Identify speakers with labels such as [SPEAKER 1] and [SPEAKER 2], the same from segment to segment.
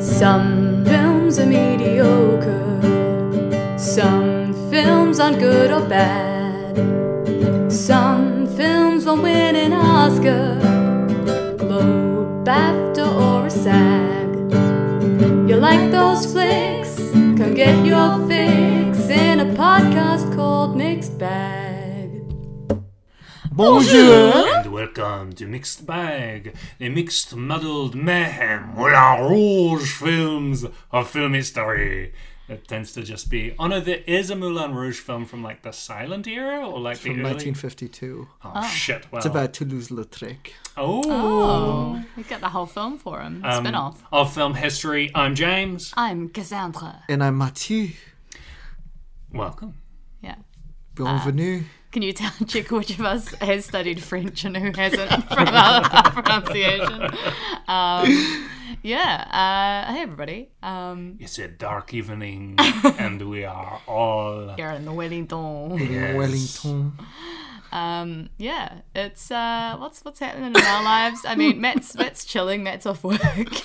[SPEAKER 1] Some films are mediocre, some films aren't good or bad, some films won't win an Oscar, Globe, BAFTA, or a SAG. You like those flicks? Come get your fix in a podcast called Mixed Bag.
[SPEAKER 2] Bonjour!
[SPEAKER 3] And welcome to Mixed Bag, the mixed, muddled mayhem, Moulin Rouge films of film history. It tends to just be. Oh no, there is a Moulin Rouge film from like the silent era or like the
[SPEAKER 2] From
[SPEAKER 3] early.
[SPEAKER 2] 1952.
[SPEAKER 3] Oh, shit! Wow.
[SPEAKER 2] It's about Toulouse-Lautrec.
[SPEAKER 3] oh.
[SPEAKER 1] Oh, we got the whole film for him.
[SPEAKER 3] Um,
[SPEAKER 1] Spin off.
[SPEAKER 3] of film history. I'm James.
[SPEAKER 1] I'm Cassandra.
[SPEAKER 2] And I'm Mathieu.
[SPEAKER 3] Welcome.
[SPEAKER 1] Yeah.
[SPEAKER 2] Bienvenue.
[SPEAKER 1] Can you tell check which of us has studied French and who hasn't from our, our pronunciation? Um, yeah. Uh, hey everybody. Um,
[SPEAKER 3] It's a dark evening, and we are all.
[SPEAKER 1] here in the Wellington.
[SPEAKER 2] In
[SPEAKER 3] Yes.
[SPEAKER 2] Wellington.
[SPEAKER 1] Um, yeah. It's uh, what's what's happening in our lives. I mean, Matt's Matt's chilling. Matt's off work.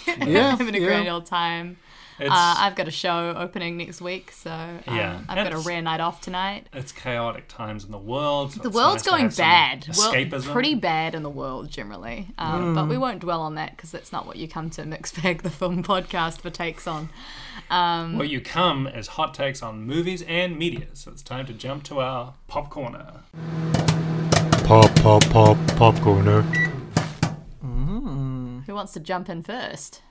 [SPEAKER 2] Yeah,
[SPEAKER 1] having a
[SPEAKER 2] yeah.
[SPEAKER 1] great old time.
[SPEAKER 3] It's,
[SPEAKER 1] Uh, I've got a show opening next week, so uh,
[SPEAKER 3] Yeah.
[SPEAKER 1] I've got a
[SPEAKER 3] It's-
[SPEAKER 1] rare night off tonight.
[SPEAKER 3] it's chaotic times in the world. so
[SPEAKER 1] The
[SPEAKER 3] it's
[SPEAKER 1] world's
[SPEAKER 3] nice to
[SPEAKER 1] going
[SPEAKER 3] have some
[SPEAKER 1] bad. Well,
[SPEAKER 3] Escapism.
[SPEAKER 1] pretty bad in the world generally, um, but we won't dwell on that because that's not what you come to Mixbag the Film Podcast for takes on. Um,
[SPEAKER 3] What you come is hot takes on movies and media, so it's time to jump to our pop corner.
[SPEAKER 4] Pop, pop, pop, pop corner.
[SPEAKER 1] who wants to jump in first?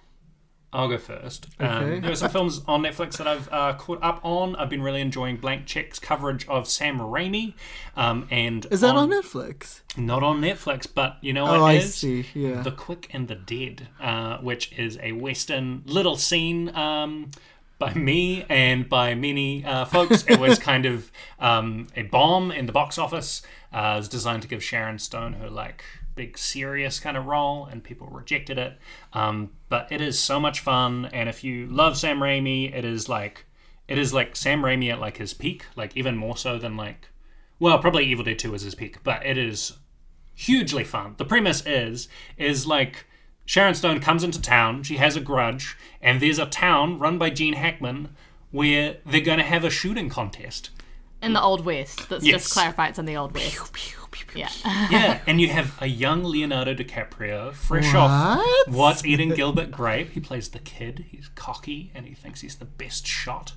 [SPEAKER 3] I'll go first. Um,
[SPEAKER 2] Okay.
[SPEAKER 3] there are some films on Netflix that I've uh, caught up on. I've been really enjoying Blank Check's coverage of Sam Raimi. Um, and
[SPEAKER 2] Is that on Netflix?
[SPEAKER 3] Not on Netflix, but you know what
[SPEAKER 2] Oh, I
[SPEAKER 3] is?
[SPEAKER 2] see. Yeah.
[SPEAKER 3] The Quick and the Dead, uh, which is a Western little scene um, by me and by many uh, folks. it was kind of um, a bomb in the box office. Uh, it was designed to give Sharon Stone her like big serious kind of role, and people rejected it. Um, but it is so much fun, and if you love Sam Raimi, it is like it is like Sam Raimi at like his peak, like even more so than like. Well, probably Evil Dead 2 was his peak, but it is hugely fun. The premise is is like Sharon Stone comes into town, she has a grudge, and there's a town run by Gene Hackman where they're going to have a shooting contest.
[SPEAKER 1] In the Old West. Let's just
[SPEAKER 3] Yes. Um,
[SPEAKER 1] clarify it's in the Old West. Yeah.
[SPEAKER 3] Yeah, and you have a young Leonardo DiCaprio fresh off
[SPEAKER 2] What?
[SPEAKER 3] What's Eating Gilbert Grape. He plays the kid. He's cocky and he thinks he's the best shot.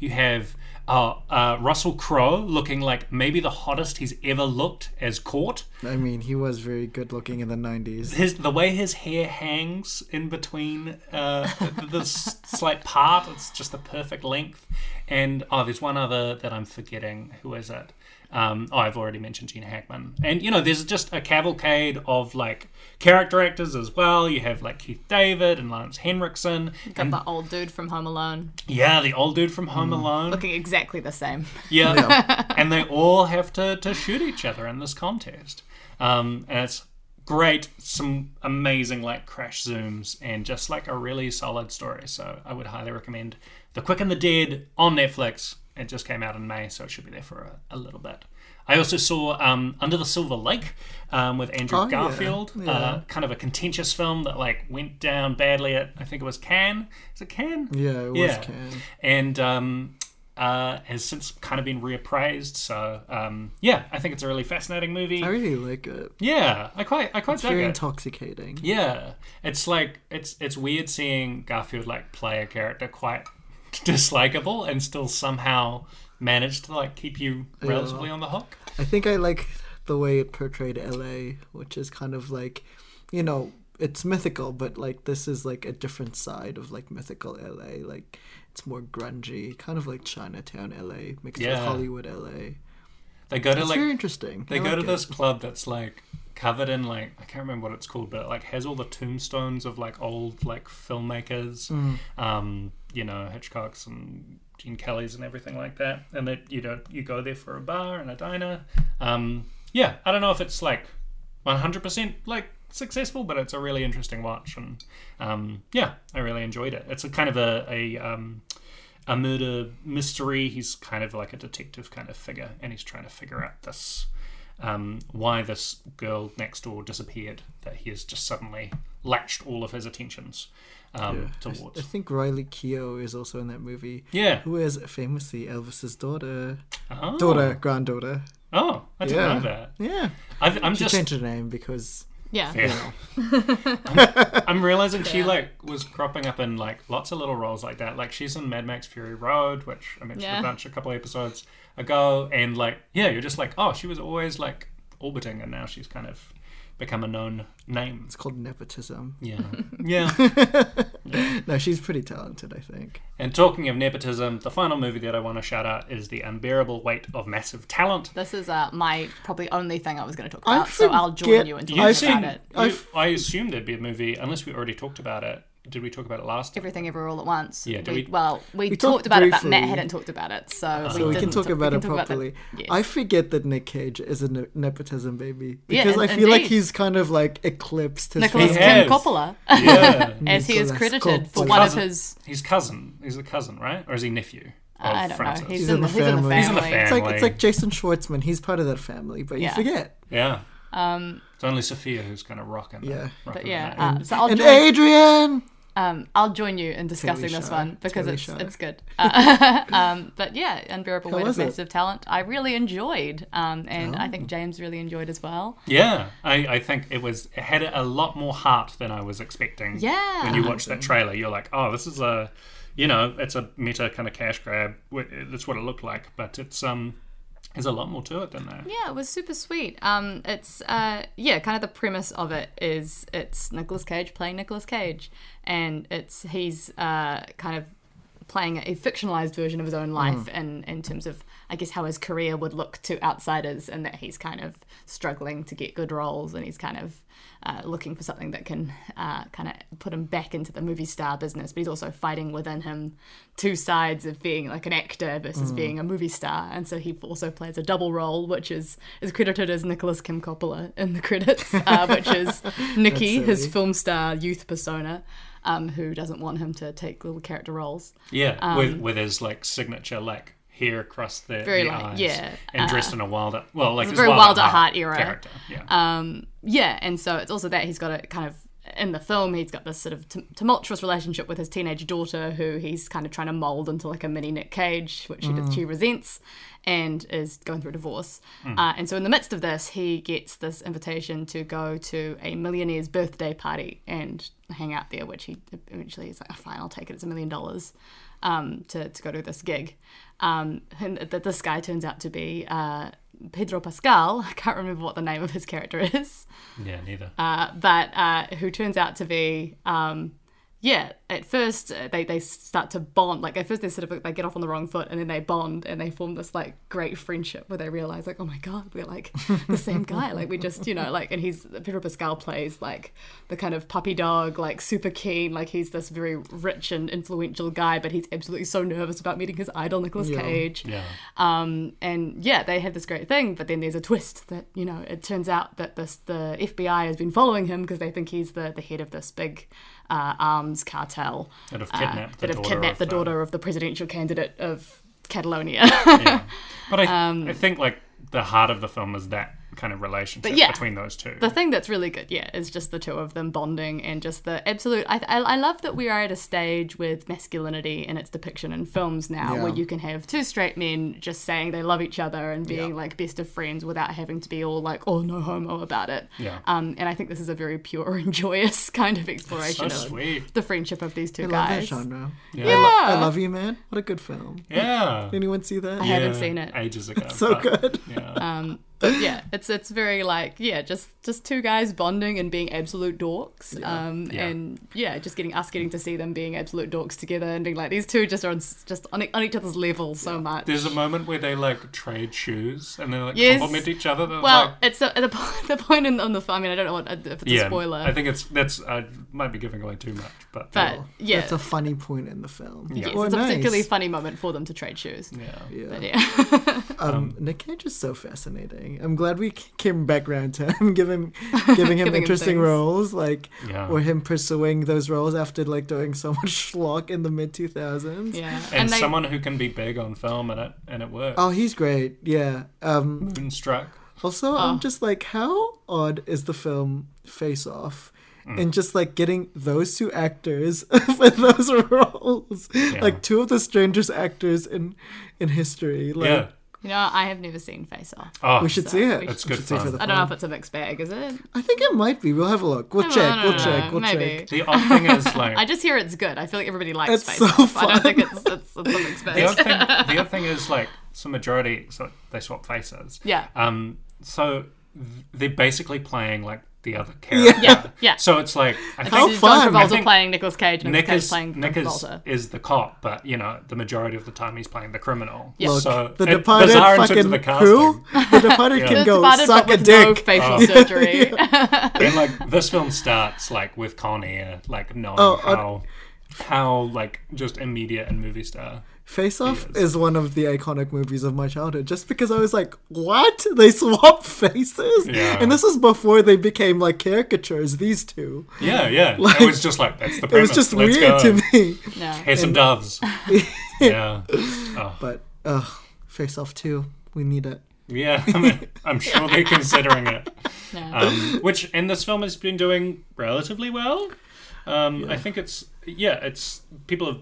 [SPEAKER 3] You have uh, uh, Russell Crowe looking like maybe the hottest he's ever looked as Court.
[SPEAKER 2] I mean, he was very good looking in the 90s.
[SPEAKER 3] his the way his hair hangs in between uh, the, the s- slight part it's just the perfect length and oh there's one other that i'm forgetting who is it um, oh i've already mentioned gene hackman and you know there's just a cavalcade of like character actors as well you have like keith david and lance henriksen
[SPEAKER 1] Got
[SPEAKER 3] and
[SPEAKER 1] the old dude from Home Alone
[SPEAKER 3] yeah the old dude from home alone
[SPEAKER 1] looking exactly the same.
[SPEAKER 3] yeah. and they all have to, to shoot each other in this contest. Um, and it's great. Some amazing like crash zooms and just like a really solid story. So I would highly recommend The Quick and the Dead on Netflix. It just came out in May, so it should be there for a, a little bit. I also saw um, Under the Silver Lake um, with Andrew
[SPEAKER 2] Oh, yeah.
[SPEAKER 3] Garfield,
[SPEAKER 2] Yeah.
[SPEAKER 3] Uh, kind of a contentious film that like went down badly at I think it was Cannes. Is it Cannes?
[SPEAKER 2] Yeah, it was
[SPEAKER 3] Yeah.
[SPEAKER 2] Can.
[SPEAKER 3] and um, uh, has since kind of been reappraised. So um, yeah, I think it's a really fascinating movie.
[SPEAKER 2] I Oh, really like it.
[SPEAKER 3] yeah, I quite I quite
[SPEAKER 2] It's
[SPEAKER 3] dug
[SPEAKER 2] very
[SPEAKER 3] it.
[SPEAKER 2] intoxicating.
[SPEAKER 3] yeah, it's like it's it's weird seeing Garfield like play a character quite dislikable and still somehow manage to like keep you relatively on the hook.
[SPEAKER 2] I think I like the way it portrayed LA, which is kind of like, you know, it's mythical, but like this is like a different side of like mythical LA. Like it's more grungy, kind of like Chinatown LA mixed with
[SPEAKER 3] Yeah.
[SPEAKER 2] Hollywood LA.
[SPEAKER 3] They go to
[SPEAKER 2] It's
[SPEAKER 3] like
[SPEAKER 2] very interesting.
[SPEAKER 3] They
[SPEAKER 2] I
[SPEAKER 3] go
[SPEAKER 2] like
[SPEAKER 3] to
[SPEAKER 2] it.
[SPEAKER 3] this club that's like covered in like I can't remember what it's called, but it like has all the tombstones of like old like filmmakers,
[SPEAKER 2] Hmm.
[SPEAKER 3] um, you know Hitchcocks and Gene Kellys and everything like that. And that you know you go there for a bar and a diner. Um, yeah, I don't know if it's like one hundred percent like successful, but it's a really interesting watch, and um, yeah, I really enjoyed it. It's a kind of a a um, a murder mystery. He's kind of like a detective kind of figure, and he's trying to figure out this um, why this girl next door disappeared that he has just suddenly latched all of his attentions um,
[SPEAKER 2] I, th-
[SPEAKER 3] towards.
[SPEAKER 2] I think Riley Keough is also in that movie.
[SPEAKER 3] yeah.
[SPEAKER 2] Who is famously Elvis's daughter,
[SPEAKER 3] Oh.
[SPEAKER 2] daughter, granddaughter?
[SPEAKER 3] Oh, I didn't
[SPEAKER 2] Yeah.
[SPEAKER 3] know that.
[SPEAKER 2] Yeah,
[SPEAKER 3] I've, I'm
[SPEAKER 2] she
[SPEAKER 3] just.
[SPEAKER 2] changed her name because
[SPEAKER 5] Yeah.
[SPEAKER 3] Yeah. I'm, I'm realizing she like was cropping up in like lots of little roles like that. Like she's in Mad Max Fury Road, which I mentioned
[SPEAKER 5] Yeah.
[SPEAKER 3] a bunch a couple episodes ago, and like yeah, you're just like oh, she was always like orbiting, and now she's kind of become a known name.
[SPEAKER 2] it's called nepotism.
[SPEAKER 3] Yeah, yeah.
[SPEAKER 2] No, she's pretty talented, I think.
[SPEAKER 3] And talking of nepotism, the final movie that I want to shout out is The Unbearable Weight of Massive Talent.
[SPEAKER 5] This is uh, my probably only thing I was going to talk
[SPEAKER 2] I
[SPEAKER 5] about, so I'll join
[SPEAKER 2] forget-
[SPEAKER 5] you in
[SPEAKER 3] You've
[SPEAKER 5] talking about
[SPEAKER 3] seen,
[SPEAKER 5] it.
[SPEAKER 3] you-
[SPEAKER 2] I've-
[SPEAKER 3] I assume there'd be a movie, unless we already talked about it. Did we talk about it last? time?
[SPEAKER 5] Everything Everywhere All at Once.
[SPEAKER 3] Yeah, do
[SPEAKER 5] we,
[SPEAKER 3] we-
[SPEAKER 5] well, we,
[SPEAKER 2] talked
[SPEAKER 5] talked about it, but
[SPEAKER 2] briefly.
[SPEAKER 5] Matt hadn't talked about it, so
[SPEAKER 2] So we can
[SPEAKER 5] didn't
[SPEAKER 2] talk about
[SPEAKER 5] we
[SPEAKER 2] it
[SPEAKER 5] can talk
[SPEAKER 2] properly.
[SPEAKER 5] Yes.
[SPEAKER 2] I forget that Nick Cage is a ne- nepotism baby
[SPEAKER 5] Yeah,
[SPEAKER 2] because I feel like
[SPEAKER 5] indeed.
[SPEAKER 2] he's kind of like eclipsed his
[SPEAKER 5] Nicholas
[SPEAKER 3] He
[SPEAKER 2] father.
[SPEAKER 5] Kim
[SPEAKER 3] has.
[SPEAKER 5] Coppola,
[SPEAKER 3] Yeah.
[SPEAKER 5] as he is
[SPEAKER 2] Nicholas
[SPEAKER 5] credited for
[SPEAKER 2] Coppola.
[SPEAKER 5] one of
[SPEAKER 3] Cousin.
[SPEAKER 5] his.
[SPEAKER 3] He's cousin. He's a cousin, right? Or is he nephew? of
[SPEAKER 5] I don't
[SPEAKER 3] Francis?
[SPEAKER 5] know. He's,
[SPEAKER 2] He's
[SPEAKER 5] in,
[SPEAKER 2] in
[SPEAKER 5] the,
[SPEAKER 2] the
[SPEAKER 5] he's in the
[SPEAKER 2] family.
[SPEAKER 5] family.
[SPEAKER 3] He's in the
[SPEAKER 2] It's like
[SPEAKER 3] Family.
[SPEAKER 2] it's like Jason Schwartzman. He's part of that family, but
[SPEAKER 5] Yeah.
[SPEAKER 2] you forget.
[SPEAKER 3] Yeah.
[SPEAKER 5] Um,
[SPEAKER 3] It's only Sophia who's kind of rocking.
[SPEAKER 2] Yeah.
[SPEAKER 5] but
[SPEAKER 3] Rocking
[SPEAKER 5] yeah,
[SPEAKER 3] Mm.
[SPEAKER 5] uh, so I'll
[SPEAKER 2] And
[SPEAKER 5] join,
[SPEAKER 2] Adrian.
[SPEAKER 5] um, I'll join you in discussing
[SPEAKER 2] Totally
[SPEAKER 5] this
[SPEAKER 2] shy.
[SPEAKER 5] one because
[SPEAKER 2] Totally
[SPEAKER 5] it's
[SPEAKER 2] shy.
[SPEAKER 5] it's good. Uh, um, but yeah, unbearable
[SPEAKER 2] How
[SPEAKER 5] weight of
[SPEAKER 2] was it? Oh.
[SPEAKER 5] massive talent. I really enjoyed, um, and I think James really enjoyed as well.
[SPEAKER 3] yeah. I, I think it was it had a lot more heart than I was expecting.
[SPEAKER 5] Yeah.
[SPEAKER 3] When you watch that trailer, you're like, oh, this is a, you know, it's a meta kind of cash grab. Wh- That's what it looked like, but it's um, there's a lot more to it than that.
[SPEAKER 5] Yeah, it was super sweet. Um, it's uh, yeah, kind of the premise of it is it's Nicolas Cage playing Nicolas Cage, and it's he's uh, kind of playing a fictionalized version of his own life,
[SPEAKER 2] Mm.
[SPEAKER 5] and in terms of I guess how his career would look to outsiders, and that he's kind of struggling to get good roles, and he's kind of uh, looking for something that can uh, kind of put him back into the movie star business, but he's also fighting within him two sides of being like an actor
[SPEAKER 2] Mm.
[SPEAKER 5] versus being a movie star, and so he also plays a double role, which is is credited as Nicholas Kim Coppola in the credits, uh, which is Nikki,
[SPEAKER 2] That's
[SPEAKER 5] his
[SPEAKER 2] silly.
[SPEAKER 5] film star youth persona, um, who doesn't want him to take little character roles.
[SPEAKER 3] Yeah. with with his like signature like hair across the,
[SPEAKER 5] Um, Very
[SPEAKER 3] the
[SPEAKER 5] light,
[SPEAKER 3] eyes.
[SPEAKER 5] yeah. uh,
[SPEAKER 3] And dressed in a wild at well like
[SPEAKER 5] a
[SPEAKER 3] his
[SPEAKER 5] very
[SPEAKER 3] wild,
[SPEAKER 5] Wild at Heart era.
[SPEAKER 3] character. Yeah.
[SPEAKER 5] um, yeah, and so it's also that he's got a kind of in the film he's got this sort of t- tumultuous relationship with his teenage daughter who he's kind of trying to mold into like a mini Nick Cage, which she, she resents and is going through a divorce. Uh, and so in the midst of this, he gets this invitation to go to a millionaire's birthday party and hang out there, which he eventually is like, "Oh, fine, I'll take it. It's a million dollars um, to, to go to this gig. Um, and th- this guy turns out to be uh, Pedro Pascal. I can't remember what the name of his character is,
[SPEAKER 3] yeah. Neither.
[SPEAKER 5] uh, but uh, who turns out to be. Um, yeah, at first uh, they, they start to bond. Like at first they sort of they get off on the wrong foot, and then they bond and they form this like great friendship where they realize like oh my god we're like the same guy. Like we just you know like and he's Pedro Pascal plays like the kind of puppy dog like super keen like he's this very rich and influential guy, but he's absolutely so nervous about meeting his idol Nicolas
[SPEAKER 2] Yeah.
[SPEAKER 5] Cage.
[SPEAKER 3] yeah.
[SPEAKER 5] Um, and yeah, they have this great thing, but then there's a twist that you know it turns out that this the FBI has been following him because they think he's the the head of this big uh, arms cartel
[SPEAKER 3] That have
[SPEAKER 5] uh,
[SPEAKER 3] kidnapped the
[SPEAKER 5] that have
[SPEAKER 3] daughter
[SPEAKER 5] kidnapped
[SPEAKER 3] of
[SPEAKER 5] the
[SPEAKER 3] the-
[SPEAKER 5] daughter of the presidential candidate of Catalonia.
[SPEAKER 3] yeah. But I,
[SPEAKER 5] Um,
[SPEAKER 3] I think like the heart of the film is that kind of relationship
[SPEAKER 5] yeah.
[SPEAKER 3] between those two.
[SPEAKER 5] the thing that's really good, yeah, is just the two of them bonding and just the absolute. I, I, I love that we are at a stage with masculinity and its depiction in films now,
[SPEAKER 2] Yeah.
[SPEAKER 5] where you can have two straight men just saying they love each other and being
[SPEAKER 2] Yeah.
[SPEAKER 5] like best of friends without having to be all like, oh, no homo about it.
[SPEAKER 3] Yeah.
[SPEAKER 5] Um, and I think this is a very pure and joyous kind of
[SPEAKER 3] so
[SPEAKER 5] exploration of
[SPEAKER 3] sweet.
[SPEAKER 5] the friendship of these two
[SPEAKER 2] I love that
[SPEAKER 5] guys.
[SPEAKER 2] genre.
[SPEAKER 3] Yeah.
[SPEAKER 2] I, lo- I
[SPEAKER 5] Yeah.
[SPEAKER 2] love you, man. What a good film.
[SPEAKER 3] Yeah.
[SPEAKER 2] Did anyone see that?
[SPEAKER 5] I
[SPEAKER 3] Yeah,
[SPEAKER 5] haven't seen it.
[SPEAKER 3] ages ago.
[SPEAKER 2] So
[SPEAKER 3] but,
[SPEAKER 2] good.
[SPEAKER 3] Yeah.
[SPEAKER 5] Um, but yeah, it's it's very like yeah, just just two guys bonding and being absolute dorks. Um,
[SPEAKER 3] Yeah.
[SPEAKER 5] and yeah, just getting us getting to see them being absolute dorks together and being like these two just are on, s- just on, e- on each other's level so much.
[SPEAKER 3] There's a moment where they like trade shoes and they like
[SPEAKER 5] Yes.
[SPEAKER 3] compliment each other. They're
[SPEAKER 5] well,
[SPEAKER 3] like,
[SPEAKER 5] it's a, at the po- the point in, on the film. I mean, I don't know what if it's a spoiler.
[SPEAKER 3] I think it's that's I might be giving away too much, but,
[SPEAKER 5] but yeah,
[SPEAKER 2] That's a funny point in the film.
[SPEAKER 3] Yeah.
[SPEAKER 5] yes,
[SPEAKER 2] Or
[SPEAKER 5] it's a
[SPEAKER 2] nice.
[SPEAKER 5] particularly funny moment for them to trade shoes.
[SPEAKER 3] yeah.
[SPEAKER 2] Yeah.
[SPEAKER 5] But yeah.
[SPEAKER 2] Um, Nick Cage is so fascinating. I'm glad we c- came back round to him, giving giving him
[SPEAKER 5] him
[SPEAKER 2] interesting
[SPEAKER 5] things.
[SPEAKER 2] roles, like
[SPEAKER 3] Yeah.
[SPEAKER 2] or him pursuing those roles after like doing so much schlock in the mid 2000s.
[SPEAKER 5] yeah,
[SPEAKER 3] And,
[SPEAKER 5] they-
[SPEAKER 3] someone who can be big on film and it and it works.
[SPEAKER 2] Oh, he's great. Yeah. Um,
[SPEAKER 3] Moonstruck.
[SPEAKER 2] also, I'm just like, how odd is the film Face Off? and just like getting those two actors for those roles, like two of the strangest actors in in history. Like
[SPEAKER 3] yeah.
[SPEAKER 5] You know, I have never seen Face Off.
[SPEAKER 3] Oh,
[SPEAKER 2] we should see it.
[SPEAKER 3] That's
[SPEAKER 2] We
[SPEAKER 3] good
[SPEAKER 2] should see it for
[SPEAKER 3] fun.
[SPEAKER 2] the
[SPEAKER 5] I don't know if
[SPEAKER 2] pod.
[SPEAKER 5] it's a mixed bag, is it?
[SPEAKER 2] I think it might be. We'll have a look. We'll check.
[SPEAKER 5] I
[SPEAKER 2] we'll
[SPEAKER 5] don't
[SPEAKER 2] check.
[SPEAKER 5] know,
[SPEAKER 2] We'll
[SPEAKER 5] maybe.
[SPEAKER 2] check.
[SPEAKER 3] the odd thing is like
[SPEAKER 5] I just hear it's good. I feel like everybody likes
[SPEAKER 2] It's
[SPEAKER 5] Face
[SPEAKER 2] so
[SPEAKER 5] Off. I don't
[SPEAKER 2] fun.
[SPEAKER 5] think it's it's, it's a mixed bag.
[SPEAKER 3] the other thing, the other thing is like so majority so they swap faces.
[SPEAKER 5] Yeah.
[SPEAKER 3] Um. So th- they're basically playing like the other character.
[SPEAKER 5] Yeah, yeah.
[SPEAKER 3] So it's like I
[SPEAKER 5] Like,
[SPEAKER 3] think
[SPEAKER 5] John
[SPEAKER 2] fun. I
[SPEAKER 5] Travolta
[SPEAKER 3] think
[SPEAKER 5] playing Nicolas Cage, and
[SPEAKER 3] Nick
[SPEAKER 5] Nicolas Cage
[SPEAKER 3] is
[SPEAKER 5] playing John
[SPEAKER 3] Nick is,
[SPEAKER 5] Travolta.
[SPEAKER 3] is the cop, but you know the majority of the time he's playing the criminal.
[SPEAKER 5] Yeah. Look,
[SPEAKER 3] So
[SPEAKER 2] The
[SPEAKER 3] it-
[SPEAKER 2] departed
[SPEAKER 3] bizarre in terms
[SPEAKER 2] fucking
[SPEAKER 3] of the
[SPEAKER 2] crew.
[SPEAKER 3] casting.
[SPEAKER 2] The departed can
[SPEAKER 5] It's
[SPEAKER 2] go
[SPEAKER 5] divided, but
[SPEAKER 2] suck a
[SPEAKER 5] with
[SPEAKER 2] dick. Oh.
[SPEAKER 5] no facial surgery.
[SPEAKER 3] And like this film starts like with Con Air, like knowing
[SPEAKER 2] Oh, I-
[SPEAKER 3] how how like just immediate and movie star.
[SPEAKER 2] Face Off
[SPEAKER 3] Yes.
[SPEAKER 2] is one of the iconic movies of my childhood just because I was like, what? They swap faces?
[SPEAKER 3] Yeah.
[SPEAKER 2] And this was before they became like caricatures, these two.
[SPEAKER 3] Yeah, yeah. it was just like that's the
[SPEAKER 2] It was
[SPEAKER 3] premise.
[SPEAKER 2] just
[SPEAKER 3] Let's
[SPEAKER 2] weird
[SPEAKER 3] go.
[SPEAKER 2] to me.
[SPEAKER 5] no.
[SPEAKER 3] Here's some doves. yeah. Oh.
[SPEAKER 2] But, ugh, Face Off 2, we need it.
[SPEAKER 3] Yeah, I mean, I'm sure they're considering it. Um, which and this film has been doing relatively well. Um, I think it's yeah, it's people have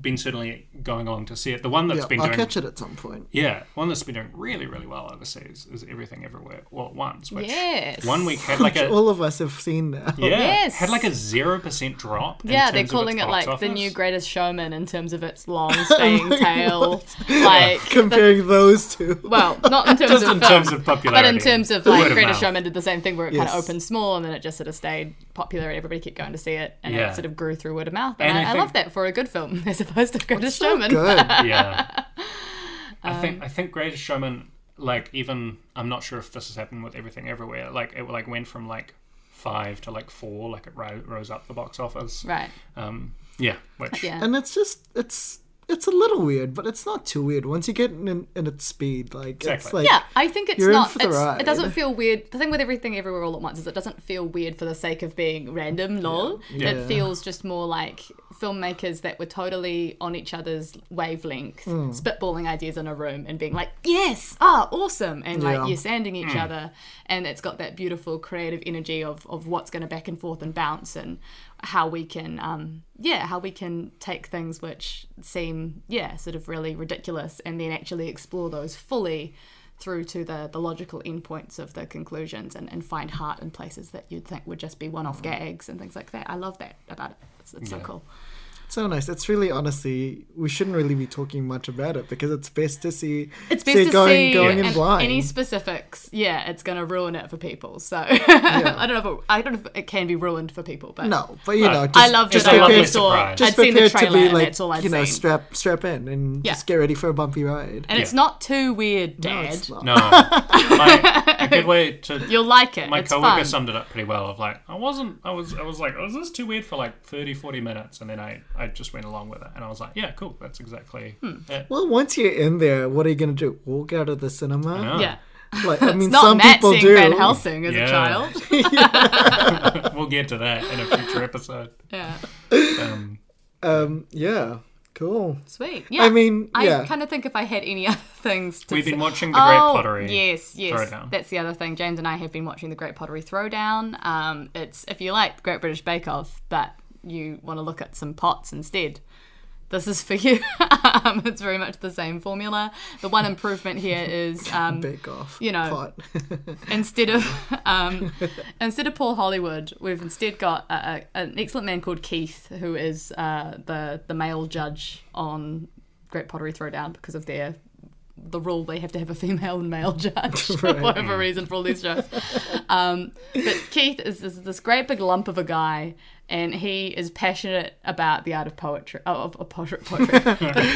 [SPEAKER 3] been certainly going on to see it. The one that's
[SPEAKER 2] Yeah,
[SPEAKER 3] been
[SPEAKER 2] I'll
[SPEAKER 3] doing
[SPEAKER 2] catch it at some point.
[SPEAKER 3] yeah, one that's been doing really really well overseas is Everything Everywhere All at Once. Which
[SPEAKER 5] Yes.
[SPEAKER 3] one week had like a
[SPEAKER 2] All of us have seen now.
[SPEAKER 3] yeah
[SPEAKER 5] Yes.
[SPEAKER 3] had like a zero percent drop. in
[SPEAKER 5] Yeah,
[SPEAKER 3] terms of
[SPEAKER 5] they're
[SPEAKER 3] its
[SPEAKER 5] calling it
[SPEAKER 3] box
[SPEAKER 5] like the
[SPEAKER 3] office.
[SPEAKER 5] new Greatest Showman in terms of its long staying tail. Like,
[SPEAKER 2] Comparing those two.
[SPEAKER 5] well, not in terms
[SPEAKER 3] Just
[SPEAKER 5] of
[SPEAKER 3] in
[SPEAKER 5] film,
[SPEAKER 3] terms of popularity,
[SPEAKER 5] but in terms of
[SPEAKER 3] word
[SPEAKER 5] like
[SPEAKER 3] of
[SPEAKER 5] Greatest
[SPEAKER 3] mouth.
[SPEAKER 5] Showman did the same thing where it kind
[SPEAKER 2] Yes.
[SPEAKER 5] of opened small and then it just sort of stayed popular and everybody kept going to see it and
[SPEAKER 3] Yeah.
[SPEAKER 5] it sort of grew through word of mouth.
[SPEAKER 3] And
[SPEAKER 5] And,
[SPEAKER 3] I
[SPEAKER 5] I, I,
[SPEAKER 3] think-
[SPEAKER 5] love that for a good film as opposed to Greatest Showman.
[SPEAKER 2] Good.
[SPEAKER 3] yeah. I think
[SPEAKER 5] Um,
[SPEAKER 3] I think Greatest Showman, like even I'm not sure if this has happened with everything everywhere. Like it like went from like five to like four, like it ro- rose up the box office.
[SPEAKER 5] Right.
[SPEAKER 3] Um, yeah, which
[SPEAKER 5] Yeah.
[SPEAKER 2] And it's just, it's. It's a little weird, but it's not too weird once you get in, in its speed. Like it's
[SPEAKER 3] Exactly.
[SPEAKER 2] like
[SPEAKER 5] Yeah, I think it's
[SPEAKER 2] You're in
[SPEAKER 5] not.
[SPEAKER 2] for the
[SPEAKER 5] it's-
[SPEAKER 2] ride.
[SPEAKER 5] It doesn't feel weird. The thing with everything everywhere all at once is it doesn't feel weird for the sake of being random. Lol.
[SPEAKER 3] Yeah.
[SPEAKER 5] It feels just more like filmmakers that were totally on each other's wavelength,
[SPEAKER 2] Hmm.
[SPEAKER 5] spitballing ideas in a room and being like, "Yes, ah, awesome," and
[SPEAKER 2] Yeah.
[SPEAKER 5] like yes, anding each other, and it's got that beautiful creative energy of of what's going to back and forth and bounce and how we can um yeah how we can take things which seem yeah sort of really ridiculous and then actually explore those fully through to the, the logical endpoints of the conclusions and, and find heart in places that you'd think would just be one-off gags and things like that. I love that about it. It's, it's so
[SPEAKER 3] Yeah.
[SPEAKER 5] cool.
[SPEAKER 2] So nice. It's really honestly, we shouldn't really be talking much about it because it's best to see
[SPEAKER 5] It's
[SPEAKER 2] see
[SPEAKER 5] best
[SPEAKER 2] it
[SPEAKER 5] to
[SPEAKER 2] going
[SPEAKER 5] see
[SPEAKER 2] going in
[SPEAKER 5] an-
[SPEAKER 2] blind.
[SPEAKER 5] any specifics. Yeah, it's going to ruin it for people. So I don't know. If it, I don't know if it can be ruined for people, but
[SPEAKER 2] no, but you know, just,
[SPEAKER 5] I loved
[SPEAKER 3] just
[SPEAKER 5] it. I
[SPEAKER 3] a lovely
[SPEAKER 5] only saw.
[SPEAKER 3] surprise.
[SPEAKER 5] I'd
[SPEAKER 2] just
[SPEAKER 5] seen the
[SPEAKER 2] prepare
[SPEAKER 5] trailer,
[SPEAKER 2] to be
[SPEAKER 5] and
[SPEAKER 2] like
[SPEAKER 5] that's all I'd
[SPEAKER 2] you know,
[SPEAKER 5] seen.
[SPEAKER 2] strap strap in and
[SPEAKER 5] Yeah.
[SPEAKER 2] just get ready for a bumpy ride.
[SPEAKER 5] and it's
[SPEAKER 3] Yeah.
[SPEAKER 5] not too weird, Dad.
[SPEAKER 2] it's not.
[SPEAKER 3] no, my, a good way to.
[SPEAKER 5] You'll like it.
[SPEAKER 3] my
[SPEAKER 5] it's
[SPEAKER 3] coworker
[SPEAKER 5] fun.
[SPEAKER 3] summed it up pretty well of like i wasn't i was i was like oh, is this too weird for like 30 40 minutes and then i i just went along with it and i was like yeah cool that's exactly
[SPEAKER 5] Hmm.
[SPEAKER 3] it.
[SPEAKER 2] Well, once you're in there, what are you gonna do? Walk out of the cinema?
[SPEAKER 3] Yeah.
[SPEAKER 5] yeah.
[SPEAKER 2] Like I mean,
[SPEAKER 5] Not
[SPEAKER 2] some
[SPEAKER 5] Matt
[SPEAKER 2] people
[SPEAKER 5] seeing
[SPEAKER 2] do.
[SPEAKER 5] Van Helsing as
[SPEAKER 3] Yeah.
[SPEAKER 5] a child.
[SPEAKER 3] we'll get to that in a future episode
[SPEAKER 5] Yeah.
[SPEAKER 3] um
[SPEAKER 2] Um, yeah, cool.
[SPEAKER 5] Sweet. Yeah.
[SPEAKER 2] I mean,
[SPEAKER 5] I
[SPEAKER 2] yeah.
[SPEAKER 5] kind of think if I had any other things to
[SPEAKER 3] we've
[SPEAKER 5] say-
[SPEAKER 3] been watching the great
[SPEAKER 5] oh,
[SPEAKER 3] pottery
[SPEAKER 5] Yes, yes.
[SPEAKER 3] Throwdown.
[SPEAKER 5] That's the other thing. James and I have been watching the Great Pottery Throwdown. Um, it's if you like Great British Bake Off, but you want to look at some pots instead. This is for you. um, it's very much the same formula. The one improvement here is um,
[SPEAKER 2] Bake off.
[SPEAKER 5] you know,
[SPEAKER 2] pot.
[SPEAKER 5] instead of um, instead of Paul Hollywood, we've instead got a, a, an excellent man called Keith, who is uh, the the male judge on Great Pottery Throwdown because of their the rule they have to have a female and male judge for whatever reason for all these shows. Um, but Keith is, is this great big lump of a guy, and he is passionate about the art of poetry. Oh, of, of poetry, poetry.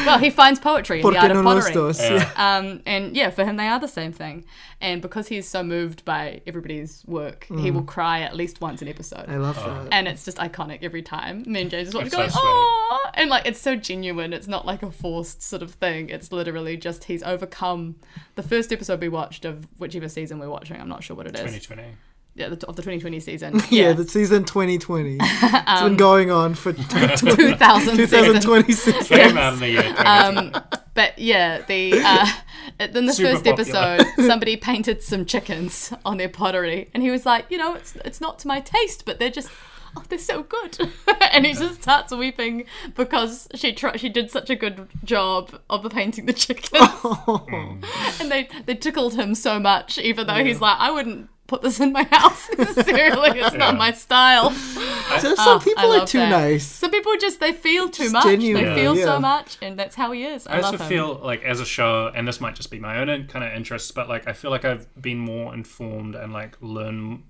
[SPEAKER 5] well, he finds poetry in the
[SPEAKER 2] Porque
[SPEAKER 5] art
[SPEAKER 2] no
[SPEAKER 5] of
[SPEAKER 2] los
[SPEAKER 5] pottery.
[SPEAKER 2] dos. Yeah.
[SPEAKER 5] Um, and yeah, for him, they are the same thing. And because he's so moved by everybody's work,
[SPEAKER 2] Mm.
[SPEAKER 5] he will cry at least once an episode.
[SPEAKER 2] I love that.
[SPEAKER 5] and it's just iconic every time. Me and James just watch
[SPEAKER 3] That's
[SPEAKER 5] going,
[SPEAKER 3] so sweet.
[SPEAKER 5] oh, and like it's so genuine. It's not like a forced sort of thing. It's literally just he's overcome the first episode we watched of whichever season we're watching. I'm not sure what it is.
[SPEAKER 3] 2020
[SPEAKER 5] Yeah, the, of the 2020 season.
[SPEAKER 2] Yeah, the season 2020. it's
[SPEAKER 5] Um,
[SPEAKER 2] been going on for
[SPEAKER 5] 2000 season.
[SPEAKER 2] 2026.
[SPEAKER 3] came out in the year 2020.
[SPEAKER 5] um, but yeah, the uh, in the
[SPEAKER 3] Super
[SPEAKER 5] first
[SPEAKER 3] popular.
[SPEAKER 5] episode, somebody painted some chickens on their pottery, and he was like, you know, it's it's not to my taste, but they're just "Oh, they're so good," and he just starts weeping because she tr- she did such a good job of painting the chicken, and they they tickled him so much, even though he's like, "I wouldn't." Put this in my house necessarily. It's not
[SPEAKER 3] Yeah.
[SPEAKER 5] my style.
[SPEAKER 2] So
[SPEAKER 5] Oh,
[SPEAKER 2] some
[SPEAKER 5] I
[SPEAKER 2] people are
[SPEAKER 5] love
[SPEAKER 2] too
[SPEAKER 5] that.
[SPEAKER 2] nice.
[SPEAKER 5] Some people just they feel too
[SPEAKER 2] It's
[SPEAKER 5] much.
[SPEAKER 2] genuine,
[SPEAKER 5] They feel
[SPEAKER 2] yeah.
[SPEAKER 5] so much, and that's how he is. I,
[SPEAKER 3] I
[SPEAKER 5] love
[SPEAKER 3] also
[SPEAKER 5] him.
[SPEAKER 3] feel like as a show, and this might just be my own in- kind of interests, but like I feel like I've been more informed and like learn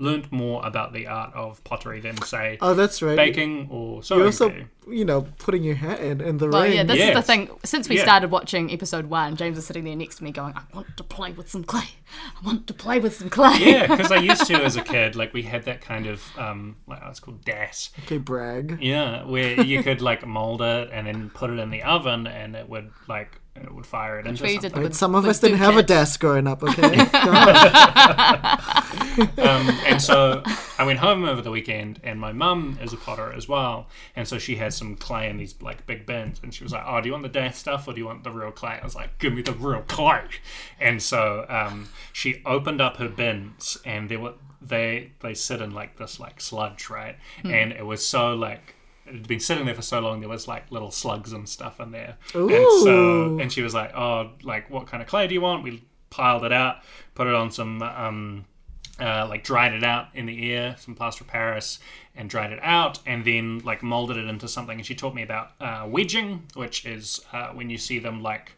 [SPEAKER 3] learned more about the art of pottery than say
[SPEAKER 2] Oh, that's right.
[SPEAKER 3] baking or sewing.
[SPEAKER 2] You're also,
[SPEAKER 3] do.
[SPEAKER 2] you know, putting your hat in in the
[SPEAKER 5] Well,
[SPEAKER 2] ring.
[SPEAKER 5] yeah, this is the
[SPEAKER 3] Yes.
[SPEAKER 5] thing. Since we
[SPEAKER 3] Yeah.
[SPEAKER 5] started watching episode one, James is sitting there next to me going, I want to play with some clay. I want to play with some clay.
[SPEAKER 3] yeah, because I used to as a kid. Like we had that kind of um, like oh, it's called das.
[SPEAKER 2] okay, brag.
[SPEAKER 3] Yeah, where you could like mold it and then put it in the oven, and it would like it would fire it into
[SPEAKER 5] We did
[SPEAKER 3] something.
[SPEAKER 5] with-
[SPEAKER 2] But some of
[SPEAKER 5] with
[SPEAKER 2] us didn't have a
[SPEAKER 5] Ducat.
[SPEAKER 2] desk growing up, okay? God.
[SPEAKER 3] um, and so I went home over the weekend, and my mum is a potter as well, and so she had some clay in these like big bins, and she was like, "Oh, do you want the death stuff or do you want the real clay?" I was like, "Give me the real clay," and so um, she opened up her bins, and there were they they sit in like this like sludge, right? And it was so like. It had been sitting there for so long. There was like little slugs and stuff in there, and so
[SPEAKER 2] Ooh.
[SPEAKER 3] and she was like, "Oh, like what kind of clay do you want?" We piled it out, put it on some um, uh, like dried it out in the air, some plaster of Paris, and dried it out, and then like molded it into something. And she taught me about uh, wedging, which is uh, when you see them like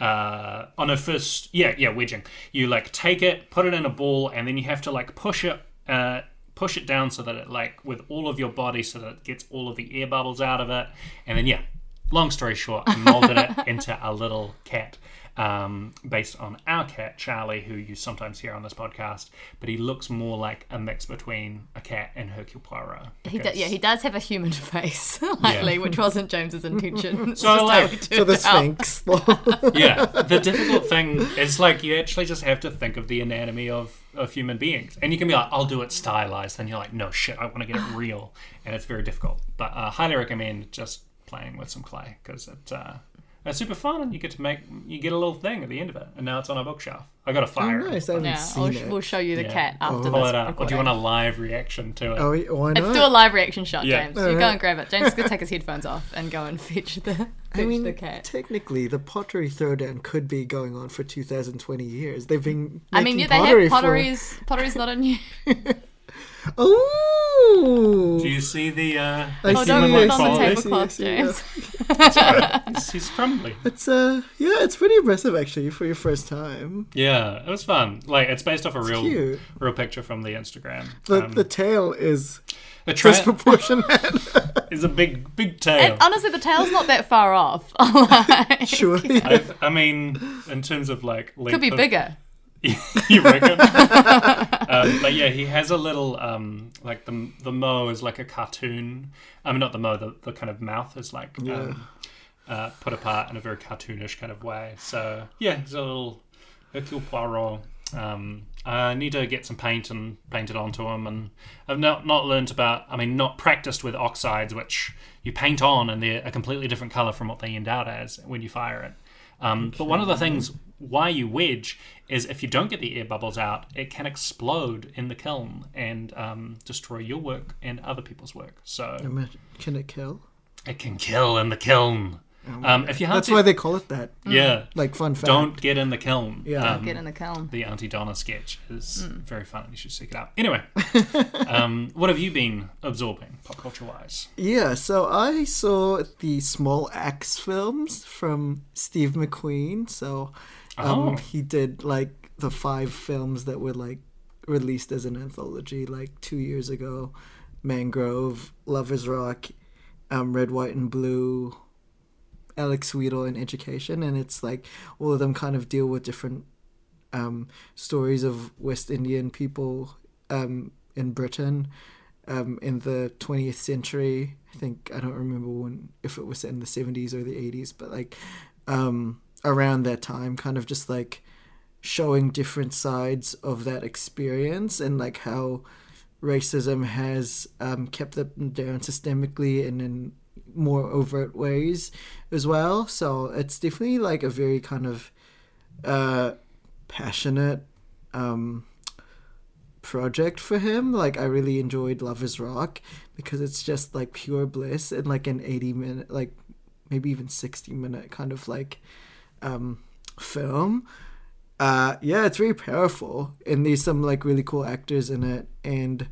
[SPEAKER 3] uh, on a first, yeah, yeah, wedging. You like take it, put it in a ball, and then you have to like push it. Uh, push it down so that it like with all of your body so that it gets all of the air bubbles out of it and then yeah long story short I molded it into a little cat um, based on our cat Charlie, who you sometimes hear on this podcast, but he looks more like a mix between a cat and Hercule Poirot.
[SPEAKER 5] He do,
[SPEAKER 3] because-
[SPEAKER 5] yeah, he does have a human face, lately, which wasn't James's intention.
[SPEAKER 3] So, like-
[SPEAKER 2] so the Sphinx.
[SPEAKER 3] yeah. The difficult thing is like you actually just have to think of the anatomy of, of human beings, and you can be like, I'll do it stylized, and you're like, no shit, I want to get it real, and it's very difficult. But uh, highly recommend just playing with some clay because it. Uh, it's super fun, and you get to make you get a little thing at the end of it, and now it's on our bookshelf. I got a fire. it.
[SPEAKER 2] Oh, nice, I haven't
[SPEAKER 5] Yeah, I'll
[SPEAKER 2] seen
[SPEAKER 5] sh-
[SPEAKER 2] it.
[SPEAKER 5] we'll show you the
[SPEAKER 3] Yeah.
[SPEAKER 5] cat after
[SPEAKER 3] Pull
[SPEAKER 5] this.
[SPEAKER 3] it up. Or do you
[SPEAKER 5] recording.
[SPEAKER 3] want a live reaction to it?
[SPEAKER 2] Oh, wait, why
[SPEAKER 5] Let's do a
[SPEAKER 2] not?
[SPEAKER 5] live reaction shot,
[SPEAKER 3] Yeah.
[SPEAKER 5] James. You go
[SPEAKER 2] Alright.
[SPEAKER 5] and grab it. James is going to take his headphones off and go and fetch the, fetch
[SPEAKER 2] I mean,
[SPEAKER 5] the cat.
[SPEAKER 2] technically, the pottery throwdown could be going on for 2,020 years. They've been making
[SPEAKER 5] I mean, yeah, they
[SPEAKER 2] pottery
[SPEAKER 5] have
[SPEAKER 2] for-
[SPEAKER 5] potteries. Pottery's not a new.
[SPEAKER 2] Ooh!
[SPEAKER 3] Do you see the? Uh,
[SPEAKER 2] I
[SPEAKER 5] Oh,
[SPEAKER 2] see,
[SPEAKER 5] don't
[SPEAKER 2] I
[SPEAKER 5] rip
[SPEAKER 2] see,
[SPEAKER 5] on the
[SPEAKER 2] I see, I
[SPEAKER 5] tablecloth,
[SPEAKER 2] see, yeah.
[SPEAKER 5] James.
[SPEAKER 3] he's, he's crumbly.
[SPEAKER 2] It's uh, yeah, it's pretty impressive actually for your first time.
[SPEAKER 3] Yeah, it was fun. Like it's based off a real,
[SPEAKER 2] cute.
[SPEAKER 3] real picture from the Instagram.
[SPEAKER 2] The
[SPEAKER 3] Um,
[SPEAKER 2] the tail is
[SPEAKER 3] the tra-
[SPEAKER 2] disproportionate.
[SPEAKER 3] is a big, big tail.
[SPEAKER 5] And honestly, the tail's not that far off. Like,
[SPEAKER 2] sure, yeah.
[SPEAKER 3] I've- I mean, in terms of like,
[SPEAKER 5] oh, could be bigger.
[SPEAKER 3] you reckon? um, but yeah, he has a little um, like the the mo is like a cartoon. I mean, not the mo. The, the kind of mouth is like um, uh, put apart in a very cartoonish kind of way. So yeah, he's a little Hercule Poirot. Um, I need to get some paint and paint it onto him, and I've not not learnt about. I mean, not practiced with oxides, which you paint on, and they're a completely different color from what they end out as when you fire it. Um, But one of the things why you wedge is if you don't get the air bubbles out, it can explode in the kiln and um, destroy your work and other people's work. So
[SPEAKER 2] Can it kill?
[SPEAKER 3] it can kill in the kiln. Um, if you have
[SPEAKER 2] Oh, That's
[SPEAKER 3] to,
[SPEAKER 2] why they call it that.
[SPEAKER 3] yeah,
[SPEAKER 2] Like fun fact.
[SPEAKER 3] don't get in the kiln.
[SPEAKER 2] Yeah.
[SPEAKER 3] Um,
[SPEAKER 5] Get in the kiln.
[SPEAKER 3] the Auntie Donna sketch is very fun. You should seek it out. Anyway, um, what have you been absorbing pop culture wise?
[SPEAKER 2] Yeah, so I saw the Small Axe films from Steve McQueen. So um,
[SPEAKER 3] Oh.
[SPEAKER 2] he did like the five films that were like released as an anthology like two years ago Mangrove, Lover's Rock, um, Red, White, and Blue, Alex Weedle, and Education. And it's like all of them kind of deal with different um, stories of West Indian people um, in Britain um, in the 20th century. I think I don't remember when if it was in the 70s or the 80s, but like um, around that time, kind of just like showing different sides of that experience and like how racism has um, kept them down systemically and in more overt ways as well. So it's definitely like a very kind of uh, passionate um, project for him. Like I really enjoyed Love Is Rock because it's just like pure bliss in like an 80 minute like maybe even 60 minute kind of like um film. Uh yeah, it's really powerful and there's some like really cool actors in it and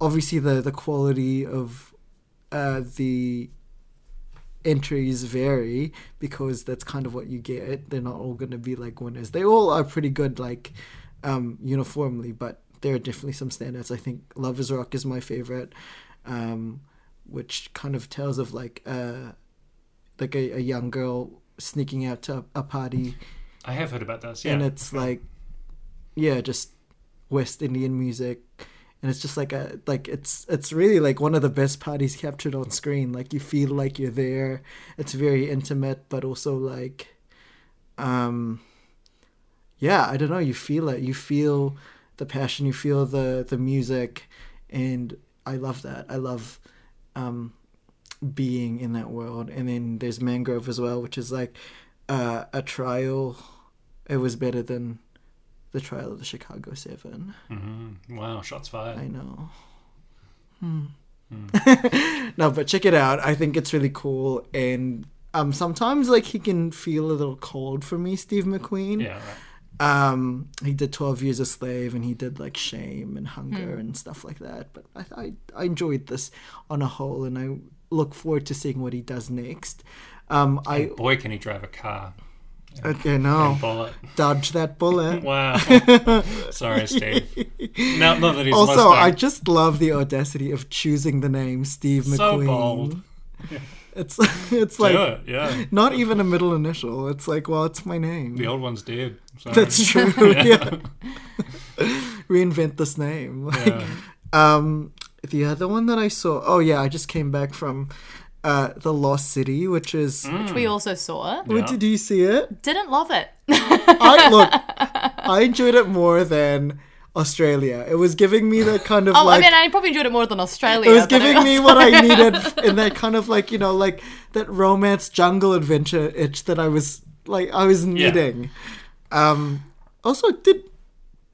[SPEAKER 2] obviously the the quality of uh the entries vary because that's kind of what you get. They're not all going to be like winners. They all are pretty good, like um, uniformly, but there are definitely some standouts. I think Love Is Rock is my favorite, um, which kind of tells of like uh, like a, a young girl sneaking out to a party,
[SPEAKER 3] I have heard about this. Yeah.
[SPEAKER 2] and it's like yeah, just West Indian music. And it's just like a like it's it's really like one of the best parties captured on screen. Like you feel like you're there. It's very intimate, but also like um yeah i don't know you feel it you feel the passion you feel the the music and i love that i love um being in that world and then there's mangrove as well which is like uh a trial it was better than the trial of the chicago seven
[SPEAKER 3] wow, shots fired.
[SPEAKER 2] I know. Hmm. no, but check it out. I think it's really cool, and um, sometimes like he can feel a little cold for me, Steve McQueen.
[SPEAKER 3] Yeah, right.
[SPEAKER 2] Um, he did Twelve Years a Slave, and he did like Shame and Hunger and stuff like that. But I, I I enjoyed this on a whole, and I look forward to seeing what he does next. Um, I
[SPEAKER 3] Boy, can he drive a car.
[SPEAKER 2] okay no
[SPEAKER 3] Bullet.
[SPEAKER 2] dodge that bullet.
[SPEAKER 3] Wow. Sorry, Steve. No, not that he's
[SPEAKER 2] Also, I
[SPEAKER 3] Mustang.
[SPEAKER 2] just love the audacity of choosing the name Steve McQueen.
[SPEAKER 3] so bold.
[SPEAKER 2] It's it's like
[SPEAKER 3] Do it, yeah.
[SPEAKER 2] not even a middle initial. It's like, well, it's my name.
[SPEAKER 3] The old one's dead. So.
[SPEAKER 2] That's true. yeah. Reinvent this name. Like,
[SPEAKER 3] yeah.
[SPEAKER 2] Um, the other one that I saw. Oh yeah, I just came back from uh, the Lost City, which is.
[SPEAKER 5] which we also saw.
[SPEAKER 2] Wait, did you see it?
[SPEAKER 5] Didn't love it.
[SPEAKER 2] I look. I enjoyed it more than Australia. It was giving me that kind of
[SPEAKER 5] Oh,
[SPEAKER 2] like.
[SPEAKER 5] I mean, I probably enjoyed it more than Australia.
[SPEAKER 2] It was
[SPEAKER 5] but
[SPEAKER 2] giving me
[SPEAKER 5] also-
[SPEAKER 2] what I needed in that kind of like you know like that romance jungle adventure itch that I was like I was needing. Um, also, did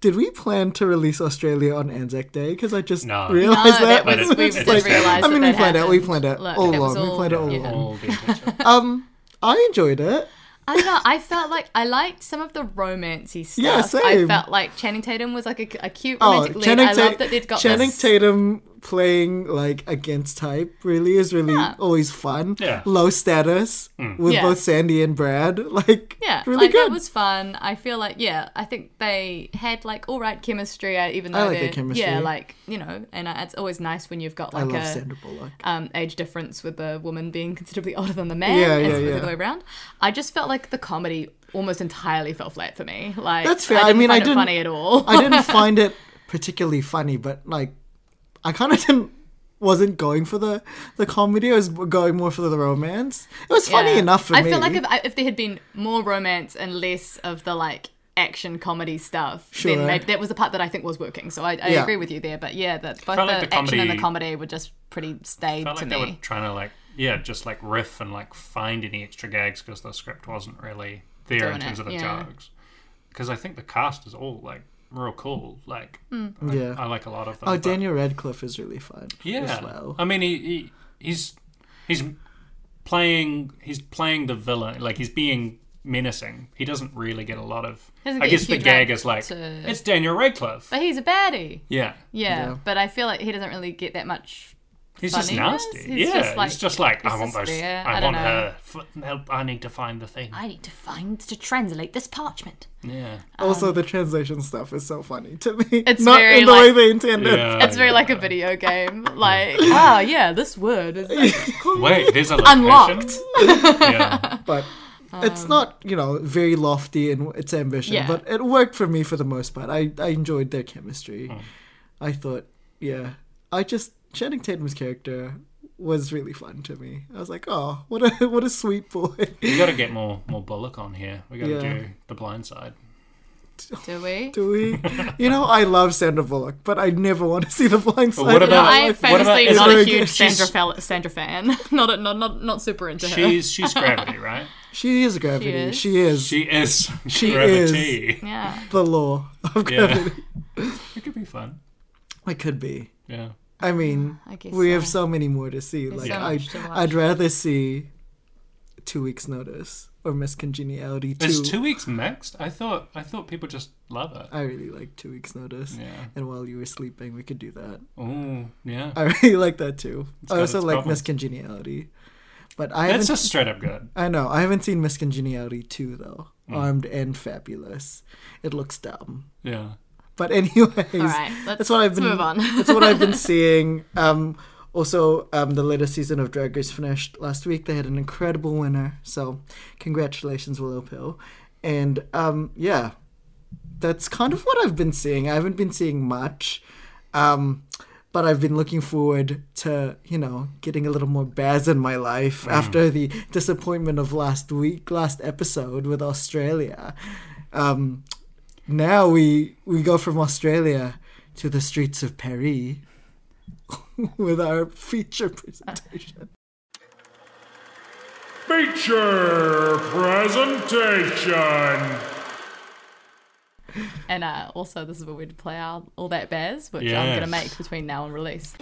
[SPEAKER 2] did we plan to release Australia on Anzac Day? Because I just
[SPEAKER 3] No.
[SPEAKER 5] No,
[SPEAKER 2] realized that.
[SPEAKER 5] was,
[SPEAKER 3] But
[SPEAKER 5] we
[SPEAKER 3] it's-
[SPEAKER 5] did
[SPEAKER 3] it's-
[SPEAKER 5] realize
[SPEAKER 2] I mean,
[SPEAKER 5] that
[SPEAKER 2] we
[SPEAKER 5] that
[SPEAKER 2] planned out. We
[SPEAKER 5] happened.
[SPEAKER 2] planned out
[SPEAKER 5] Look,
[SPEAKER 2] all
[SPEAKER 5] it was
[SPEAKER 2] along. we
[SPEAKER 5] all-
[SPEAKER 2] planned it all
[SPEAKER 5] yeah.
[SPEAKER 2] along.
[SPEAKER 3] Old adventure.
[SPEAKER 2] Um, I enjoyed it.
[SPEAKER 5] I don't know. I felt like I liked some of the romancy stuff.
[SPEAKER 2] Yeah,
[SPEAKER 5] I
[SPEAKER 2] same.
[SPEAKER 5] felt like Channing Tatum was like a, a cute
[SPEAKER 2] Oh,
[SPEAKER 5] romantic lead.
[SPEAKER 2] Channing,
[SPEAKER 5] I
[SPEAKER 2] Ta-
[SPEAKER 5] love that they'd got
[SPEAKER 2] Channing
[SPEAKER 5] this.
[SPEAKER 2] Tatum playing like against type really is really
[SPEAKER 5] Yeah.
[SPEAKER 2] always fun.
[SPEAKER 3] Yeah. Mm.
[SPEAKER 2] Low status with
[SPEAKER 5] Yeah.
[SPEAKER 2] both Sandy and Brad. Like
[SPEAKER 5] yeah,
[SPEAKER 2] really
[SPEAKER 5] like
[SPEAKER 2] good.
[SPEAKER 5] that was fun. I feel like yeah, I think they had like all right chemistry. uh, Even though
[SPEAKER 2] like
[SPEAKER 5] they're-
[SPEAKER 2] their chemistry.
[SPEAKER 5] Yeah, like you know, and uh, it's always nice when you've got
[SPEAKER 2] I
[SPEAKER 5] like
[SPEAKER 2] love
[SPEAKER 5] a
[SPEAKER 2] Sandra Bullock.
[SPEAKER 5] um, age difference with the woman being considerably older than the man
[SPEAKER 2] Yeah, yeah,
[SPEAKER 5] as opposed to
[SPEAKER 2] yeah.
[SPEAKER 5] the way around. I just felt like the comedy almost entirely fell flat for me. Like
[SPEAKER 2] That's fair. I
[SPEAKER 5] didn't
[SPEAKER 2] mean, I
[SPEAKER 5] find it
[SPEAKER 2] didn't-
[SPEAKER 5] funny at all.
[SPEAKER 2] I didn't find it particularly funny, but like I kind of didn't wasn't going for the the comedy. I was going more for the romance. It was funny
[SPEAKER 5] Yeah.
[SPEAKER 2] enough for
[SPEAKER 5] I
[SPEAKER 2] me.
[SPEAKER 5] feel like if, I- if there had been more romance and less of the like action comedy stuff,
[SPEAKER 2] Sure.
[SPEAKER 5] then maybe that was the part that I think was working. So I, I
[SPEAKER 2] Yeah.
[SPEAKER 5] agree with you there. But yeah, that both the,
[SPEAKER 3] Felt like the
[SPEAKER 5] action and the
[SPEAKER 3] comedy-
[SPEAKER 5] comedy were just pretty staid
[SPEAKER 3] felt
[SPEAKER 5] to
[SPEAKER 3] like they were
[SPEAKER 5] me.
[SPEAKER 3] trying to like yeah just like riff and like find any extra gags because the script wasn't really there
[SPEAKER 5] Doing
[SPEAKER 3] in terms
[SPEAKER 5] it,
[SPEAKER 3] of the
[SPEAKER 5] yeah.
[SPEAKER 3] jokes because i think the cast is all like real cool like
[SPEAKER 5] Mm.
[SPEAKER 3] I,
[SPEAKER 2] Yeah.
[SPEAKER 3] I like a lot of them
[SPEAKER 2] oh,
[SPEAKER 3] but-
[SPEAKER 2] Daniel Radcliffe is really fun.
[SPEAKER 3] yeah
[SPEAKER 2] as well.
[SPEAKER 3] i mean he, he he's he's playing he's playing the villain like he's being menacing he doesn't really get a lot of
[SPEAKER 5] Doesn't
[SPEAKER 3] i
[SPEAKER 5] get a
[SPEAKER 3] guess the
[SPEAKER 5] huge
[SPEAKER 3] gag
[SPEAKER 5] amount
[SPEAKER 3] is like
[SPEAKER 5] to-
[SPEAKER 3] it's daniel radcliffe
[SPEAKER 5] But he's a baddie.
[SPEAKER 3] yeah
[SPEAKER 5] Yeah,
[SPEAKER 2] Yeah.
[SPEAKER 5] but I feel like he doesn't really get that much.
[SPEAKER 3] He's just
[SPEAKER 5] funniness.
[SPEAKER 3] nasty.
[SPEAKER 5] He's
[SPEAKER 3] yeah,
[SPEAKER 5] just like-
[SPEAKER 3] he's just like I
[SPEAKER 5] he's
[SPEAKER 3] want
[SPEAKER 5] just
[SPEAKER 3] those.
[SPEAKER 5] there.
[SPEAKER 3] I,
[SPEAKER 5] I don't
[SPEAKER 3] want
[SPEAKER 5] know.
[SPEAKER 3] her. F- help! I need to find the thing.
[SPEAKER 5] I need to find to translate this parchment.
[SPEAKER 3] Yeah.
[SPEAKER 2] Also, the translation stuff is so funny to me.
[SPEAKER 5] It's
[SPEAKER 2] not
[SPEAKER 5] very,
[SPEAKER 2] in the way
[SPEAKER 5] like-
[SPEAKER 2] they intended.
[SPEAKER 3] Yeah,
[SPEAKER 5] It's very
[SPEAKER 3] yeah.
[SPEAKER 5] like a video game. Like, ah, yeah, this word is
[SPEAKER 3] Wait, there's a location?
[SPEAKER 5] unlocked.
[SPEAKER 3] Yeah.
[SPEAKER 2] But it's not, you know, very lofty in its ambition.
[SPEAKER 5] Yeah.
[SPEAKER 2] But it worked for me for the most part. I, I enjoyed their chemistry.
[SPEAKER 3] Mm.
[SPEAKER 2] I thought, yeah, I just Channing Tatum's character was really fun to me. I was like, oh, what a what a sweet boy.
[SPEAKER 3] We got to get more more Bullock on here. We got to
[SPEAKER 2] Yeah.
[SPEAKER 3] do the blind side.
[SPEAKER 5] Do we?
[SPEAKER 2] Do we? You know, I love Sandra Bullock, but I never want to see the blind side.
[SPEAKER 3] But what
[SPEAKER 2] of
[SPEAKER 3] about-
[SPEAKER 2] her
[SPEAKER 5] I am
[SPEAKER 2] life.
[SPEAKER 3] what about-
[SPEAKER 5] famously
[SPEAKER 3] is
[SPEAKER 5] not
[SPEAKER 2] there
[SPEAKER 5] a
[SPEAKER 2] a
[SPEAKER 5] huge
[SPEAKER 2] good-
[SPEAKER 5] Sandra,
[SPEAKER 3] she's-
[SPEAKER 5] fel- Sandra fan. not, a, not not not super into her.
[SPEAKER 3] She's she's gravity, right?
[SPEAKER 2] She is gravity. She
[SPEAKER 5] is.
[SPEAKER 2] is,
[SPEAKER 3] She is
[SPEAKER 2] She
[SPEAKER 3] gravity.
[SPEAKER 5] Yeah.
[SPEAKER 2] the law of
[SPEAKER 3] Yeah,
[SPEAKER 2] gravity.
[SPEAKER 3] it could be fun.
[SPEAKER 2] It could be.
[SPEAKER 3] Yeah.
[SPEAKER 2] I mean,
[SPEAKER 5] I guess
[SPEAKER 2] we
[SPEAKER 5] so.
[SPEAKER 2] have so many more to see. like,
[SPEAKER 5] so
[SPEAKER 2] I'd,
[SPEAKER 5] much to watch.
[SPEAKER 2] I'd rather see Two Weeks Notice or Miss Congeniality 2.
[SPEAKER 3] Is two weeks mixed? I thought I thought people just love it.
[SPEAKER 2] I really like Two Weeks Notice.
[SPEAKER 3] Yeah.
[SPEAKER 2] And while you were sleeping, we could do that.
[SPEAKER 3] Oh, yeah.
[SPEAKER 2] I really like that too. I
[SPEAKER 3] got
[SPEAKER 2] also
[SPEAKER 3] its
[SPEAKER 2] like
[SPEAKER 3] problems.
[SPEAKER 2] Miss Congeniality. But I haven't
[SPEAKER 3] That's just straight up good.
[SPEAKER 2] I know. I haven't seen Miss Congeniality 2, though.
[SPEAKER 3] Mm.
[SPEAKER 2] Armed and Fabulous. It looks dumb.
[SPEAKER 3] Yeah.
[SPEAKER 2] But anyways,
[SPEAKER 5] right, let's-
[SPEAKER 2] that's what I've
[SPEAKER 5] let's
[SPEAKER 2] been.
[SPEAKER 5] move on.
[SPEAKER 2] that's what I've been seeing. Um, also, um, the latest season of Drag Race finished last week. They had an incredible winner, so congratulations, Willow Pill. And um, yeah, that's kind of what I've been seeing. I haven't been seeing much, um, but I've been looking forward to you know getting a little more Baz in my life after the disappointment of last week, last episode with Australia. Um, now we we go from Australia to the streets of Paris with our feature presentation.
[SPEAKER 6] Feature presentation.
[SPEAKER 5] And uh, also, this is where we'd play out all that bears, which I'm
[SPEAKER 3] Yes.
[SPEAKER 5] going to make between now and release.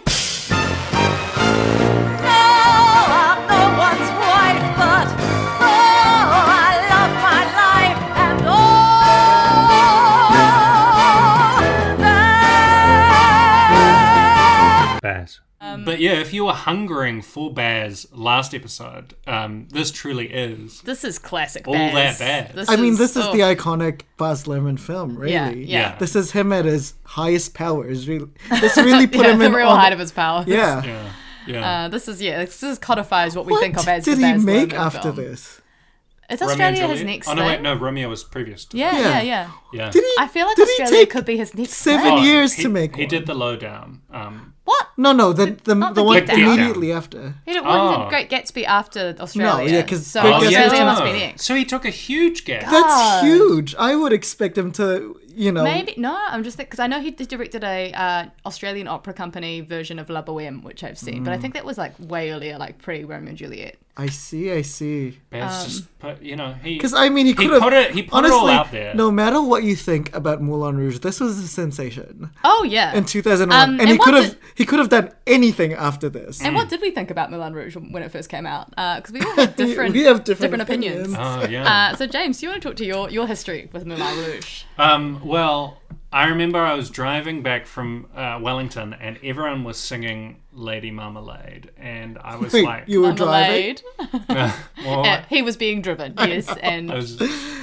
[SPEAKER 3] Bears.
[SPEAKER 5] Um,
[SPEAKER 3] but yeah, if you were hungering for bears last episode, um, this truly is.
[SPEAKER 5] This is classic
[SPEAKER 3] All
[SPEAKER 5] bears.
[SPEAKER 3] that bears.
[SPEAKER 2] I mean, this is
[SPEAKER 5] oh,
[SPEAKER 2] the iconic Baz Luhrmann film, really.
[SPEAKER 5] yeah, yeah.
[SPEAKER 2] This is him at his highest powers. Really, this really put
[SPEAKER 5] yeah
[SPEAKER 2] him
[SPEAKER 5] the
[SPEAKER 2] in
[SPEAKER 5] real
[SPEAKER 2] all-
[SPEAKER 5] height of his power.
[SPEAKER 2] Yeah.
[SPEAKER 3] Yeah. Yeah.
[SPEAKER 5] Uh, this is yeah. This is codifies what we
[SPEAKER 2] What
[SPEAKER 5] think of as
[SPEAKER 2] did
[SPEAKER 5] the
[SPEAKER 2] he
[SPEAKER 5] Baz
[SPEAKER 2] make
[SPEAKER 5] Luhrmann
[SPEAKER 2] after
[SPEAKER 5] film.
[SPEAKER 2] this?
[SPEAKER 3] Romeo and
[SPEAKER 5] Is Uh, Australia his
[SPEAKER 3] Juliet-
[SPEAKER 5] next
[SPEAKER 3] Oh no, wait,
[SPEAKER 5] thing?
[SPEAKER 3] no. Romeo was previous to.
[SPEAKER 5] Yeah,
[SPEAKER 2] Yeah.
[SPEAKER 5] yeah, yeah.
[SPEAKER 3] Yeah. Oh,
[SPEAKER 2] Did he?
[SPEAKER 5] I feel like
[SPEAKER 2] did he
[SPEAKER 5] Australia
[SPEAKER 2] take
[SPEAKER 5] could be his next
[SPEAKER 2] seven
[SPEAKER 5] thing.
[SPEAKER 2] years? to make
[SPEAKER 3] He
[SPEAKER 2] one.
[SPEAKER 3] did the lowdown. Um,
[SPEAKER 5] What?
[SPEAKER 2] No, no, the the,
[SPEAKER 5] not
[SPEAKER 2] the
[SPEAKER 5] the
[SPEAKER 2] one
[SPEAKER 5] Get Down.
[SPEAKER 2] immediately after.
[SPEAKER 5] He did, well, he
[SPEAKER 3] Oh.
[SPEAKER 5] did Great Gatsby after Australia.
[SPEAKER 2] yeah, 'cause
[SPEAKER 5] so
[SPEAKER 2] Great
[SPEAKER 5] Australia
[SPEAKER 2] Gatsby-
[SPEAKER 5] must be
[SPEAKER 3] no.
[SPEAKER 5] next.
[SPEAKER 3] oh, So he took a huge gap.
[SPEAKER 2] That's
[SPEAKER 5] God.
[SPEAKER 2] huge. I would expect him to, you know,
[SPEAKER 5] Maybe no. I'm just because I know he directed a uh, Australian opera company version of La Boheme, which I've seen,
[SPEAKER 2] Mm.
[SPEAKER 5] but I think that was like way earlier, like pre Romeo and Juliet.
[SPEAKER 2] I see, I see.
[SPEAKER 3] Bears
[SPEAKER 5] Um,
[SPEAKER 3] just put, you know, he.
[SPEAKER 2] Because I mean, he
[SPEAKER 3] He
[SPEAKER 2] could have
[SPEAKER 3] put it- he put it
[SPEAKER 2] honestly,
[SPEAKER 3] all out there.
[SPEAKER 2] No matter what you think about Moulin Rouge, this was a sensation
[SPEAKER 5] Oh yeah.
[SPEAKER 2] in
[SPEAKER 5] And,
[SPEAKER 2] 2001,
[SPEAKER 5] Um,
[SPEAKER 2] and,
[SPEAKER 5] and
[SPEAKER 2] he
[SPEAKER 5] what
[SPEAKER 2] could have
[SPEAKER 5] did-
[SPEAKER 2] he could have done anything after this.
[SPEAKER 5] what did we think about Moulin Rouge when it first came out? Because we all had different,
[SPEAKER 2] we have different
[SPEAKER 5] opinions.
[SPEAKER 2] opinions.
[SPEAKER 3] oh yeah.
[SPEAKER 5] Uh, so James, do you want to talk to your, your history with Moulin Rouge?
[SPEAKER 3] Um, well, I remember I was driving back from uh, Wellington and everyone was singing Lady Marmalade, and I was
[SPEAKER 2] Wait,
[SPEAKER 3] like,
[SPEAKER 2] you were driving.
[SPEAKER 5] Marmalade.
[SPEAKER 3] well,
[SPEAKER 5] Uh, he was being driven, yes, and
[SPEAKER 3] I was,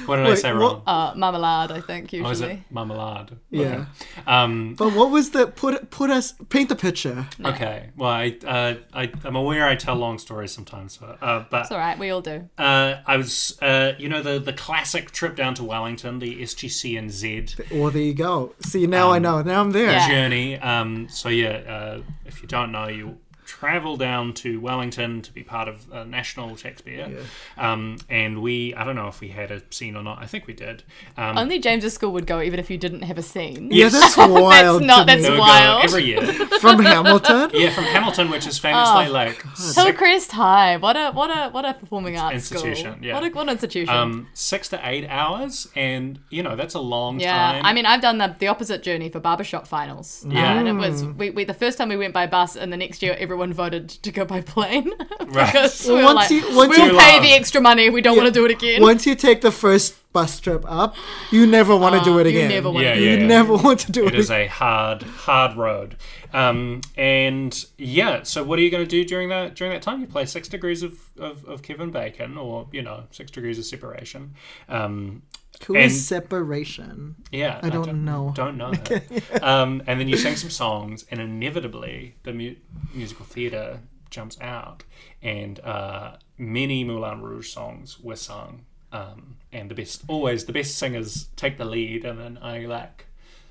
[SPEAKER 3] what did I
[SPEAKER 2] Wait,
[SPEAKER 3] say
[SPEAKER 2] what-
[SPEAKER 3] wrong?
[SPEAKER 5] uh, marmalade. I think
[SPEAKER 3] Oh, is it
[SPEAKER 5] usually.
[SPEAKER 3] marmalade?
[SPEAKER 2] Yeah,
[SPEAKER 3] Okay. Um,
[SPEAKER 2] but what was the put put us paint the picture?
[SPEAKER 3] okay. Well, I, uh, I I'm aware I tell long stories sometimes, so, uh, but
[SPEAKER 5] It's all right. We all do.
[SPEAKER 3] uh, I was uh, you know the the classic trip down to Wellington, the SGC and Z
[SPEAKER 2] Well, there you go. See, now
[SPEAKER 3] Um,
[SPEAKER 2] I know. Now I'm there.
[SPEAKER 5] Yeah.
[SPEAKER 3] journey. Um, so yeah, uh, if you don't know, you travel down to Wellington to be part of uh, National Shakespeare. Um, and we I don't know if we had a scene or not. I think we did. Um,
[SPEAKER 5] Only James's school would go, even if you didn't have a scene.
[SPEAKER 2] Yeah, that's wild.
[SPEAKER 5] not-
[SPEAKER 2] to me.
[SPEAKER 5] that's
[SPEAKER 3] we would go
[SPEAKER 5] Oh, wild.
[SPEAKER 3] every year.
[SPEAKER 2] from Hamilton.
[SPEAKER 3] Yeah, from Hamilton, which is
[SPEAKER 5] Oh,
[SPEAKER 3] famously like six-
[SPEAKER 5] Hillcrest High. What a what a what a performing arts
[SPEAKER 3] institution,
[SPEAKER 5] School.
[SPEAKER 3] yeah.
[SPEAKER 5] What a what an institution.
[SPEAKER 3] um, six to eight hours, and you know that's a long
[SPEAKER 5] yeah,
[SPEAKER 3] time.
[SPEAKER 5] I mean, I've done the, the opposite journey for barbershop finals. Uh,
[SPEAKER 3] Yeah.
[SPEAKER 5] and it was
[SPEAKER 2] Mm.
[SPEAKER 5] we, we the first time we went by bus, and the next year everyone voted to go by plane
[SPEAKER 3] Right.
[SPEAKER 5] because we
[SPEAKER 2] Well,
[SPEAKER 5] were
[SPEAKER 2] once
[SPEAKER 5] like,
[SPEAKER 2] you- once
[SPEAKER 5] we'll
[SPEAKER 2] you-
[SPEAKER 5] pay the extra money. We don't want to do it again.
[SPEAKER 2] Once you take the first bus trip up, you never want to do it
[SPEAKER 5] Oh, you
[SPEAKER 2] again.
[SPEAKER 5] never want
[SPEAKER 3] yeah,
[SPEAKER 5] to.
[SPEAKER 3] yeah,
[SPEAKER 2] You
[SPEAKER 3] yeah.
[SPEAKER 2] never want to do it,
[SPEAKER 3] it is a hard, hard road. Um, and yeah, so what are you going to do during that during that time? You play six degrees of, of, of Kevin Bacon, or you know, six degrees of separation. Um,
[SPEAKER 2] Who is
[SPEAKER 3] and-
[SPEAKER 2] separation?
[SPEAKER 3] yeah,
[SPEAKER 2] I don't know.
[SPEAKER 3] Don't know. that. um, and then you sing some songs, and inevitably the mu- musical theatre jumps out, and uh, many Moulin Rouge songs were sung. Um, and the best, always the best singers take the lead, and then I like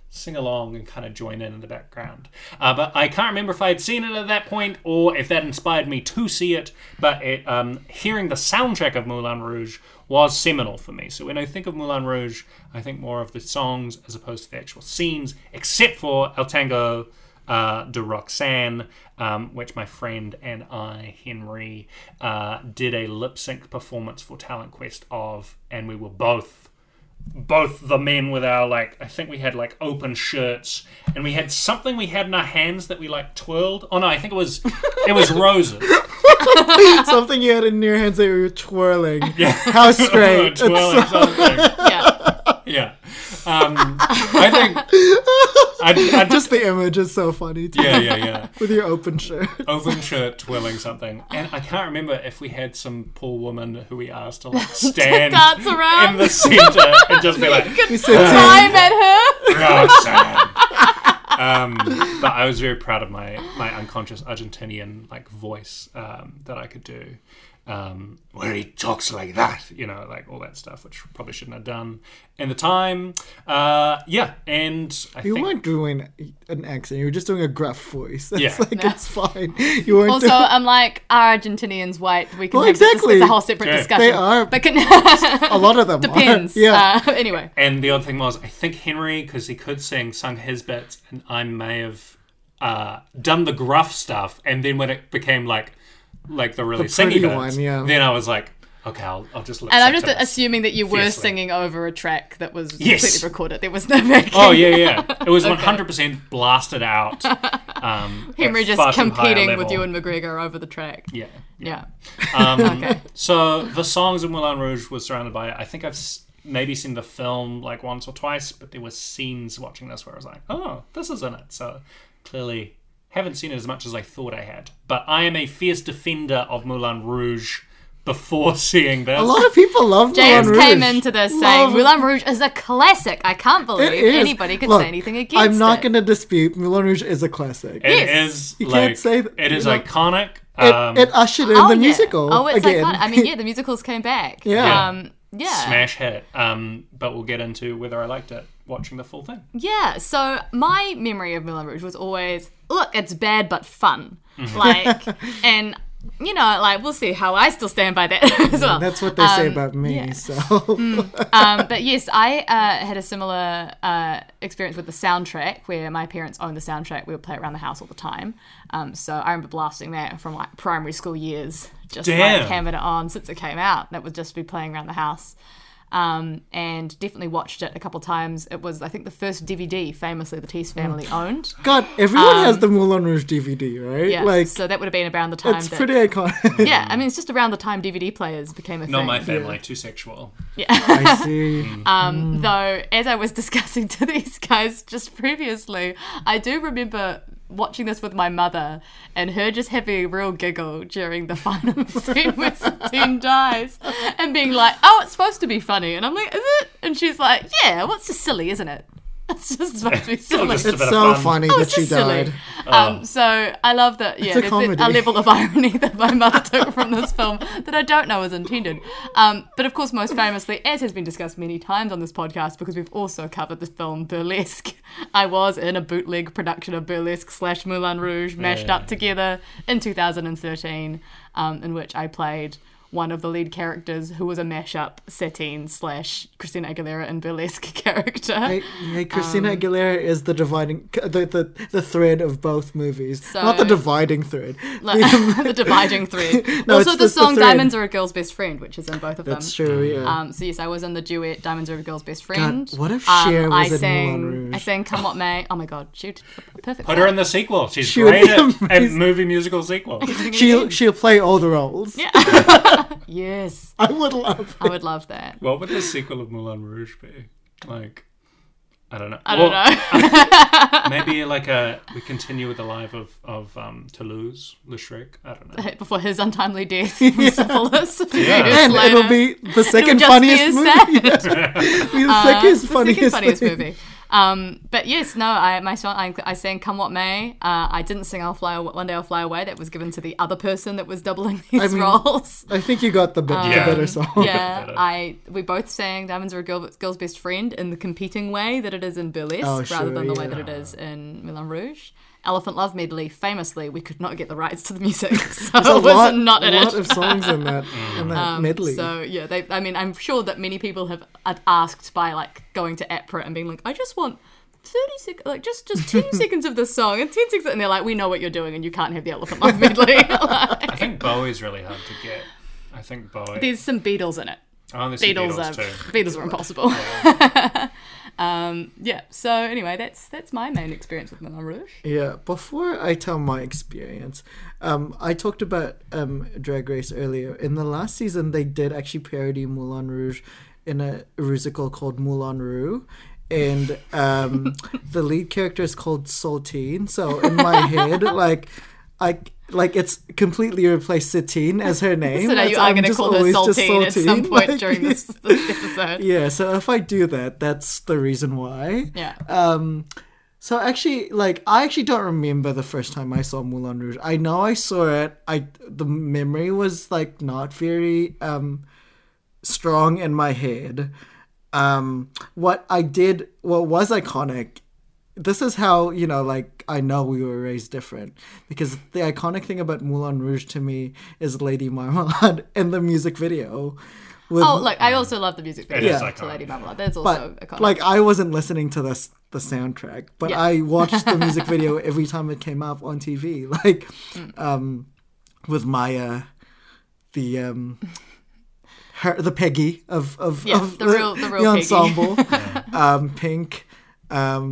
[SPEAKER 3] sing along and kind of join in in the background. Uh, but I can't remember if I had seen it at that point or if that inspired me to see it. But it, um, hearing the soundtrack of Moulin Rouge was seminal for me. So when I think of Moulin Rouge, I think more of the songs as opposed to the actual scenes, except for El Tango uh, de Roxanne, um, which my friend and I, Henry, uh, did a lip sync performance for Talent Quest of, and we were both both the men with our like I think we had like open shirts and we had something we had in our hands that we like twirled. Oh no, I think it was it was roses.
[SPEAKER 2] Something you had in your hands that you were twirling. Yeah. How
[SPEAKER 3] Twirling
[SPEAKER 2] strange. It's so-
[SPEAKER 3] something.
[SPEAKER 5] Yeah.
[SPEAKER 3] Yeah. Um, I think I, I
[SPEAKER 2] just the image is so funny too.
[SPEAKER 3] yeah yeah yeah.
[SPEAKER 2] With your open shirt.
[SPEAKER 3] open shirt twirling something and i can't remember if we had some poor woman who we asked to like stand
[SPEAKER 5] dance around.
[SPEAKER 3] in the center and just be like
[SPEAKER 2] You said
[SPEAKER 5] I met her.
[SPEAKER 3] "God, Sam." um, but i was very proud of my my unconscious argentinian like voice um, that i could do um, where he talks like that you know like all that stuff which probably shouldn't have done in the time uh, yeah and i
[SPEAKER 2] You
[SPEAKER 3] think
[SPEAKER 2] weren't doing an accent. You were just doing a gruff voice. That's
[SPEAKER 3] Yeah.
[SPEAKER 2] like it's fine. You weren't.
[SPEAKER 5] Also,
[SPEAKER 2] doing-
[SPEAKER 5] I'm like, are Argentinians white? We can
[SPEAKER 2] Well,
[SPEAKER 5] have this-
[SPEAKER 2] exactly.
[SPEAKER 5] It's a whole separate
[SPEAKER 3] Yeah.
[SPEAKER 5] discussion.
[SPEAKER 2] They are.
[SPEAKER 5] uh, But can,
[SPEAKER 2] a lot of them.
[SPEAKER 5] depends.
[SPEAKER 2] Are. Yeah.
[SPEAKER 5] Uh, anyway.
[SPEAKER 3] And the other thing was, I think Henry, because he could sing, sung his bits, and I may have uh, done the gruff stuff. And then when it became like, like the really
[SPEAKER 2] pretty
[SPEAKER 3] singy bits,
[SPEAKER 2] one, yeah.
[SPEAKER 3] then I was like, okay, I'll, I'll just.
[SPEAKER 5] And I'm just assuming that you were
[SPEAKER 3] Fiercely.
[SPEAKER 5] singing over a track that was
[SPEAKER 3] Yes.
[SPEAKER 5] completely recorded. There was no backing.
[SPEAKER 3] Oh yeah, yeah. It was 100% blasted out. Um, at
[SPEAKER 5] Henry
[SPEAKER 3] far
[SPEAKER 5] just
[SPEAKER 3] too high a
[SPEAKER 5] competing with
[SPEAKER 3] level.
[SPEAKER 5] you and McGregor over the track.
[SPEAKER 3] Yeah.
[SPEAKER 5] Yeah.
[SPEAKER 3] Um,
[SPEAKER 5] Okay.
[SPEAKER 3] So the songs in Moulin Rouge was surrounded by. I think I've s- maybe seen the film like once or twice, but there were scenes watching this where I was like, "Oh, this is in it." So clearly, haven't seen it as much as I thought I had. But I am a fierce defender of Moulin Rouge. Before seeing this,
[SPEAKER 2] A lot of people love
[SPEAKER 5] James
[SPEAKER 2] Moulin
[SPEAKER 5] came
[SPEAKER 2] Rouge.
[SPEAKER 5] into this
[SPEAKER 2] Love
[SPEAKER 5] saying Moulin Rouge is a classic. I can't believe
[SPEAKER 2] It is.
[SPEAKER 5] anybody could
[SPEAKER 2] Look,
[SPEAKER 5] say anything against
[SPEAKER 2] I'm not
[SPEAKER 5] it.
[SPEAKER 2] going to dispute Moulin Rouge is a classic. It,
[SPEAKER 3] it
[SPEAKER 5] Yes.
[SPEAKER 3] is
[SPEAKER 2] You
[SPEAKER 3] like
[SPEAKER 2] can't say that-
[SPEAKER 3] it
[SPEAKER 2] you
[SPEAKER 3] is
[SPEAKER 2] know-
[SPEAKER 3] iconic. um,
[SPEAKER 2] it ushered in
[SPEAKER 5] oh,
[SPEAKER 2] the
[SPEAKER 5] yeah.
[SPEAKER 2] musical
[SPEAKER 5] Oh, it's
[SPEAKER 2] again.
[SPEAKER 5] iconic. I mean, yeah, the musicals came back.
[SPEAKER 2] Yeah.
[SPEAKER 5] Um, yeah.
[SPEAKER 3] smash hit. Um, but we'll get into whether I liked it watching the full thing.
[SPEAKER 5] Yeah, so my memory of Moulin Rouge was always, look, it's bad but fun.
[SPEAKER 2] Mm-hmm.
[SPEAKER 5] Like, and, you know, like, we'll see how I still stand by that as well.
[SPEAKER 2] That's what they say about me. So
[SPEAKER 5] um, but yes, I uh, had a similar uh, experience with the soundtrack where my parents owned the soundtrack. We would play it around the house all the time. Um, so I remember blasting that from like primary school years, just
[SPEAKER 3] Damn.
[SPEAKER 5] like hammered it on since it came out. That would just be playing around the house. Um, and definitely watched it a couple times. It was, I think, the first DVD, famously, the Tease
[SPEAKER 2] Mm.
[SPEAKER 5] family owned.
[SPEAKER 2] God, everyone has the Moulin Rouge DVD, right?
[SPEAKER 5] Yeah,
[SPEAKER 2] like
[SPEAKER 5] Um, so that would have been around the time.
[SPEAKER 2] it's
[SPEAKER 5] that,
[SPEAKER 2] pretty iconic.
[SPEAKER 5] Yeah, I mean, it's just around the time DVD players became a
[SPEAKER 3] Not
[SPEAKER 5] thing.
[SPEAKER 3] my family, too sexual.
[SPEAKER 2] I see.
[SPEAKER 5] Um, Though, as I was discussing to these guys just previously, I do remember watching this with my mother and her just having a real giggle during the final scene where Satine dies and being like, oh, it's supposed to be funny. And I'm like, is it? And she's like, yeah, well, it's just silly, isn't it? It's just supposed to be silly.
[SPEAKER 3] just a
[SPEAKER 2] It's
[SPEAKER 3] bit of
[SPEAKER 2] so
[SPEAKER 3] fun.
[SPEAKER 2] funny
[SPEAKER 5] Oh,
[SPEAKER 2] that
[SPEAKER 5] it's
[SPEAKER 2] she
[SPEAKER 5] just silly.
[SPEAKER 2] died.
[SPEAKER 5] Um, so I love that.
[SPEAKER 2] a
[SPEAKER 5] Yeah, there's a, a
[SPEAKER 2] comedy.
[SPEAKER 5] level of irony that my mother took from this film that I don't know was intended. Um, but of course, most famously, as has been discussed many times on this podcast, because we've also covered the film Burlesque. I was in a bootleg production of Burlesque slash Moulin Rouge mashed up together in 2013, um, in which I played. One of the lead characters who was a mashup Satine slash Christina Aguilera and burlesque character.
[SPEAKER 2] Hey, hey, Christina
[SPEAKER 5] Um,
[SPEAKER 2] Aguilera is the dividing the, the the thread of both movies.
[SPEAKER 5] So-
[SPEAKER 2] Not the dividing thread.
[SPEAKER 5] Like, the dividing thread.
[SPEAKER 2] No, it's
[SPEAKER 5] also, the
[SPEAKER 2] just the
[SPEAKER 5] song
[SPEAKER 2] thread.
[SPEAKER 5] "Diamonds Are a Girl's Best Friend," which is in both of
[SPEAKER 2] That's
[SPEAKER 5] them.
[SPEAKER 2] true. Yeah.
[SPEAKER 5] Um, so yes, I was in the duet "Diamonds Are a Girl's Best Friend."
[SPEAKER 2] God, what if
[SPEAKER 5] um,
[SPEAKER 2] Cher was
[SPEAKER 5] I
[SPEAKER 2] in
[SPEAKER 5] sang,
[SPEAKER 2] Moulin Rouge?
[SPEAKER 5] I sang "Come What May." Oh my god, shoot, perfect.
[SPEAKER 3] Put her in the sequel. She's
[SPEAKER 2] She would
[SPEAKER 3] great
[SPEAKER 2] be
[SPEAKER 3] at, at
[SPEAKER 2] amazing.
[SPEAKER 3] movie musical sequels.
[SPEAKER 2] she'll she'll play all the roles.
[SPEAKER 5] yes,
[SPEAKER 2] I would love.
[SPEAKER 5] I would love that.
[SPEAKER 3] What would the sequel of Moulin Rouge be? Like, I don't know.
[SPEAKER 5] I don't
[SPEAKER 3] know.
[SPEAKER 5] know.
[SPEAKER 3] maybe like a we continue with the life of of um, Toulouse, Le Shrek. I don't know.
[SPEAKER 5] Before his untimely death from syphilis. a few
[SPEAKER 3] Yeah.
[SPEAKER 5] years
[SPEAKER 2] And
[SPEAKER 5] later.
[SPEAKER 2] it'll be the
[SPEAKER 5] It'll
[SPEAKER 2] second
[SPEAKER 5] just be
[SPEAKER 2] funniest
[SPEAKER 5] as
[SPEAKER 2] movie.
[SPEAKER 5] sad.
[SPEAKER 2] Be the second
[SPEAKER 5] Uh, the
[SPEAKER 2] funniest,
[SPEAKER 5] second funniest
[SPEAKER 2] thing.
[SPEAKER 5] movie. Um, but yes, no, I my song I, I sang "Come What May." Uh, I didn't sing "I'll Fly Aw- One Day I'll Fly Away." That was given to the other person that was doubling these
[SPEAKER 2] mean-
[SPEAKER 5] roles.
[SPEAKER 2] I think you got the, bit, the
[SPEAKER 3] Yeah.
[SPEAKER 2] better song.
[SPEAKER 5] Um, Yeah, I we both sang "Diamonds Are a Girl, Girl's Best Friend" in the competing way that it is in burlesque,
[SPEAKER 2] Oh,
[SPEAKER 5] rather
[SPEAKER 2] sure,
[SPEAKER 5] than the way
[SPEAKER 2] yeah.
[SPEAKER 5] that it is in Moulin Rouge. Elephant Love medley. Famously, we could not get the rights to the music, so it
[SPEAKER 2] There's a
[SPEAKER 5] was
[SPEAKER 2] lot,
[SPEAKER 5] not in
[SPEAKER 2] lot
[SPEAKER 5] it. Um,
[SPEAKER 2] of songs in that in that medley.
[SPEAKER 5] So yeah, they. I mean, I'm sure that many people have a- asked by like going to APRA and being like, I just want. 30 sec- like just just 10 seconds of this song and 10 seconds and they're like we know what you're doing and you can't have the elephant love medley Like,
[SPEAKER 3] I think Bowie's really hard to get. I think Bowie.
[SPEAKER 5] there's some beatles in it
[SPEAKER 3] oh, there's some
[SPEAKER 5] beatles,
[SPEAKER 3] Beatles,
[SPEAKER 5] are
[SPEAKER 3] too.
[SPEAKER 5] beatles are impossible um yeah so anyway that's that's my main experience with moulin rouge
[SPEAKER 2] Yeah, before I tell my experience, um, I talked about um, Drag Race earlier. In the last season, they did actually parody Moulin Rouge in a musical called Moulin Rouge. And um, the lead character is called Saltine. So in my head, like, I. Like it's completely replaced Satine as her name.
[SPEAKER 5] so now
[SPEAKER 2] It's-
[SPEAKER 5] you are
[SPEAKER 2] I'm
[SPEAKER 5] going to
[SPEAKER 2] just
[SPEAKER 5] call her
[SPEAKER 2] always just
[SPEAKER 5] saltine at some
[SPEAKER 2] Saltine,
[SPEAKER 5] point
[SPEAKER 2] like-
[SPEAKER 5] during this, this episode
[SPEAKER 2] Yeah, so if I do that, that's the reason why.
[SPEAKER 5] yeah
[SPEAKER 2] So actually, like I actually don't remember the first time I saw Moulin Rouge. I know I saw it. I the memory was like not very um strong in my head. Um, what I did, what was iconic. This is how you know, like I know we were raised different because the iconic thing about Moulin Rouge to me is Lady Marmalade and the music video. With,
[SPEAKER 5] Oh, look, I also love the music video
[SPEAKER 3] is
[SPEAKER 5] to
[SPEAKER 3] iconic.
[SPEAKER 5] Lady Marmalade. That's also
[SPEAKER 2] Um, but
[SPEAKER 5] iconic.
[SPEAKER 2] like I wasn't listening to this the soundtrack, but
[SPEAKER 5] Yeah.
[SPEAKER 2] I watched the music video every time it came up on TV, like
[SPEAKER 5] Mm.
[SPEAKER 2] um, with Maya, the um, her the Peggy of of,
[SPEAKER 5] Yeah,
[SPEAKER 2] of
[SPEAKER 5] the real- the real Peggy.
[SPEAKER 2] ensemble, um, Pink, um,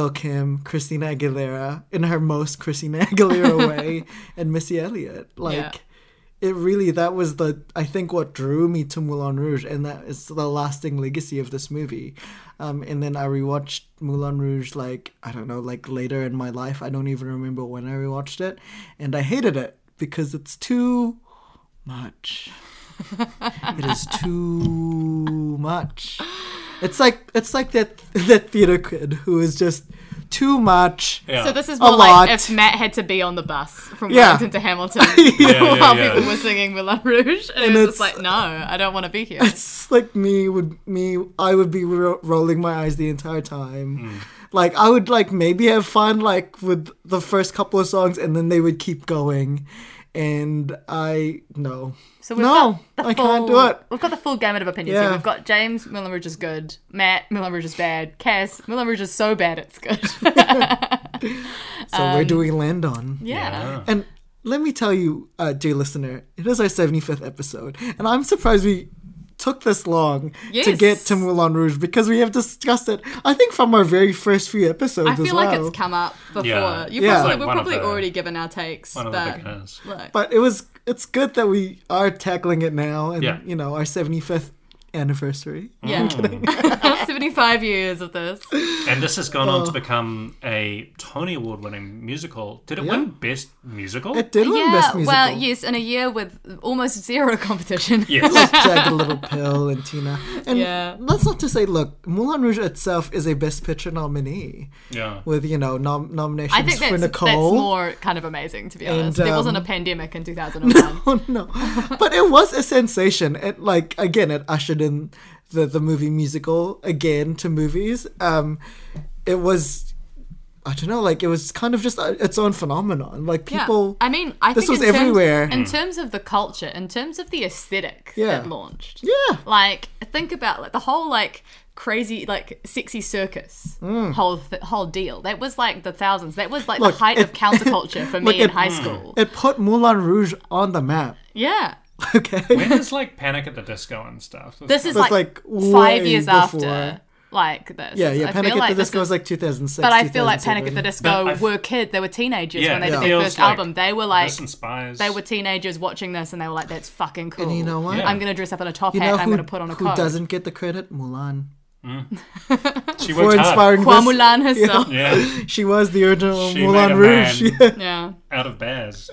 [SPEAKER 2] Lil Kim, Christina Aguilera in her most Christina Aguilera way, and Missy Elliott, like
[SPEAKER 5] Yeah.
[SPEAKER 2] it really that was the I think what drew me to Moulin Rouge, and that is the lasting legacy of this movie. Um, and then I rewatched Moulin Rouge like I don't know, like later in my life. I don't even remember when I rewatched it, and I hated it because it's too much. it is too much. It's like it's like that that theater kid who is just too much.
[SPEAKER 3] Yeah.
[SPEAKER 5] so this is
[SPEAKER 2] A
[SPEAKER 5] more
[SPEAKER 2] lot.
[SPEAKER 5] like if Matt had to be on the bus from
[SPEAKER 2] Yeah.
[SPEAKER 5] Wellington to Hamilton
[SPEAKER 3] yeah,
[SPEAKER 5] while
[SPEAKER 3] yeah.
[SPEAKER 5] people were singing Moulin Rouge. And, it was
[SPEAKER 2] it's-
[SPEAKER 5] just like, no, I don't want to be here.
[SPEAKER 2] it's like me would me I would be ro- rolling my eyes the entire time. Like I would like maybe have fun like with the first couple of songs and then they would keep going. And I no.
[SPEAKER 5] So
[SPEAKER 2] no, I can't do it.
[SPEAKER 5] We've got the full gamut of opinions
[SPEAKER 2] Yeah.
[SPEAKER 5] here. We've got James, Moulin Rouge is good. Matt, Moulin Rouge is bad. Cass, Moulin Rouge is so bad it's good.
[SPEAKER 2] So
[SPEAKER 5] Um,
[SPEAKER 2] where do we land on?
[SPEAKER 5] yeah.
[SPEAKER 2] And let me tell you, uh, dear listener, it is our 75th episode, and I'm surprised we took this long to
[SPEAKER 5] Yes.
[SPEAKER 2] get to Moulin Rouge because we have discussed it, I think, from our very first few episodes
[SPEAKER 5] I
[SPEAKER 2] as
[SPEAKER 5] feel
[SPEAKER 2] well.
[SPEAKER 5] like it's come up before.
[SPEAKER 3] Yeah.
[SPEAKER 5] You
[SPEAKER 2] Yeah.
[SPEAKER 5] probably,
[SPEAKER 2] Like
[SPEAKER 5] we've
[SPEAKER 3] one of
[SPEAKER 5] probably
[SPEAKER 3] the-
[SPEAKER 5] already given our takes.
[SPEAKER 3] One of the
[SPEAKER 5] but,
[SPEAKER 3] beginners.
[SPEAKER 5] look.
[SPEAKER 2] but it was it's good that we are tackling it now and
[SPEAKER 3] Yeah.
[SPEAKER 2] you know our 75th anniversary
[SPEAKER 5] yeah. 75 years of this.
[SPEAKER 3] And this has gone on
[SPEAKER 2] Oh.
[SPEAKER 3] to become a Tony Award winning musical. Did it win Best Musical?
[SPEAKER 2] it did win best musical
[SPEAKER 5] well, yes, in a year with almost zero competition.
[SPEAKER 3] yes.
[SPEAKER 2] Jagged Little Pill and Tina. And
[SPEAKER 5] Yeah.
[SPEAKER 2] that's not to say, look, Moulin Rouge itself is a Best Picture nominee
[SPEAKER 3] yeah.
[SPEAKER 2] with, you know, nom- nominations
[SPEAKER 5] I think
[SPEAKER 2] for
[SPEAKER 5] that's, that's
[SPEAKER 2] Nicole.
[SPEAKER 5] more kind of amazing, to be honest.
[SPEAKER 2] And, um,
[SPEAKER 5] there wasn't a pandemic in 2001.
[SPEAKER 2] oh no but it was a sensation it like again it ushered in the the movie musical again to movies um it was i don't know like it was kind of just uh, its own phenomenon like people
[SPEAKER 5] I mean, I
[SPEAKER 2] this was
[SPEAKER 5] think in terms-
[SPEAKER 2] everywhere.
[SPEAKER 5] in terms of the culture, in terms of the aesthetic
[SPEAKER 2] Yeah.
[SPEAKER 5] that launched.
[SPEAKER 2] yeah
[SPEAKER 5] Like, think about like the whole like crazy like sexy circus whole th- whole deal. That was like the thousands. That was like
[SPEAKER 2] Mm. Look,
[SPEAKER 5] the height
[SPEAKER 2] it-
[SPEAKER 5] of counterculture for
[SPEAKER 2] Look,
[SPEAKER 5] me in
[SPEAKER 2] it-
[SPEAKER 5] high school.
[SPEAKER 2] it put moulin rouge on the map
[SPEAKER 5] yeah.
[SPEAKER 2] okay
[SPEAKER 3] When is like Panic at the Disco and stuff?
[SPEAKER 5] This is
[SPEAKER 2] was,
[SPEAKER 5] like,
[SPEAKER 2] like,
[SPEAKER 5] five
[SPEAKER 2] way
[SPEAKER 5] years
[SPEAKER 2] before.
[SPEAKER 5] after like this.
[SPEAKER 2] yeah yeah
[SPEAKER 5] I
[SPEAKER 2] panic
[SPEAKER 5] feel
[SPEAKER 2] at
[SPEAKER 5] like
[SPEAKER 2] the
[SPEAKER 5] this
[SPEAKER 2] disco
[SPEAKER 5] is-
[SPEAKER 2] was like 2006
[SPEAKER 5] But I feel like Panic at
[SPEAKER 2] 2007.
[SPEAKER 5] the Disco
[SPEAKER 3] But I f-
[SPEAKER 5] were kids. They were teenagers
[SPEAKER 3] yeah,
[SPEAKER 5] when they
[SPEAKER 3] it
[SPEAKER 5] did their
[SPEAKER 3] feels
[SPEAKER 5] first
[SPEAKER 3] like
[SPEAKER 5] album. They were like,
[SPEAKER 3] this inspires.
[SPEAKER 5] they were teenagers watching this, and they were like, "That's fucking cool."
[SPEAKER 2] And you know what?
[SPEAKER 3] Yeah.
[SPEAKER 5] I'm gonna dress up in a top
[SPEAKER 2] you
[SPEAKER 5] hat.
[SPEAKER 2] know
[SPEAKER 5] and I'm
[SPEAKER 2] who,
[SPEAKER 5] gonna put on a
[SPEAKER 2] who
[SPEAKER 5] coat.
[SPEAKER 2] doesn't get the credit mulan
[SPEAKER 3] she
[SPEAKER 2] for
[SPEAKER 3] worked hard.
[SPEAKER 2] inspiring
[SPEAKER 5] Hua
[SPEAKER 2] this
[SPEAKER 5] Mulan herself. Yeah.
[SPEAKER 3] Yeah.
[SPEAKER 2] she was the original
[SPEAKER 3] She
[SPEAKER 2] moulin
[SPEAKER 3] made a
[SPEAKER 2] rouge
[SPEAKER 3] man.
[SPEAKER 2] Yeah.
[SPEAKER 3] Out of bears.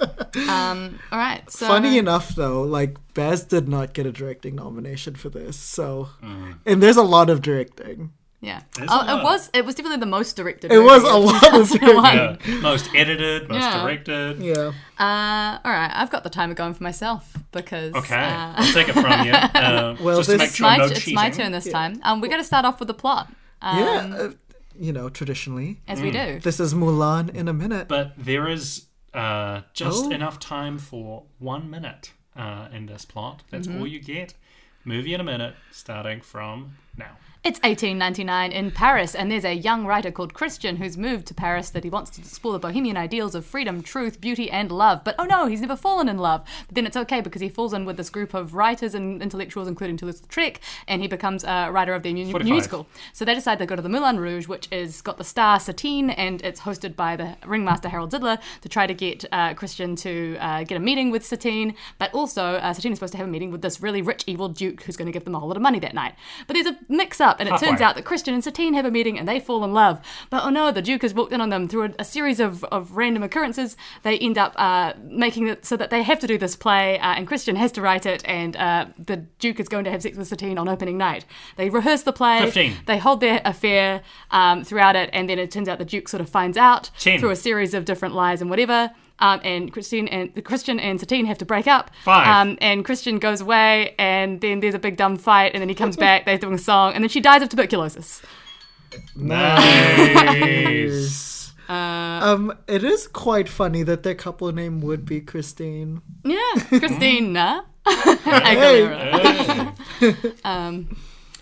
[SPEAKER 5] Um. All right. So
[SPEAKER 2] Funny enough, though, like
[SPEAKER 3] Mm.
[SPEAKER 2] Baz did not get a directing nomination for this, so and there's a lot of directing.
[SPEAKER 5] Yeah.
[SPEAKER 3] There's a
[SPEAKER 5] Oh,
[SPEAKER 3] lot.
[SPEAKER 5] it was it was definitely the most directed.
[SPEAKER 2] It was
[SPEAKER 5] movie
[SPEAKER 2] a
[SPEAKER 5] of
[SPEAKER 2] lot of
[SPEAKER 5] 2001.
[SPEAKER 3] Yeah. Most edited, most
[SPEAKER 5] Yeah.
[SPEAKER 3] directed.
[SPEAKER 2] Yeah.
[SPEAKER 5] Uh, all right, I've got the timer going for myself because
[SPEAKER 3] Okay,
[SPEAKER 5] uh,
[SPEAKER 3] I'll take it from you. Uh,
[SPEAKER 2] Well,
[SPEAKER 3] just to
[SPEAKER 2] this-
[SPEAKER 3] make
[SPEAKER 5] it's,
[SPEAKER 3] sure
[SPEAKER 5] my,
[SPEAKER 3] no
[SPEAKER 5] it's
[SPEAKER 3] cheating.
[SPEAKER 5] my turn this time. Um, we're going to start off with the plot, um,
[SPEAKER 2] yeah. Uh, you know, traditionally.
[SPEAKER 5] as we
[SPEAKER 3] Mm.
[SPEAKER 5] do.
[SPEAKER 2] This is Mulan in a minute.
[SPEAKER 3] But there is uh, just
[SPEAKER 2] Oh.
[SPEAKER 3] enough time for one minute uh, in this plot. That's
[SPEAKER 5] Mm-hmm.
[SPEAKER 3] all you get. Movie in a minute, starting from now.
[SPEAKER 5] It's 1899 in Paris, and there's a young writer called Christian who's moved to Paris that he wants to explore the bohemian ideals of freedom, truth, beauty, and love. But oh no, he's never fallen in love. But then it's okay because he falls in with this group of writers and intellectuals, including Toulouse-Lautrec, and he becomes a writer of their mu-
[SPEAKER 3] 45.
[SPEAKER 5] musical. So they decide they go to the Moulin Rouge, which is got the star Satine, and it's hosted by the ringmaster Harold Zidler to try to get uh, Christian to uh, get a meeting with Satine. But also, uh, Satine is supposed to have a meeting with this really rich, evil duke who's going to give them a whole lot of money that night. But there's a mix-up, and it
[SPEAKER 3] Halfway.
[SPEAKER 5] turns out that Christian and Satine have a meeting and they fall in love. But oh no, the Duke has walked in on them through a, a series of, of random occurrences. They end up uh, making it so that they have to do this play, uh, and Christian has to write it, and uh, the Duke is going to have sex with Satine on opening night. They rehearse the play,
[SPEAKER 3] 15.
[SPEAKER 5] they hold their affair um, throughout it, and then it turns out the Duke sort of finds out
[SPEAKER 3] 10.
[SPEAKER 5] through a series of different lies and whatever. Um, and Christine and Christian and Satine have to break up.
[SPEAKER 3] Five.
[SPEAKER 5] Um, and Christian goes away, and then there's a big dumb fight, and then he comes back. They're doing a song, and then she dies of tuberculosis.
[SPEAKER 3] Nice.
[SPEAKER 5] Uh,
[SPEAKER 2] Um, it is quite funny that their couple name would be Christine.
[SPEAKER 5] Yeah, Christina. Aguilera.
[SPEAKER 3] um,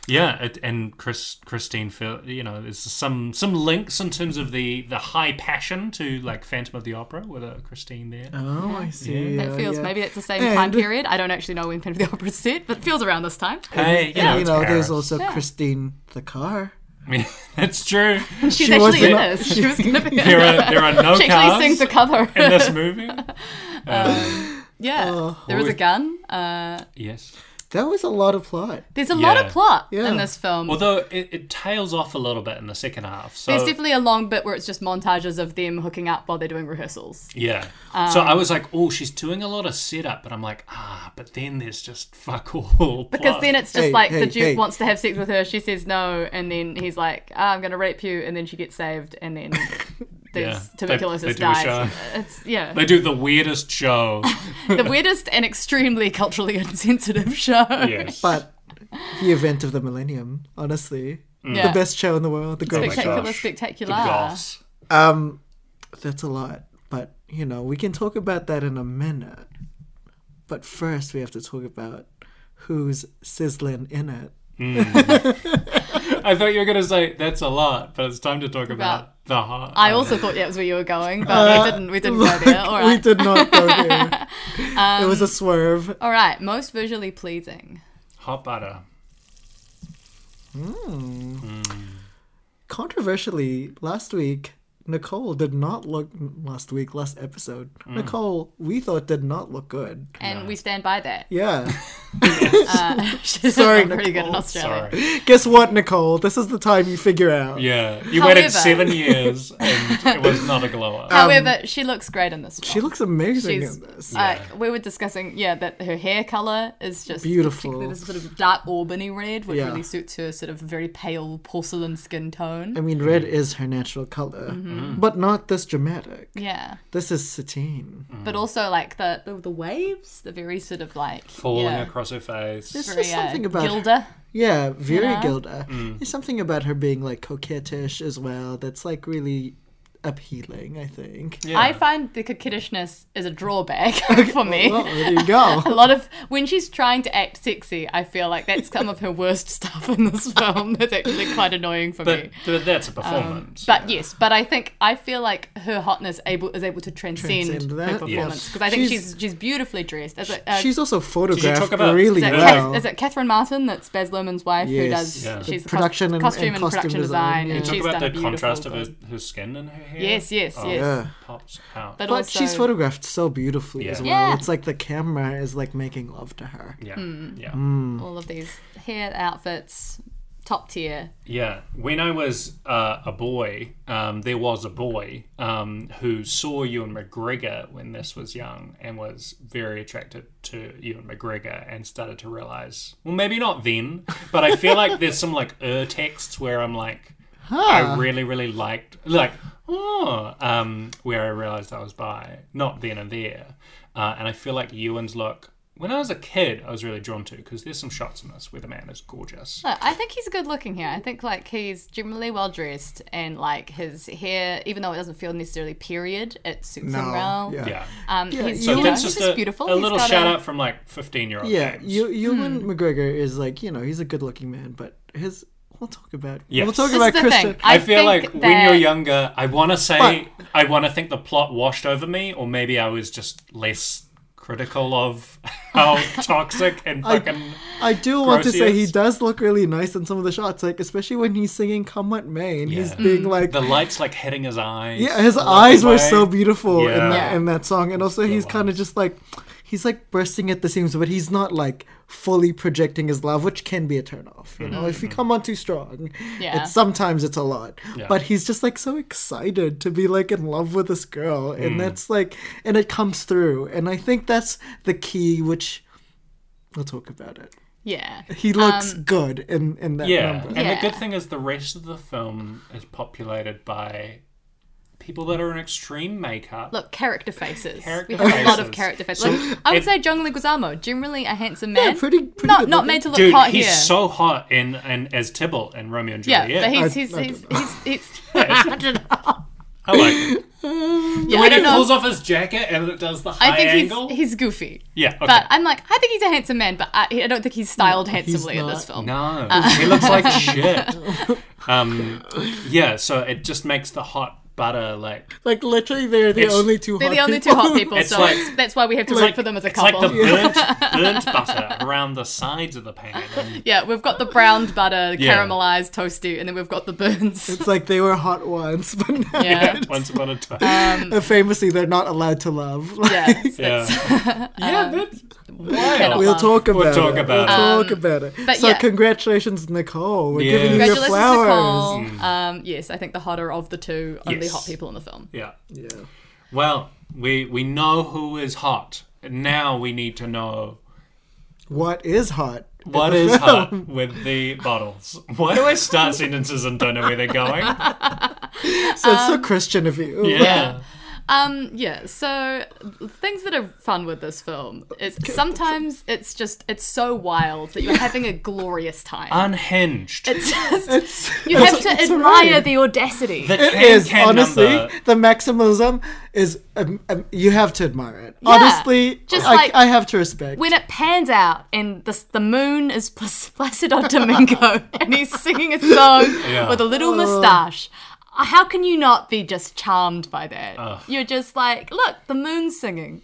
[SPEAKER 3] yeah, it, and Chris, Christine, Phil, you know, there's some some links in terms of the the high passion to like Phantom of the Opera with a Christine there.
[SPEAKER 2] Oh, I see.
[SPEAKER 5] That
[SPEAKER 2] yeah,
[SPEAKER 5] feels
[SPEAKER 2] yeah.
[SPEAKER 5] maybe that's the same
[SPEAKER 2] And-
[SPEAKER 5] time period. I don't actually know when Phantom of the Opera is set, but it feels around this time.
[SPEAKER 3] Hey, you
[SPEAKER 2] And,
[SPEAKER 3] know,
[SPEAKER 2] you
[SPEAKER 3] it's
[SPEAKER 2] know, there's
[SPEAKER 3] Paris.
[SPEAKER 2] also
[SPEAKER 5] Yeah.
[SPEAKER 2] Christine the car.
[SPEAKER 3] I mean, that's true.
[SPEAKER 5] She's
[SPEAKER 2] She was
[SPEAKER 5] actually in
[SPEAKER 2] in-
[SPEAKER 5] this. She was going to be.
[SPEAKER 3] There are there are no
[SPEAKER 5] She
[SPEAKER 3] cars
[SPEAKER 5] actually sings the cover.
[SPEAKER 3] in this movie.
[SPEAKER 5] yeah,
[SPEAKER 2] Oh.
[SPEAKER 5] there is a gun. Uh,
[SPEAKER 3] Yes.
[SPEAKER 2] That was a lot of plot.
[SPEAKER 5] there's a lot
[SPEAKER 3] Yeah.
[SPEAKER 5] of plot
[SPEAKER 2] Yeah.
[SPEAKER 5] in this film.
[SPEAKER 3] Although it, it tails off a little bit in the second half. So
[SPEAKER 5] There's definitely a long bit where it's just montages of them hooking up while they're doing rehearsals.
[SPEAKER 3] yeah. so I was like, oh, she's doing a lot of setup, but I'm like, ah, but then there's just fuck all.
[SPEAKER 5] Because then it's just
[SPEAKER 2] Hey,
[SPEAKER 5] like the
[SPEAKER 2] hey,
[SPEAKER 5] Duke
[SPEAKER 2] hey.
[SPEAKER 5] wants to have sex with her, she says no, and then he's like, "Ah, I'm going to rape you, and then she gets saved, and then
[SPEAKER 3] Yeah.
[SPEAKER 5] there's
[SPEAKER 3] They-
[SPEAKER 5] tuberculosis
[SPEAKER 3] they do a show.
[SPEAKER 5] dies. It's, yeah.
[SPEAKER 3] they do the weirdest show.
[SPEAKER 5] the weirdest and extremely culturally insensitive show.
[SPEAKER 3] yes.
[SPEAKER 2] But the event of the millennium, honestly.
[SPEAKER 5] Yeah.
[SPEAKER 2] The best show in the world, the greatest
[SPEAKER 3] my Mm.
[SPEAKER 5] spectacular,
[SPEAKER 3] gosh. the
[SPEAKER 5] spectacular.
[SPEAKER 3] goss.
[SPEAKER 2] Um, that's a lot, but you know we can talk about that in a minute. But first, we have to talk about who's sizzling in it.
[SPEAKER 3] I thought you were gonna say that's a lot, but it's time to talk about, the heart.
[SPEAKER 5] I also thought that was where you were going, but we didn't. We didn't go there. All
[SPEAKER 2] Uh, we
[SPEAKER 5] right. Um,
[SPEAKER 2] did not go there. it was a swerve.
[SPEAKER 5] All right. Most visually pleasing.
[SPEAKER 3] hot butter.
[SPEAKER 2] Controversially, last week Nicole did not look. Last week, last episode, Nicole we thought did not look good.
[SPEAKER 5] And we stand by that.
[SPEAKER 2] Yeah.
[SPEAKER 5] She's
[SPEAKER 2] Sorry,
[SPEAKER 5] not pretty good in
[SPEAKER 2] Nicole.
[SPEAKER 5] Australia.
[SPEAKER 3] Sorry.
[SPEAKER 2] Guess what, Nicole? This is the time you figure out.
[SPEAKER 3] Yeah. You
[SPEAKER 5] However-
[SPEAKER 3] waited seven years and it was not a glow up.
[SPEAKER 5] However, she looks great in this. Film.
[SPEAKER 2] Um, She looks amazing
[SPEAKER 5] She's
[SPEAKER 2] in this.
[SPEAKER 5] like we were discussing, yeah, that her hair color is just
[SPEAKER 2] Beautiful.
[SPEAKER 5] particularly This sort of dark Albany red, which
[SPEAKER 2] Yeah.
[SPEAKER 5] really suits her sort of very pale porcelain skin tone.
[SPEAKER 2] I mean, red is her natural color,
[SPEAKER 5] Mm-hmm.
[SPEAKER 2] but not this dramatic.
[SPEAKER 5] yeah,
[SPEAKER 2] This is satine.
[SPEAKER 3] Mm.
[SPEAKER 5] but also like the, the the waves, the very sort of like
[SPEAKER 3] Falling
[SPEAKER 5] yeah,
[SPEAKER 3] across her face.
[SPEAKER 2] There's
[SPEAKER 5] very,
[SPEAKER 2] just
[SPEAKER 5] uh,
[SPEAKER 2] something about her.
[SPEAKER 5] Gilda.
[SPEAKER 2] Yeah, very Gilda. There's something about her being like coquettish as well that's like really appealing, I think.
[SPEAKER 3] Yeah.
[SPEAKER 5] I find the coquettishness is a drawback for me.
[SPEAKER 2] Well, there you go.
[SPEAKER 5] a lot of when she's trying to act sexy, I feel like that's some of her worst stuff in this film. That's actually quite annoying for
[SPEAKER 3] but,
[SPEAKER 5] me.
[SPEAKER 3] but that's a performance.
[SPEAKER 5] Um, But yes, but I think I feel like her hotness able is able to transcend,
[SPEAKER 2] Transcend
[SPEAKER 5] her
[SPEAKER 2] that. Yes.
[SPEAKER 5] performance because I think
[SPEAKER 2] She's-
[SPEAKER 5] she's she's beautifully dressed. Is it, uh,
[SPEAKER 2] She's also photographed
[SPEAKER 3] about-
[SPEAKER 2] really
[SPEAKER 5] is it,
[SPEAKER 2] well.
[SPEAKER 5] Kath- is it Catherine Martin that's Baz Luhrmann's wife who
[SPEAKER 2] Yes.
[SPEAKER 5] does
[SPEAKER 3] Yeah.
[SPEAKER 5] she's
[SPEAKER 2] The
[SPEAKER 5] a cos-
[SPEAKER 2] production and-
[SPEAKER 5] costume
[SPEAKER 2] and
[SPEAKER 5] and,
[SPEAKER 2] costume
[SPEAKER 5] production
[SPEAKER 2] design,
[SPEAKER 5] design,
[SPEAKER 2] yeah.
[SPEAKER 5] and
[SPEAKER 2] You
[SPEAKER 3] Talk
[SPEAKER 5] she's
[SPEAKER 3] about
[SPEAKER 5] done
[SPEAKER 3] the
[SPEAKER 5] a beautiful
[SPEAKER 3] contrast of her,
[SPEAKER 5] job.
[SPEAKER 3] her skin and her hair.
[SPEAKER 5] Yes, yes,
[SPEAKER 3] Oh,
[SPEAKER 5] yes.
[SPEAKER 2] yeah.
[SPEAKER 3] Pops out.
[SPEAKER 5] But,
[SPEAKER 2] But
[SPEAKER 5] also,
[SPEAKER 2] she's photographed so beautifully as well.
[SPEAKER 3] Yeah.
[SPEAKER 5] Yeah.
[SPEAKER 2] It's like the camera
[SPEAKER 5] hmm.
[SPEAKER 2] is like making love to her.
[SPEAKER 3] yeah. Yeah.
[SPEAKER 5] all of these hair outfits, top tier.
[SPEAKER 3] Yeah, when I was uh, a boy, um, there was a boy um, who saw Ewan McGregor when this was young and was very attracted to Ewan McGregor and started to realize, well, maybe not then, but I feel like there's some like er texts where I'm like, I really, really liked, like, oh, um, where I realized I was bi, not then and there. Uh, and I feel like Ewan's look, when I was a kid, I was really drawn to because there's some shots in this where the man is gorgeous.
[SPEAKER 5] Look, I think he's good looking here. I think like he's generally well dressed and like his hair, even though it doesn't feel necessarily period, it suits him well.
[SPEAKER 2] yeah.
[SPEAKER 3] Yeah.
[SPEAKER 5] Um, he's,
[SPEAKER 3] So
[SPEAKER 5] you know,
[SPEAKER 3] that's
[SPEAKER 5] he's
[SPEAKER 3] just
[SPEAKER 5] just
[SPEAKER 3] a,
[SPEAKER 5] beautiful.
[SPEAKER 3] a
[SPEAKER 5] He's
[SPEAKER 3] little
[SPEAKER 5] got
[SPEAKER 3] shout
[SPEAKER 5] a-
[SPEAKER 3] out from like 15 year old.
[SPEAKER 2] Yeah, you, Ewan
[SPEAKER 5] Hmm.
[SPEAKER 2] McGregor is like you know he's a good-looking man, but his we'll talk about
[SPEAKER 3] Yes.
[SPEAKER 2] we'll talk
[SPEAKER 5] This
[SPEAKER 2] about
[SPEAKER 5] is the
[SPEAKER 2] Christian.
[SPEAKER 5] thing.
[SPEAKER 3] I,
[SPEAKER 5] I
[SPEAKER 3] feel
[SPEAKER 5] think
[SPEAKER 3] like when you're
[SPEAKER 5] that-
[SPEAKER 3] younger, I want to say,
[SPEAKER 2] But-
[SPEAKER 3] I want to think the plot washed over me, or maybe I was just less critical of how toxic and fucking.
[SPEAKER 2] I do want to say he
[SPEAKER 3] Grotius.
[SPEAKER 2] does look really nice in some of the shots, like especially when he's singing "Come What May" and he's
[SPEAKER 3] Yeah.
[SPEAKER 2] being
[SPEAKER 5] Mm.
[SPEAKER 2] like,
[SPEAKER 3] the light's like hitting his eyes.
[SPEAKER 2] yeah, his
[SPEAKER 3] Walk
[SPEAKER 2] eyes were
[SPEAKER 3] away.
[SPEAKER 2] so beautiful in
[SPEAKER 3] Yeah.
[SPEAKER 2] that in that song, and also he's
[SPEAKER 3] ones.
[SPEAKER 2] kind of just like he's like bursting at the seams, but he's not like fully projecting his love, which can be a turnoff. You know, if
[SPEAKER 3] Mm-hmm.
[SPEAKER 2] you come on too strong,
[SPEAKER 5] Yeah.
[SPEAKER 2] it's sometimes it's a lot. But he's just like so excited to be like in love with this girl,
[SPEAKER 3] Mm.
[SPEAKER 2] and that's like, and it comes through, and I think that's the key, which. We'll talk about it.
[SPEAKER 5] Yeah.
[SPEAKER 2] He looks
[SPEAKER 5] Um,
[SPEAKER 2] good in in that
[SPEAKER 3] Yeah.
[SPEAKER 2] number.
[SPEAKER 3] And the good thing is, the rest of the film is populated by people that are in extreme makeup.
[SPEAKER 5] Look, character faces.
[SPEAKER 3] Character
[SPEAKER 5] we have a lot
[SPEAKER 3] faces.
[SPEAKER 5] of character faces.
[SPEAKER 3] So-
[SPEAKER 5] Like, I would
[SPEAKER 3] it-
[SPEAKER 5] say John Leguizamo, generally a handsome man.
[SPEAKER 2] pretty- pretty
[SPEAKER 5] not
[SPEAKER 2] good
[SPEAKER 5] not
[SPEAKER 2] looking.
[SPEAKER 5] made to look
[SPEAKER 3] Dude,
[SPEAKER 5] hot
[SPEAKER 3] he's
[SPEAKER 5] here.
[SPEAKER 3] so hot in, in as Tybalt in Romeo and
[SPEAKER 5] yeah,
[SPEAKER 3] Juliet.
[SPEAKER 5] but he's
[SPEAKER 2] I-
[SPEAKER 5] he's
[SPEAKER 2] I
[SPEAKER 5] he's,
[SPEAKER 2] don't
[SPEAKER 5] he's, he's, I don't know.
[SPEAKER 3] I like it.
[SPEAKER 5] Yeah, I
[SPEAKER 3] when he
[SPEAKER 5] don't know.
[SPEAKER 3] pulls off his jacket and it does the high
[SPEAKER 5] I think
[SPEAKER 3] angle.
[SPEAKER 5] he's he's goofy.
[SPEAKER 3] yeah, okay.
[SPEAKER 5] But I'm like, I think he's a handsome man, but I, I don't think he's styled handsomely in
[SPEAKER 2] not.
[SPEAKER 5] this film.
[SPEAKER 3] Oh, no,
[SPEAKER 5] uh,
[SPEAKER 3] he looks like shit. Um, yeah, so it just makes the hot butter like
[SPEAKER 2] Like literally, they're the
[SPEAKER 3] It's-
[SPEAKER 2] only two.
[SPEAKER 5] They're
[SPEAKER 2] hot
[SPEAKER 5] the only
[SPEAKER 2] people.
[SPEAKER 5] two hot people,
[SPEAKER 3] It's
[SPEAKER 5] so
[SPEAKER 3] like-
[SPEAKER 5] it's, that's why we have to wait
[SPEAKER 3] like-
[SPEAKER 5] for them as a
[SPEAKER 3] it's like
[SPEAKER 5] couple.
[SPEAKER 3] the burnt, burnt butter around the sides of the pan. And
[SPEAKER 5] yeah, we've got the browned butter,
[SPEAKER 3] Yeah.
[SPEAKER 5] caramelized, toasty, and then we've got the burns.
[SPEAKER 2] It's like they were hot once, but now
[SPEAKER 5] Yeah.
[SPEAKER 3] once upon a time,
[SPEAKER 5] Um,
[SPEAKER 2] famously they're not allowed to love.
[SPEAKER 5] yeah.
[SPEAKER 3] yeah, yeah,
[SPEAKER 5] Um,
[SPEAKER 3] that's wild.
[SPEAKER 5] cannot
[SPEAKER 2] We'll
[SPEAKER 5] Um,
[SPEAKER 2] talk about
[SPEAKER 3] We'll talk
[SPEAKER 2] it.
[SPEAKER 3] about
[SPEAKER 2] we'll talk about it.
[SPEAKER 5] but
[SPEAKER 2] so
[SPEAKER 5] yeah.
[SPEAKER 2] congratulations, Nicole. We're giving you your
[SPEAKER 5] Congratulations,
[SPEAKER 2] flowers.
[SPEAKER 5] Nicole. Um, yes, I think the hotter of the two only
[SPEAKER 3] Mm. Yes.
[SPEAKER 5] hot people in the film.
[SPEAKER 3] yeah.
[SPEAKER 2] Yeah.
[SPEAKER 3] Well, we we know who is hot. Now we need to know
[SPEAKER 2] What is hot?
[SPEAKER 3] What is hot with the bottles? Why do I start sentences and don't know where they're going?
[SPEAKER 2] So it's so Christian of you.
[SPEAKER 3] Yeah.
[SPEAKER 5] Um, yeah, so things that are fun with this film is sometimes it's just it's so wild that you're having a glorious time.
[SPEAKER 3] Uh, Unhinged.
[SPEAKER 5] it's just
[SPEAKER 2] It's,
[SPEAKER 5] you have to
[SPEAKER 2] it's
[SPEAKER 5] admire
[SPEAKER 2] right.
[SPEAKER 5] the audacity.
[SPEAKER 3] the
[SPEAKER 2] It
[SPEAKER 3] can
[SPEAKER 2] is
[SPEAKER 3] can
[SPEAKER 2] honestly
[SPEAKER 3] number.
[SPEAKER 2] the maximalism is um, um, you have to admire it.
[SPEAKER 5] Yeah.
[SPEAKER 2] Honestly,
[SPEAKER 5] Just
[SPEAKER 2] I,
[SPEAKER 5] like-
[SPEAKER 2] I have to respect.
[SPEAKER 5] when it pans out and the, the moon is Plas- Placido Domingo and he's singing a song
[SPEAKER 3] Yeah.
[SPEAKER 5] with a little moustache, how can you not be just charmed by that? You're just like, look, the moon's singing.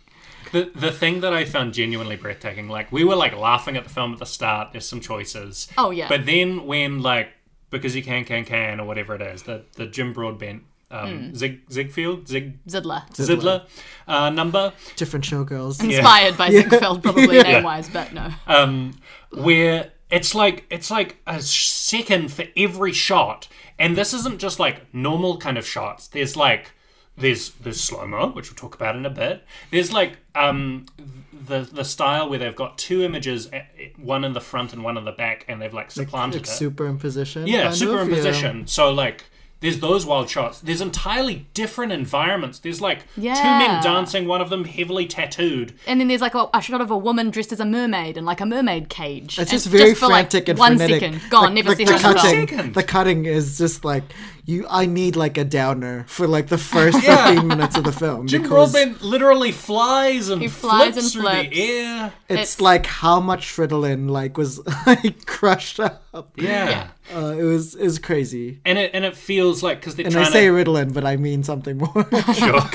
[SPEAKER 3] The, the thing that I found genuinely breathtaking, like we were like laughing at the film at the start. There's some choices.
[SPEAKER 5] Oh, yeah.
[SPEAKER 3] But then when like because you can can can or whatever it is, the the Jim Broadbent,
[SPEAKER 5] Hmm.
[SPEAKER 3] um, Zig Zigfield Zig
[SPEAKER 5] Zidler.
[SPEAKER 3] Zidler, uh, number.
[SPEAKER 2] different showgirls.
[SPEAKER 5] Inspired by Ziegfeld, probably name wise, but no.
[SPEAKER 3] um, where it's like it's like a second for every shot, and this isn't just like normal kind of shots. There's like there's there's slow mo, which we'll talk about in a bit. There's like um, the the style where they've got two images, eh, eh, one in the front and one in the back, and they've like supplanted
[SPEAKER 2] Like
[SPEAKER 3] it.
[SPEAKER 2] superimposition.
[SPEAKER 3] Yeah,
[SPEAKER 2] kind of,
[SPEAKER 3] superimposition. So like there's those wild shots. There's entirely different environments. There's like two
[SPEAKER 5] Yeah.
[SPEAKER 3] men dancing, one of them heavily tattooed.
[SPEAKER 5] And then there's like a, a shot of a woman dressed as a mermaid in like a mermaid
[SPEAKER 2] It's
[SPEAKER 5] cage. And
[SPEAKER 2] just very
[SPEAKER 5] for like
[SPEAKER 2] frantic and
[SPEAKER 5] one
[SPEAKER 2] frenetic.
[SPEAKER 5] second. gone, never see
[SPEAKER 2] the
[SPEAKER 5] her in the world.
[SPEAKER 2] cutting,
[SPEAKER 3] Second.
[SPEAKER 2] The cutting is just like you. I need like a downer for like the first fifteen minutes of the film
[SPEAKER 3] Jim
[SPEAKER 2] because
[SPEAKER 3] Broadbent literally flies and
[SPEAKER 5] He flies
[SPEAKER 3] flips
[SPEAKER 5] and
[SPEAKER 3] through
[SPEAKER 5] flips.
[SPEAKER 3] the air.
[SPEAKER 2] it's,
[SPEAKER 5] it's-
[SPEAKER 2] like how much Fridolin like was like crushed up.
[SPEAKER 3] Yeah.
[SPEAKER 2] Uh, it was is crazy.
[SPEAKER 3] And it and it feels like because they're
[SPEAKER 2] And I
[SPEAKER 3] trying
[SPEAKER 2] say
[SPEAKER 3] to
[SPEAKER 2] Ritalin, but I mean something more.
[SPEAKER 3] sure.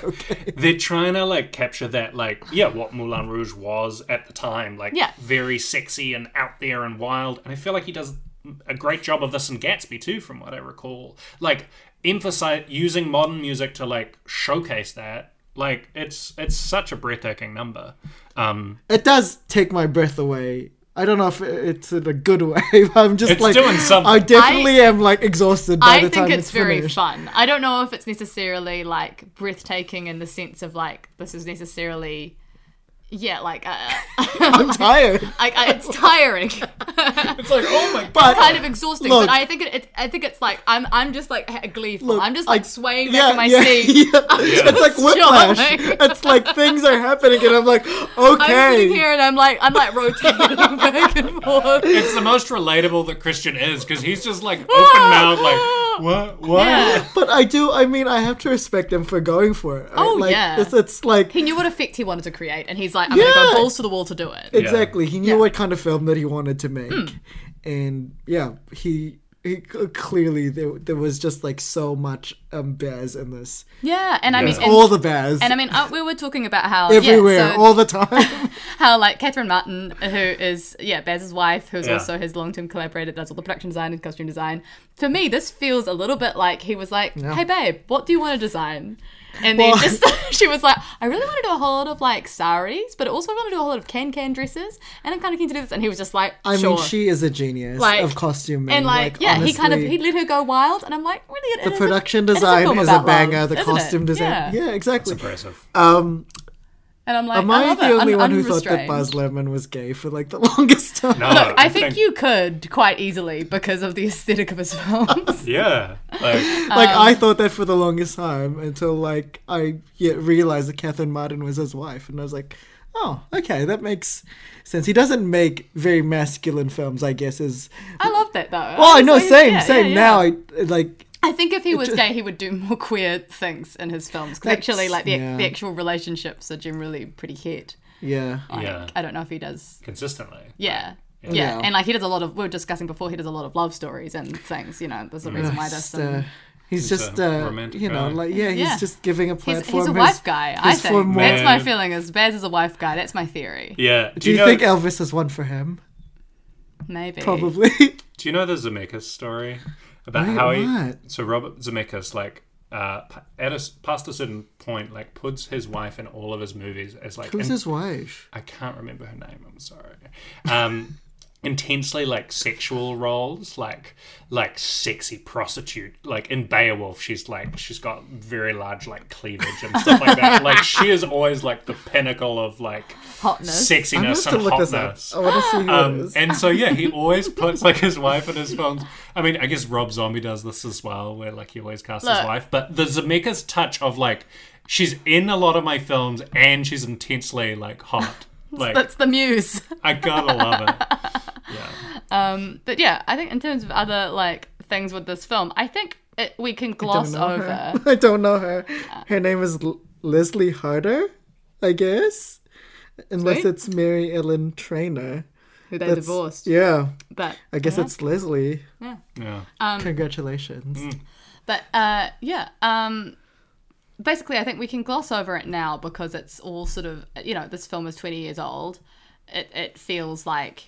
[SPEAKER 3] they're trying to like capture that like yeah what Moulin Rouge was at the time like
[SPEAKER 5] Yeah.
[SPEAKER 3] very sexy and out there and wild and I feel like he does a great job of this in Gatsby too from what I recall like emphasize using modern music to like showcase that like it's it's such a breathtaking number um
[SPEAKER 2] it does take my breath away I don't know if it's in a good way. But I'm just
[SPEAKER 3] It's
[SPEAKER 2] like
[SPEAKER 3] doing something.
[SPEAKER 2] I definitely am like exhausted by
[SPEAKER 5] I
[SPEAKER 2] the
[SPEAKER 5] think
[SPEAKER 2] time
[SPEAKER 5] it's,
[SPEAKER 2] it's
[SPEAKER 5] very
[SPEAKER 2] finished.
[SPEAKER 5] fun. I don't know if it's necessarily like breathtaking in the sense of like this is necessarily, yeah, like uh,
[SPEAKER 2] I'm tired.
[SPEAKER 5] I, I, it's tiring,
[SPEAKER 3] It's like, oh my god.
[SPEAKER 2] But
[SPEAKER 5] kind of exhausting.
[SPEAKER 2] Look.
[SPEAKER 5] but I think it, it, I think it's like I'm I'm just like ha- gleeful.
[SPEAKER 2] Look,
[SPEAKER 5] I'm just like
[SPEAKER 2] I-
[SPEAKER 5] swaying
[SPEAKER 2] yeah,
[SPEAKER 5] back in my
[SPEAKER 2] yeah,
[SPEAKER 5] seat.
[SPEAKER 2] yeah. It's like whiplash.
[SPEAKER 5] Surely.
[SPEAKER 2] It's like things are happening, and I'm like,
[SPEAKER 5] I'm sitting
[SPEAKER 2] okay.
[SPEAKER 5] here and I'm like I'm like rotating back and forth.
[SPEAKER 3] It's the most relatable that Christian is because he's just like open mouthed, like, what? What?
[SPEAKER 5] Yeah.
[SPEAKER 2] But I do. I mean, I have to respect them for going for it. right?
[SPEAKER 5] Oh,
[SPEAKER 2] like,
[SPEAKER 5] yeah.
[SPEAKER 2] It's, it's like
[SPEAKER 5] He knew what effect he wanted to create, and he's like, I'm
[SPEAKER 2] Yeah.
[SPEAKER 5] gonna go balls to the wall to do it.
[SPEAKER 2] Exactly. He knew
[SPEAKER 5] Yeah. Hmm.
[SPEAKER 2] what kind of film that he wanted to make, and yeah, he. He, c- clearly, there, there was just like so much um, bears in this.
[SPEAKER 5] yeah, and I mean,
[SPEAKER 3] Yeah.
[SPEAKER 5] and,
[SPEAKER 2] all the bears.
[SPEAKER 5] and I mean, uh, we were talking about how yeah,
[SPEAKER 2] everywhere,
[SPEAKER 5] so-
[SPEAKER 2] all the time.
[SPEAKER 5] how like Catherine Martin, who is yeah Baz's wife, who's
[SPEAKER 3] Yeah.
[SPEAKER 5] also his long-term collaborator, does all the production design and costume design. For me, this feels a little bit like he was like, "Hey babe, what do you want to design?" And then
[SPEAKER 2] Well-
[SPEAKER 5] just she was like, "I really want to do a whole lot of like saris, but also I want to do a whole lot of can-can dresses, and I'm kind of keen to do this." And he was just like,
[SPEAKER 2] I
[SPEAKER 5] "Sure."
[SPEAKER 2] mean, she is a genius
[SPEAKER 5] Like-
[SPEAKER 2] of costume
[SPEAKER 5] and like, yeah, he kind of
[SPEAKER 2] honestly,
[SPEAKER 5] he let her go wild, and I'm like, really, it- it
[SPEAKER 2] the
[SPEAKER 5] is a-
[SPEAKER 2] production
[SPEAKER 5] it is a
[SPEAKER 2] design
[SPEAKER 5] film
[SPEAKER 2] is a
[SPEAKER 5] about
[SPEAKER 2] banger.
[SPEAKER 5] love,
[SPEAKER 2] the
[SPEAKER 5] isn't it?
[SPEAKER 2] costume design,
[SPEAKER 5] Yeah.
[SPEAKER 2] yeah, exactly.
[SPEAKER 3] Impressive.
[SPEAKER 2] Uh,
[SPEAKER 5] and I'm like,
[SPEAKER 2] Am
[SPEAKER 5] I
[SPEAKER 2] I
[SPEAKER 5] love
[SPEAKER 2] the
[SPEAKER 5] it.
[SPEAKER 2] only
[SPEAKER 5] Un-
[SPEAKER 2] one who thought that
[SPEAKER 5] unrestrained.
[SPEAKER 2] Buzz Lerman was gay for like the longest time?
[SPEAKER 3] No,
[SPEAKER 5] Look, I think you could quite easily because of the aesthetic of his films.
[SPEAKER 3] Yeah. Like,
[SPEAKER 2] Like
[SPEAKER 5] Um,
[SPEAKER 2] I thought that for the longest time until like I yeah, realized that Catherine Martin was his wife, and I was like, oh, okay, that makes sense. He doesn't make very masculine films, I guess. Is
[SPEAKER 5] I love that though.
[SPEAKER 2] oh, I know,
[SPEAKER 5] Honestly,
[SPEAKER 2] same,
[SPEAKER 5] yeah,
[SPEAKER 2] same.
[SPEAKER 5] yeah,
[SPEAKER 2] Now,
[SPEAKER 5] yeah.
[SPEAKER 2] I like
[SPEAKER 5] I think if he was gay, he would do more queer things in his films. 'cause actually,
[SPEAKER 2] That's-
[SPEAKER 5] like the,
[SPEAKER 2] yeah.
[SPEAKER 5] the actual relationships are generally pretty hit.
[SPEAKER 2] yeah,
[SPEAKER 3] yeah.
[SPEAKER 5] I don't know if he does.
[SPEAKER 3] Consistently.
[SPEAKER 5] Yeah. Yeah.
[SPEAKER 2] Yeah.
[SPEAKER 5] and like he does a lot of. We were discussing before. He does a lot of love stories and things. You know, there's a reason why
[SPEAKER 2] Just,
[SPEAKER 5] that's.
[SPEAKER 2] uh,
[SPEAKER 5] Um,
[SPEAKER 2] he's
[SPEAKER 3] a
[SPEAKER 2] just uh,
[SPEAKER 3] romantic
[SPEAKER 2] you know
[SPEAKER 3] guy.
[SPEAKER 2] like yeah, he's
[SPEAKER 5] Yeah.
[SPEAKER 2] just giving a
[SPEAKER 5] he's,
[SPEAKER 2] platform.
[SPEAKER 5] he's a
[SPEAKER 2] his-
[SPEAKER 5] wife guy. I
[SPEAKER 2] his form
[SPEAKER 5] think
[SPEAKER 2] more-
[SPEAKER 5] that's
[SPEAKER 3] Man.
[SPEAKER 5] my feeling. Is Baz is a wife guy? That's my theory.
[SPEAKER 3] Yeah.
[SPEAKER 2] Do you,
[SPEAKER 3] know,
[SPEAKER 2] think Elvis has one for him?
[SPEAKER 5] Maybe.
[SPEAKER 2] Probably.
[SPEAKER 3] Do you know the Zemeckis story about
[SPEAKER 2] Wait,
[SPEAKER 3] how he?
[SPEAKER 2] what?
[SPEAKER 3] So Robert Zemeckis, like, uh, p- at a s- past a certain point, like, puts his wife in all of his movies as like
[SPEAKER 2] Who's
[SPEAKER 3] an-
[SPEAKER 2] his wife?
[SPEAKER 3] I can't remember her name. I'm sorry. Um, intensely like sexual roles, like like sexy prostitute. Like in Beowulf, she's like she's got very large like cleavage and stuff like that. Like she is always like the pinnacle of like
[SPEAKER 5] Hotness.
[SPEAKER 2] I'm gonna
[SPEAKER 3] sexiness
[SPEAKER 2] have to
[SPEAKER 3] and
[SPEAKER 2] look this up.
[SPEAKER 3] hotness.
[SPEAKER 2] I want to see who it
[SPEAKER 3] Um,
[SPEAKER 2] is.
[SPEAKER 3] and so yeah, he always puts like his wife in his films. I mean, I guess Rob Zombie does this as well, where like he always casts his
[SPEAKER 5] Look.
[SPEAKER 3] wife. But the Zemeckis touch of like she's in a lot of my films and she's intensely like hot. Like
[SPEAKER 5] That's the muse.
[SPEAKER 3] I gotta love it. Yeah,
[SPEAKER 5] Um, but yeah, I think in terms of other like things with this film, I think it, we can gloss
[SPEAKER 2] know
[SPEAKER 5] over.
[SPEAKER 2] her. I don't know her. Her name is L- Leslie Harder, I guess. Unless
[SPEAKER 5] Sweet.
[SPEAKER 2] it's Mary Ellen Trainer.
[SPEAKER 5] who they
[SPEAKER 2] That's-
[SPEAKER 5] divorced.
[SPEAKER 2] Yeah,
[SPEAKER 5] But
[SPEAKER 2] I guess it's Leslie.
[SPEAKER 3] yeah.
[SPEAKER 5] Um,
[SPEAKER 2] Congratulations.
[SPEAKER 3] Mm.
[SPEAKER 5] but uh, yeah. Um, basically, I think we can gloss over it now because it's all sort of you know this film is twenty years old. It it feels like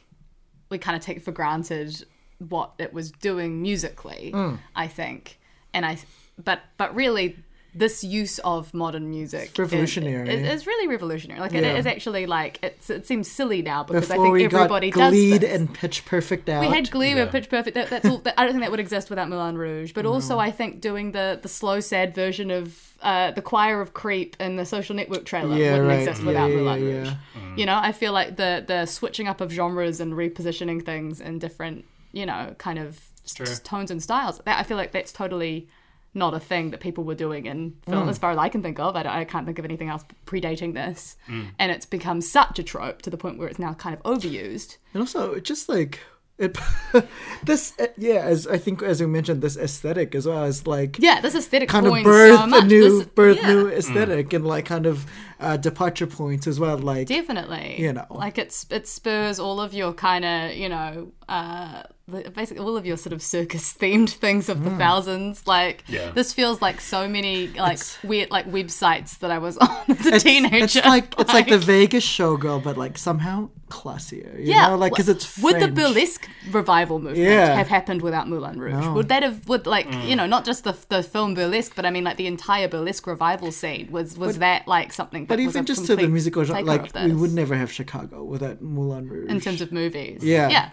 [SPEAKER 5] we kind of take for granted what it was doing musically.
[SPEAKER 2] Mm.
[SPEAKER 5] I think, and I but but really. This use of modern music is-
[SPEAKER 2] revolutionary.
[SPEAKER 5] Is, is really revolutionary. Like
[SPEAKER 2] Yeah.
[SPEAKER 5] it is actually like it's, it seems silly now because
[SPEAKER 2] Before
[SPEAKER 5] I
[SPEAKER 2] we
[SPEAKER 5] think
[SPEAKER 2] got
[SPEAKER 5] everybody does.
[SPEAKER 2] Gleed
[SPEAKER 5] this.
[SPEAKER 2] and Pitch Perfect out.
[SPEAKER 5] We had Glee, we had Pitch Perfect. That, that's all. That, I don't think that would exist without Moulin Rouge. But also, I think doing the the slow, sad version of uh, the Choir of Creep and the Social Network trailer
[SPEAKER 2] Yeah,
[SPEAKER 5] wouldn't
[SPEAKER 2] right.
[SPEAKER 5] exist
[SPEAKER 2] Yeah,
[SPEAKER 5] without
[SPEAKER 2] yeah,
[SPEAKER 5] Moulin
[SPEAKER 2] yeah.
[SPEAKER 5] Rouge. You know, I feel like the the switching up of genres and repositioning things and different, you know, kind of
[SPEAKER 3] true.
[SPEAKER 5] s- tones and styles. That I feel like that's totally not a thing that people were doing in film,
[SPEAKER 2] Mm.
[SPEAKER 5] as far as I can think of. I, don't- I can't think of anything else predating this, and it's become such a trope to the point where it's now kind of overused.
[SPEAKER 2] And also, it just like it, this, uh, yeah. As I think, as we mentioned, this aesthetic as well as like
[SPEAKER 5] Yeah, this aesthetic
[SPEAKER 2] kind of
[SPEAKER 5] coined
[SPEAKER 2] birth
[SPEAKER 5] so
[SPEAKER 2] a
[SPEAKER 5] much.
[SPEAKER 2] new
[SPEAKER 5] This-
[SPEAKER 2] birth
[SPEAKER 5] yeah, Mm.
[SPEAKER 2] new aesthetic and like kind of uh, departure points as well. Like
[SPEAKER 5] Definitely,
[SPEAKER 2] you know.
[SPEAKER 5] like it's it spurs all of your kind of you know uh, the- basically all of your sort of circus themed things
[SPEAKER 2] Hmm.
[SPEAKER 5] of the thousands. Like
[SPEAKER 3] Yeah.
[SPEAKER 5] this feels like so many like weird like websites that I was on as a teenager.
[SPEAKER 2] It's like it's like the Vegas showgirl, but like somehow classier. You know? like because
[SPEAKER 5] w-
[SPEAKER 2] it's
[SPEAKER 5] would the
[SPEAKER 2] French.
[SPEAKER 5] burlesque revival movement
[SPEAKER 2] Yeah.
[SPEAKER 5] have happened without Moulin Rouge? Would that have would like you know not just the the film burlesque, but I mean like the entire burlesque revival scene was was that like something?
[SPEAKER 2] But
[SPEAKER 5] that was
[SPEAKER 2] even
[SPEAKER 5] a
[SPEAKER 2] just to the
[SPEAKER 5] complete
[SPEAKER 2] musical genre,
[SPEAKER 5] takeover
[SPEAKER 2] like
[SPEAKER 5] of
[SPEAKER 2] we
[SPEAKER 5] this
[SPEAKER 2] would never have Chicago without Moulin Rouge.
[SPEAKER 5] in terms of movies.
[SPEAKER 2] Yeah.
[SPEAKER 5] yeah.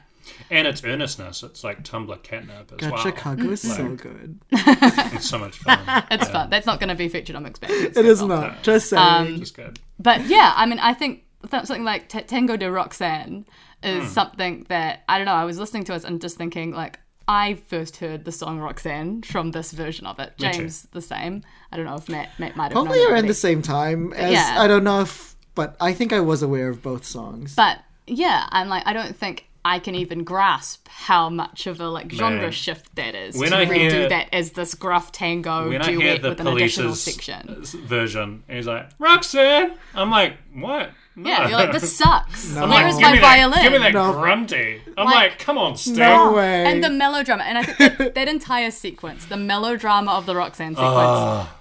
[SPEAKER 3] and its earnestness. It's like Tumblr catnap as
[SPEAKER 2] God,
[SPEAKER 3] well.
[SPEAKER 2] Chicago is so good.
[SPEAKER 3] It's so much fun.
[SPEAKER 5] It's fun. That's not going to be featured on Mixed Bag. It's
[SPEAKER 2] It
[SPEAKER 5] good
[SPEAKER 2] is
[SPEAKER 5] fun.
[SPEAKER 2] not. Just saying.
[SPEAKER 5] Um,
[SPEAKER 3] It's good.
[SPEAKER 5] But yeah, I mean, I think th- something like T- Tango de Roxanne is
[SPEAKER 3] Hmm.
[SPEAKER 5] something that I don't know. I was listening to it and just thinking like. I first heard the song Roxanne from this version of it.
[SPEAKER 3] Me too.
[SPEAKER 5] James, the same. I don't know if Matt, Matt might have known
[SPEAKER 2] Probably
[SPEAKER 5] it
[SPEAKER 2] around
[SPEAKER 5] already.
[SPEAKER 2] the same time as
[SPEAKER 5] Yeah.
[SPEAKER 2] I don't know if, but I think I was aware of both songs.
[SPEAKER 5] But yeah, I'm like, I don't think I can even grasp how much of a like genre
[SPEAKER 3] Man.
[SPEAKER 5] shift that is
[SPEAKER 3] When
[SPEAKER 5] to
[SPEAKER 3] I
[SPEAKER 5] redo
[SPEAKER 3] hear-
[SPEAKER 5] that as this gruff tango
[SPEAKER 3] When I hear
[SPEAKER 5] duet
[SPEAKER 3] the
[SPEAKER 5] with an additional
[SPEAKER 3] police's
[SPEAKER 5] section.
[SPEAKER 3] s- version, he's like, Roxanne! I'm like, what? No.
[SPEAKER 5] Yeah, you're like, this sucks.
[SPEAKER 2] No.
[SPEAKER 5] Where
[SPEAKER 2] Like,
[SPEAKER 5] is
[SPEAKER 2] give
[SPEAKER 5] my
[SPEAKER 3] me
[SPEAKER 5] violin?
[SPEAKER 3] That, give me that
[SPEAKER 2] No.
[SPEAKER 3] grunty. I'm like,
[SPEAKER 5] Like-
[SPEAKER 3] come on, Sting.
[SPEAKER 2] No way.
[SPEAKER 5] And the melodrama, and I think that, that entire sequence, the melodrama of the Roxanne sequence,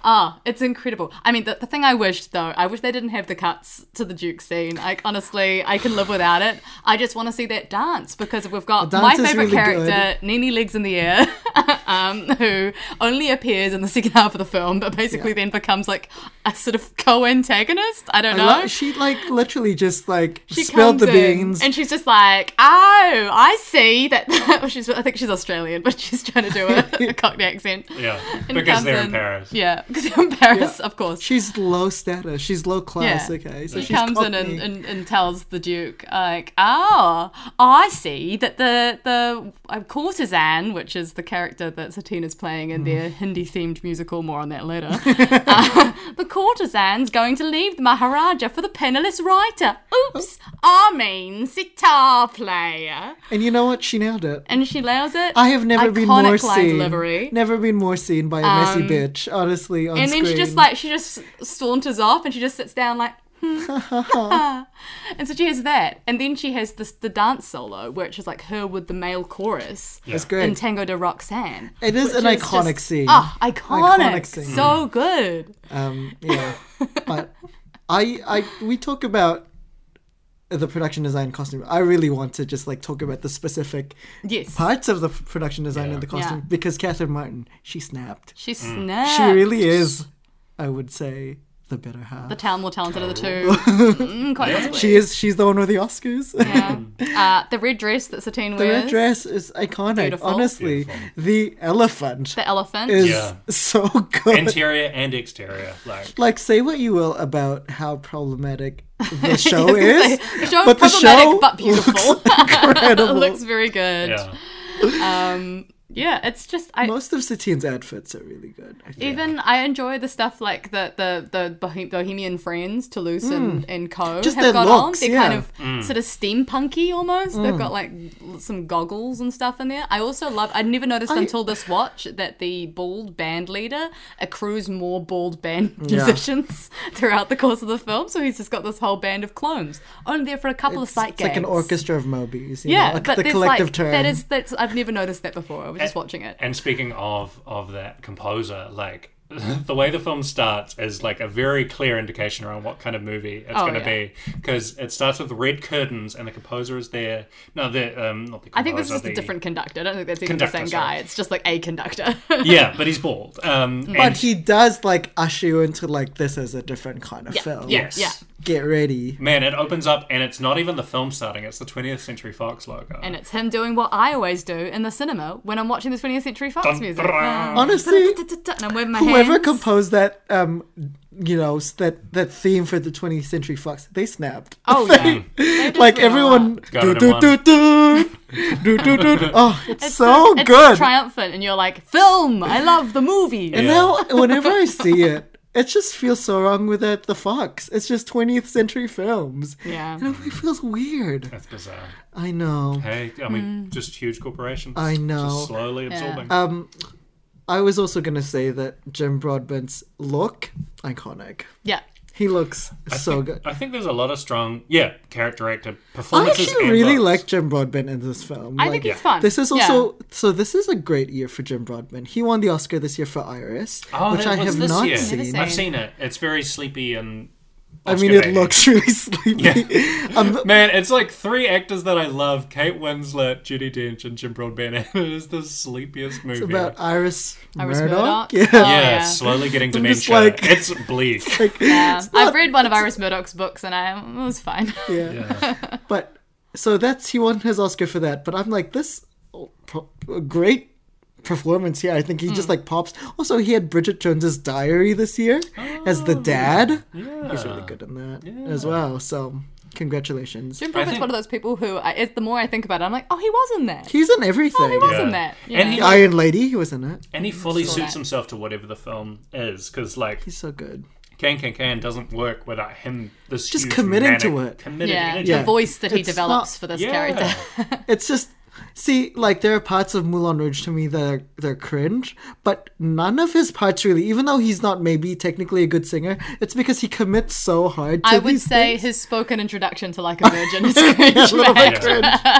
[SPEAKER 5] ah, it's incredible. I mean, the, the thing I wished though, I wish they didn't have the cuts to the Duke scene. Like honestly, I can live without it. I just want to see that dance because we've got
[SPEAKER 2] The
[SPEAKER 5] my
[SPEAKER 2] dance is
[SPEAKER 5] favorite
[SPEAKER 2] really
[SPEAKER 5] character, Nini Legs in the Air, um, who only appears in the second half of the film, but basically then becomes like a sort of co-antagonist. I don't
[SPEAKER 2] I
[SPEAKER 5] know.
[SPEAKER 2] lo- she like literally just like
[SPEAKER 5] She
[SPEAKER 2] spilled
[SPEAKER 5] comes
[SPEAKER 2] the
[SPEAKER 5] in,
[SPEAKER 2] beans.
[SPEAKER 5] and she's just like, "Oh, I see that." well, she's, I think she's Australian, but she's trying to do a, a Cockney accent.
[SPEAKER 3] Yeah,
[SPEAKER 5] And
[SPEAKER 3] because
[SPEAKER 5] comes
[SPEAKER 3] they're in Paris.
[SPEAKER 5] Yeah, because they're in Paris, of course.
[SPEAKER 2] she's low status. She's low class.
[SPEAKER 5] Yeah.
[SPEAKER 2] Okay, so
[SPEAKER 5] she
[SPEAKER 2] she's
[SPEAKER 5] comes in
[SPEAKER 2] Cockney.
[SPEAKER 5] and, and, and tells the Duke, like, oh, I see that the the uh, courtesan, which is the character that Satina's playing in
[SPEAKER 2] Mm.
[SPEAKER 5] their Hindi themed musical, more on that later, uh, the courtesan's going to leave the Maharaja for the penniless writer. Oops,
[SPEAKER 2] Oh.
[SPEAKER 5] I mean, sitar player.
[SPEAKER 2] And you know what? She nailed it.
[SPEAKER 5] And she nails it.
[SPEAKER 2] I have never been more
[SPEAKER 5] Iconic line
[SPEAKER 2] seen.
[SPEAKER 5] delivery.
[SPEAKER 2] Never been more seen by a messy bitch, honestly. On
[SPEAKER 5] and
[SPEAKER 2] screen.
[SPEAKER 5] then she just like she just saunters off and she just sits down like hmm. and so she has that and then she has this the dance solo which is like her with the male chorus
[SPEAKER 2] it's
[SPEAKER 5] in
[SPEAKER 2] great.
[SPEAKER 5] tango de roxanne
[SPEAKER 2] It is an
[SPEAKER 5] which is
[SPEAKER 2] iconic
[SPEAKER 5] just-
[SPEAKER 2] scene.
[SPEAKER 5] ah iconic,
[SPEAKER 2] Iconic scene.
[SPEAKER 5] so good
[SPEAKER 2] Um, yeah, but I, I, we talk about the production design costume. I really want to just like talk about the specific
[SPEAKER 5] yes
[SPEAKER 2] parts of the f- production design and the costume
[SPEAKER 5] Yeah.
[SPEAKER 2] because Catherine Martin, she snapped.
[SPEAKER 5] she snaps
[SPEAKER 2] She really is, I would say, the better half.
[SPEAKER 5] the town more talented of the two Mm, quite possibly.
[SPEAKER 2] she is. She's the one with the Oscars.
[SPEAKER 5] Yeah. uh, the red dress that satine
[SPEAKER 2] the
[SPEAKER 5] wears
[SPEAKER 2] red dress is iconic.
[SPEAKER 5] Beautiful.
[SPEAKER 2] Honestly, the elephant
[SPEAKER 5] the elephant
[SPEAKER 2] is
[SPEAKER 3] Yeah.
[SPEAKER 2] so good.
[SPEAKER 3] Interior and exterior. Like,
[SPEAKER 2] like say what you will about how problematic the show
[SPEAKER 5] I was
[SPEAKER 2] is,
[SPEAKER 5] gonna say, the show
[SPEAKER 2] but the
[SPEAKER 5] problematic
[SPEAKER 2] show
[SPEAKER 5] but beautiful.
[SPEAKER 2] looks incredible.
[SPEAKER 5] it looks very good
[SPEAKER 3] yeah.
[SPEAKER 5] um yeah it's just i
[SPEAKER 2] Most of Satine's outfits are really good. I think.
[SPEAKER 5] Even I enjoy the stuff like the the the Bohem- Bohemian Friends, Toulouse and, and Co.
[SPEAKER 2] Mm. Just
[SPEAKER 5] have
[SPEAKER 2] their
[SPEAKER 5] got
[SPEAKER 2] looks,
[SPEAKER 5] on. They're kind
[SPEAKER 2] yeah. Mm.
[SPEAKER 5] of sort of steampunky almost. They've got like l- some goggles and stuff in there. I also love. I never noticed until this watch that the bald band leader accrues more bald band musicians throughout the course of the film. So he's just got this whole band of clones, only there for a couple of
[SPEAKER 2] it's,
[SPEAKER 5] sight
[SPEAKER 2] it's like an
[SPEAKER 5] gags.
[SPEAKER 2] orchestra of Mobies. You
[SPEAKER 5] Yeah,
[SPEAKER 2] know, like
[SPEAKER 5] but
[SPEAKER 2] the
[SPEAKER 5] there's
[SPEAKER 2] collective
[SPEAKER 5] like,
[SPEAKER 2] term.
[SPEAKER 5] That is that's. I've never noticed that before. I was just watching it.
[SPEAKER 3] And speaking of of that composer, like the way the film starts is like a very clear indication around what kind of movie it's
[SPEAKER 5] Oh,
[SPEAKER 3] going to
[SPEAKER 5] yeah.
[SPEAKER 3] 'Cause be because it starts with red curtains and the composer is there. No, the um, not the. Composer,
[SPEAKER 5] I think this is just
[SPEAKER 3] the,
[SPEAKER 5] a different conductor. I don't think that's even the
[SPEAKER 3] Conductor,
[SPEAKER 5] same
[SPEAKER 3] sorry.
[SPEAKER 5] guy. It's just like a conductor.
[SPEAKER 3] Yeah, but he's bald. Um,
[SPEAKER 5] Mm.
[SPEAKER 2] but
[SPEAKER 3] and-
[SPEAKER 2] he does like usher you into like this is a different kind of film.
[SPEAKER 3] yes.
[SPEAKER 5] Yeah.
[SPEAKER 2] Get ready.
[SPEAKER 3] Man, it opens up and it's not even the film starting; it's the 20th Century Fox logo.
[SPEAKER 5] and it's him doing what I always do in the cinema when I'm watching the 20th Century Fox
[SPEAKER 3] Dun,
[SPEAKER 5] music.
[SPEAKER 3] dun.
[SPEAKER 2] Honestly,
[SPEAKER 5] And I'm waving my
[SPEAKER 2] whoever
[SPEAKER 5] hands.
[SPEAKER 2] composed that, um, you know, s- that that theme for the 20th Century Fox, they snapped.
[SPEAKER 5] Oh, yeah.
[SPEAKER 2] like everyone,
[SPEAKER 3] Got it
[SPEAKER 2] do
[SPEAKER 3] in
[SPEAKER 2] do do
[SPEAKER 3] one.
[SPEAKER 2] do do do do. do. Oh, it's, so,
[SPEAKER 5] it's
[SPEAKER 2] good.
[SPEAKER 5] triumphant, and you're like, film! I love the movie!
[SPEAKER 2] And now, whenever I see it, it just feels so wrong with it. The Fox. It's just 20th century films.
[SPEAKER 5] Yeah.
[SPEAKER 2] And it feels weird.
[SPEAKER 3] That's bizarre.
[SPEAKER 2] I know.
[SPEAKER 3] Hey, I
[SPEAKER 5] Mm.
[SPEAKER 3] mean, just huge corporations.
[SPEAKER 2] I know. Uh,
[SPEAKER 3] Just slowly absorbing.
[SPEAKER 2] Um, I was also going to say that Jim Broadbent's look, iconic.
[SPEAKER 5] Yeah.
[SPEAKER 2] He looks so good.
[SPEAKER 3] I think there's a lot of strong, yeah, character actor
[SPEAKER 2] I
[SPEAKER 3] performances.
[SPEAKER 2] actually
[SPEAKER 3] and
[SPEAKER 2] really
[SPEAKER 3] looks.
[SPEAKER 2] like Jim Broadbent in this film.
[SPEAKER 5] I
[SPEAKER 2] Like,
[SPEAKER 5] think he's fun.
[SPEAKER 2] This is
[SPEAKER 5] Yeah.
[SPEAKER 2] also so. This is a great year for Jim Broadbent. He won the Oscar this year for Iris,
[SPEAKER 3] Oh,
[SPEAKER 2] which
[SPEAKER 3] that
[SPEAKER 2] I
[SPEAKER 3] was
[SPEAKER 2] have
[SPEAKER 3] this
[SPEAKER 2] not
[SPEAKER 3] year.
[SPEAKER 2] seen.
[SPEAKER 5] seen.
[SPEAKER 3] I've seen it. It's very sleepy and.
[SPEAKER 2] I mean,
[SPEAKER 3] Oscar
[SPEAKER 2] it
[SPEAKER 3] bait.
[SPEAKER 2] looks really sleepy. Um,
[SPEAKER 3] Man, it's like three actors that I love: Kate Winslet, Judy Dench, and Jim Broadbent. and It is the sleepiest movie.
[SPEAKER 2] about Iris,
[SPEAKER 5] Iris
[SPEAKER 2] Murdoch.
[SPEAKER 5] Murdoch.
[SPEAKER 2] Yeah.
[SPEAKER 5] Oh,
[SPEAKER 3] yeah,
[SPEAKER 5] yeah.
[SPEAKER 3] slowly getting
[SPEAKER 2] I'm just
[SPEAKER 3] dementia.
[SPEAKER 2] like-
[SPEAKER 3] It's bleak.
[SPEAKER 2] Like,
[SPEAKER 5] Oh, Yeah.
[SPEAKER 2] it's
[SPEAKER 5] I've
[SPEAKER 2] not-
[SPEAKER 5] read one of Iris Murdoch's books and I it was fine.
[SPEAKER 2] Yeah.
[SPEAKER 3] Yeah.
[SPEAKER 2] But so that's he won his Oscar for that. But I'm like this oh, pro- a great performance here. I think he
[SPEAKER 5] Hmm.
[SPEAKER 2] just like pops. Also, he had Bridget Jones's Diary this year as
[SPEAKER 3] Oh.
[SPEAKER 2] the dad. He's really
[SPEAKER 5] Uh,
[SPEAKER 2] good in that as well. So congratulations.
[SPEAKER 5] Jim Broadbent's
[SPEAKER 3] think-
[SPEAKER 5] one of those people who, I, it's, the more I think about it, I'm like, oh, he was in that.
[SPEAKER 2] He's in everything.
[SPEAKER 5] Oh, he was
[SPEAKER 3] Yeah.
[SPEAKER 5] in that. You
[SPEAKER 3] And
[SPEAKER 5] know?
[SPEAKER 3] he
[SPEAKER 2] The Iron Lady, he was in it.
[SPEAKER 3] And he fully suits
[SPEAKER 5] that.
[SPEAKER 3] himself to whatever the film is, because like
[SPEAKER 2] He's so good.
[SPEAKER 3] Can Can Can doesn't work without him. This
[SPEAKER 2] Just
[SPEAKER 3] huge
[SPEAKER 2] committing to
[SPEAKER 3] manic-
[SPEAKER 2] it.
[SPEAKER 3] Committed
[SPEAKER 5] yeah,
[SPEAKER 3] energy.
[SPEAKER 5] the voice that he
[SPEAKER 2] It's
[SPEAKER 5] develops
[SPEAKER 2] not-
[SPEAKER 5] for this
[SPEAKER 3] Yeah.
[SPEAKER 5] character.
[SPEAKER 2] It's just see, like there are parts of Moulin Rouge to me that are they're cringe, but none of his parts really. Even though he's not maybe technically a good singer, it's because he commits so hard. To
[SPEAKER 5] I would
[SPEAKER 2] these
[SPEAKER 5] say
[SPEAKER 2] things.
[SPEAKER 5] his spoken introduction to Like a Virgin is cringe, man.
[SPEAKER 3] Yeah.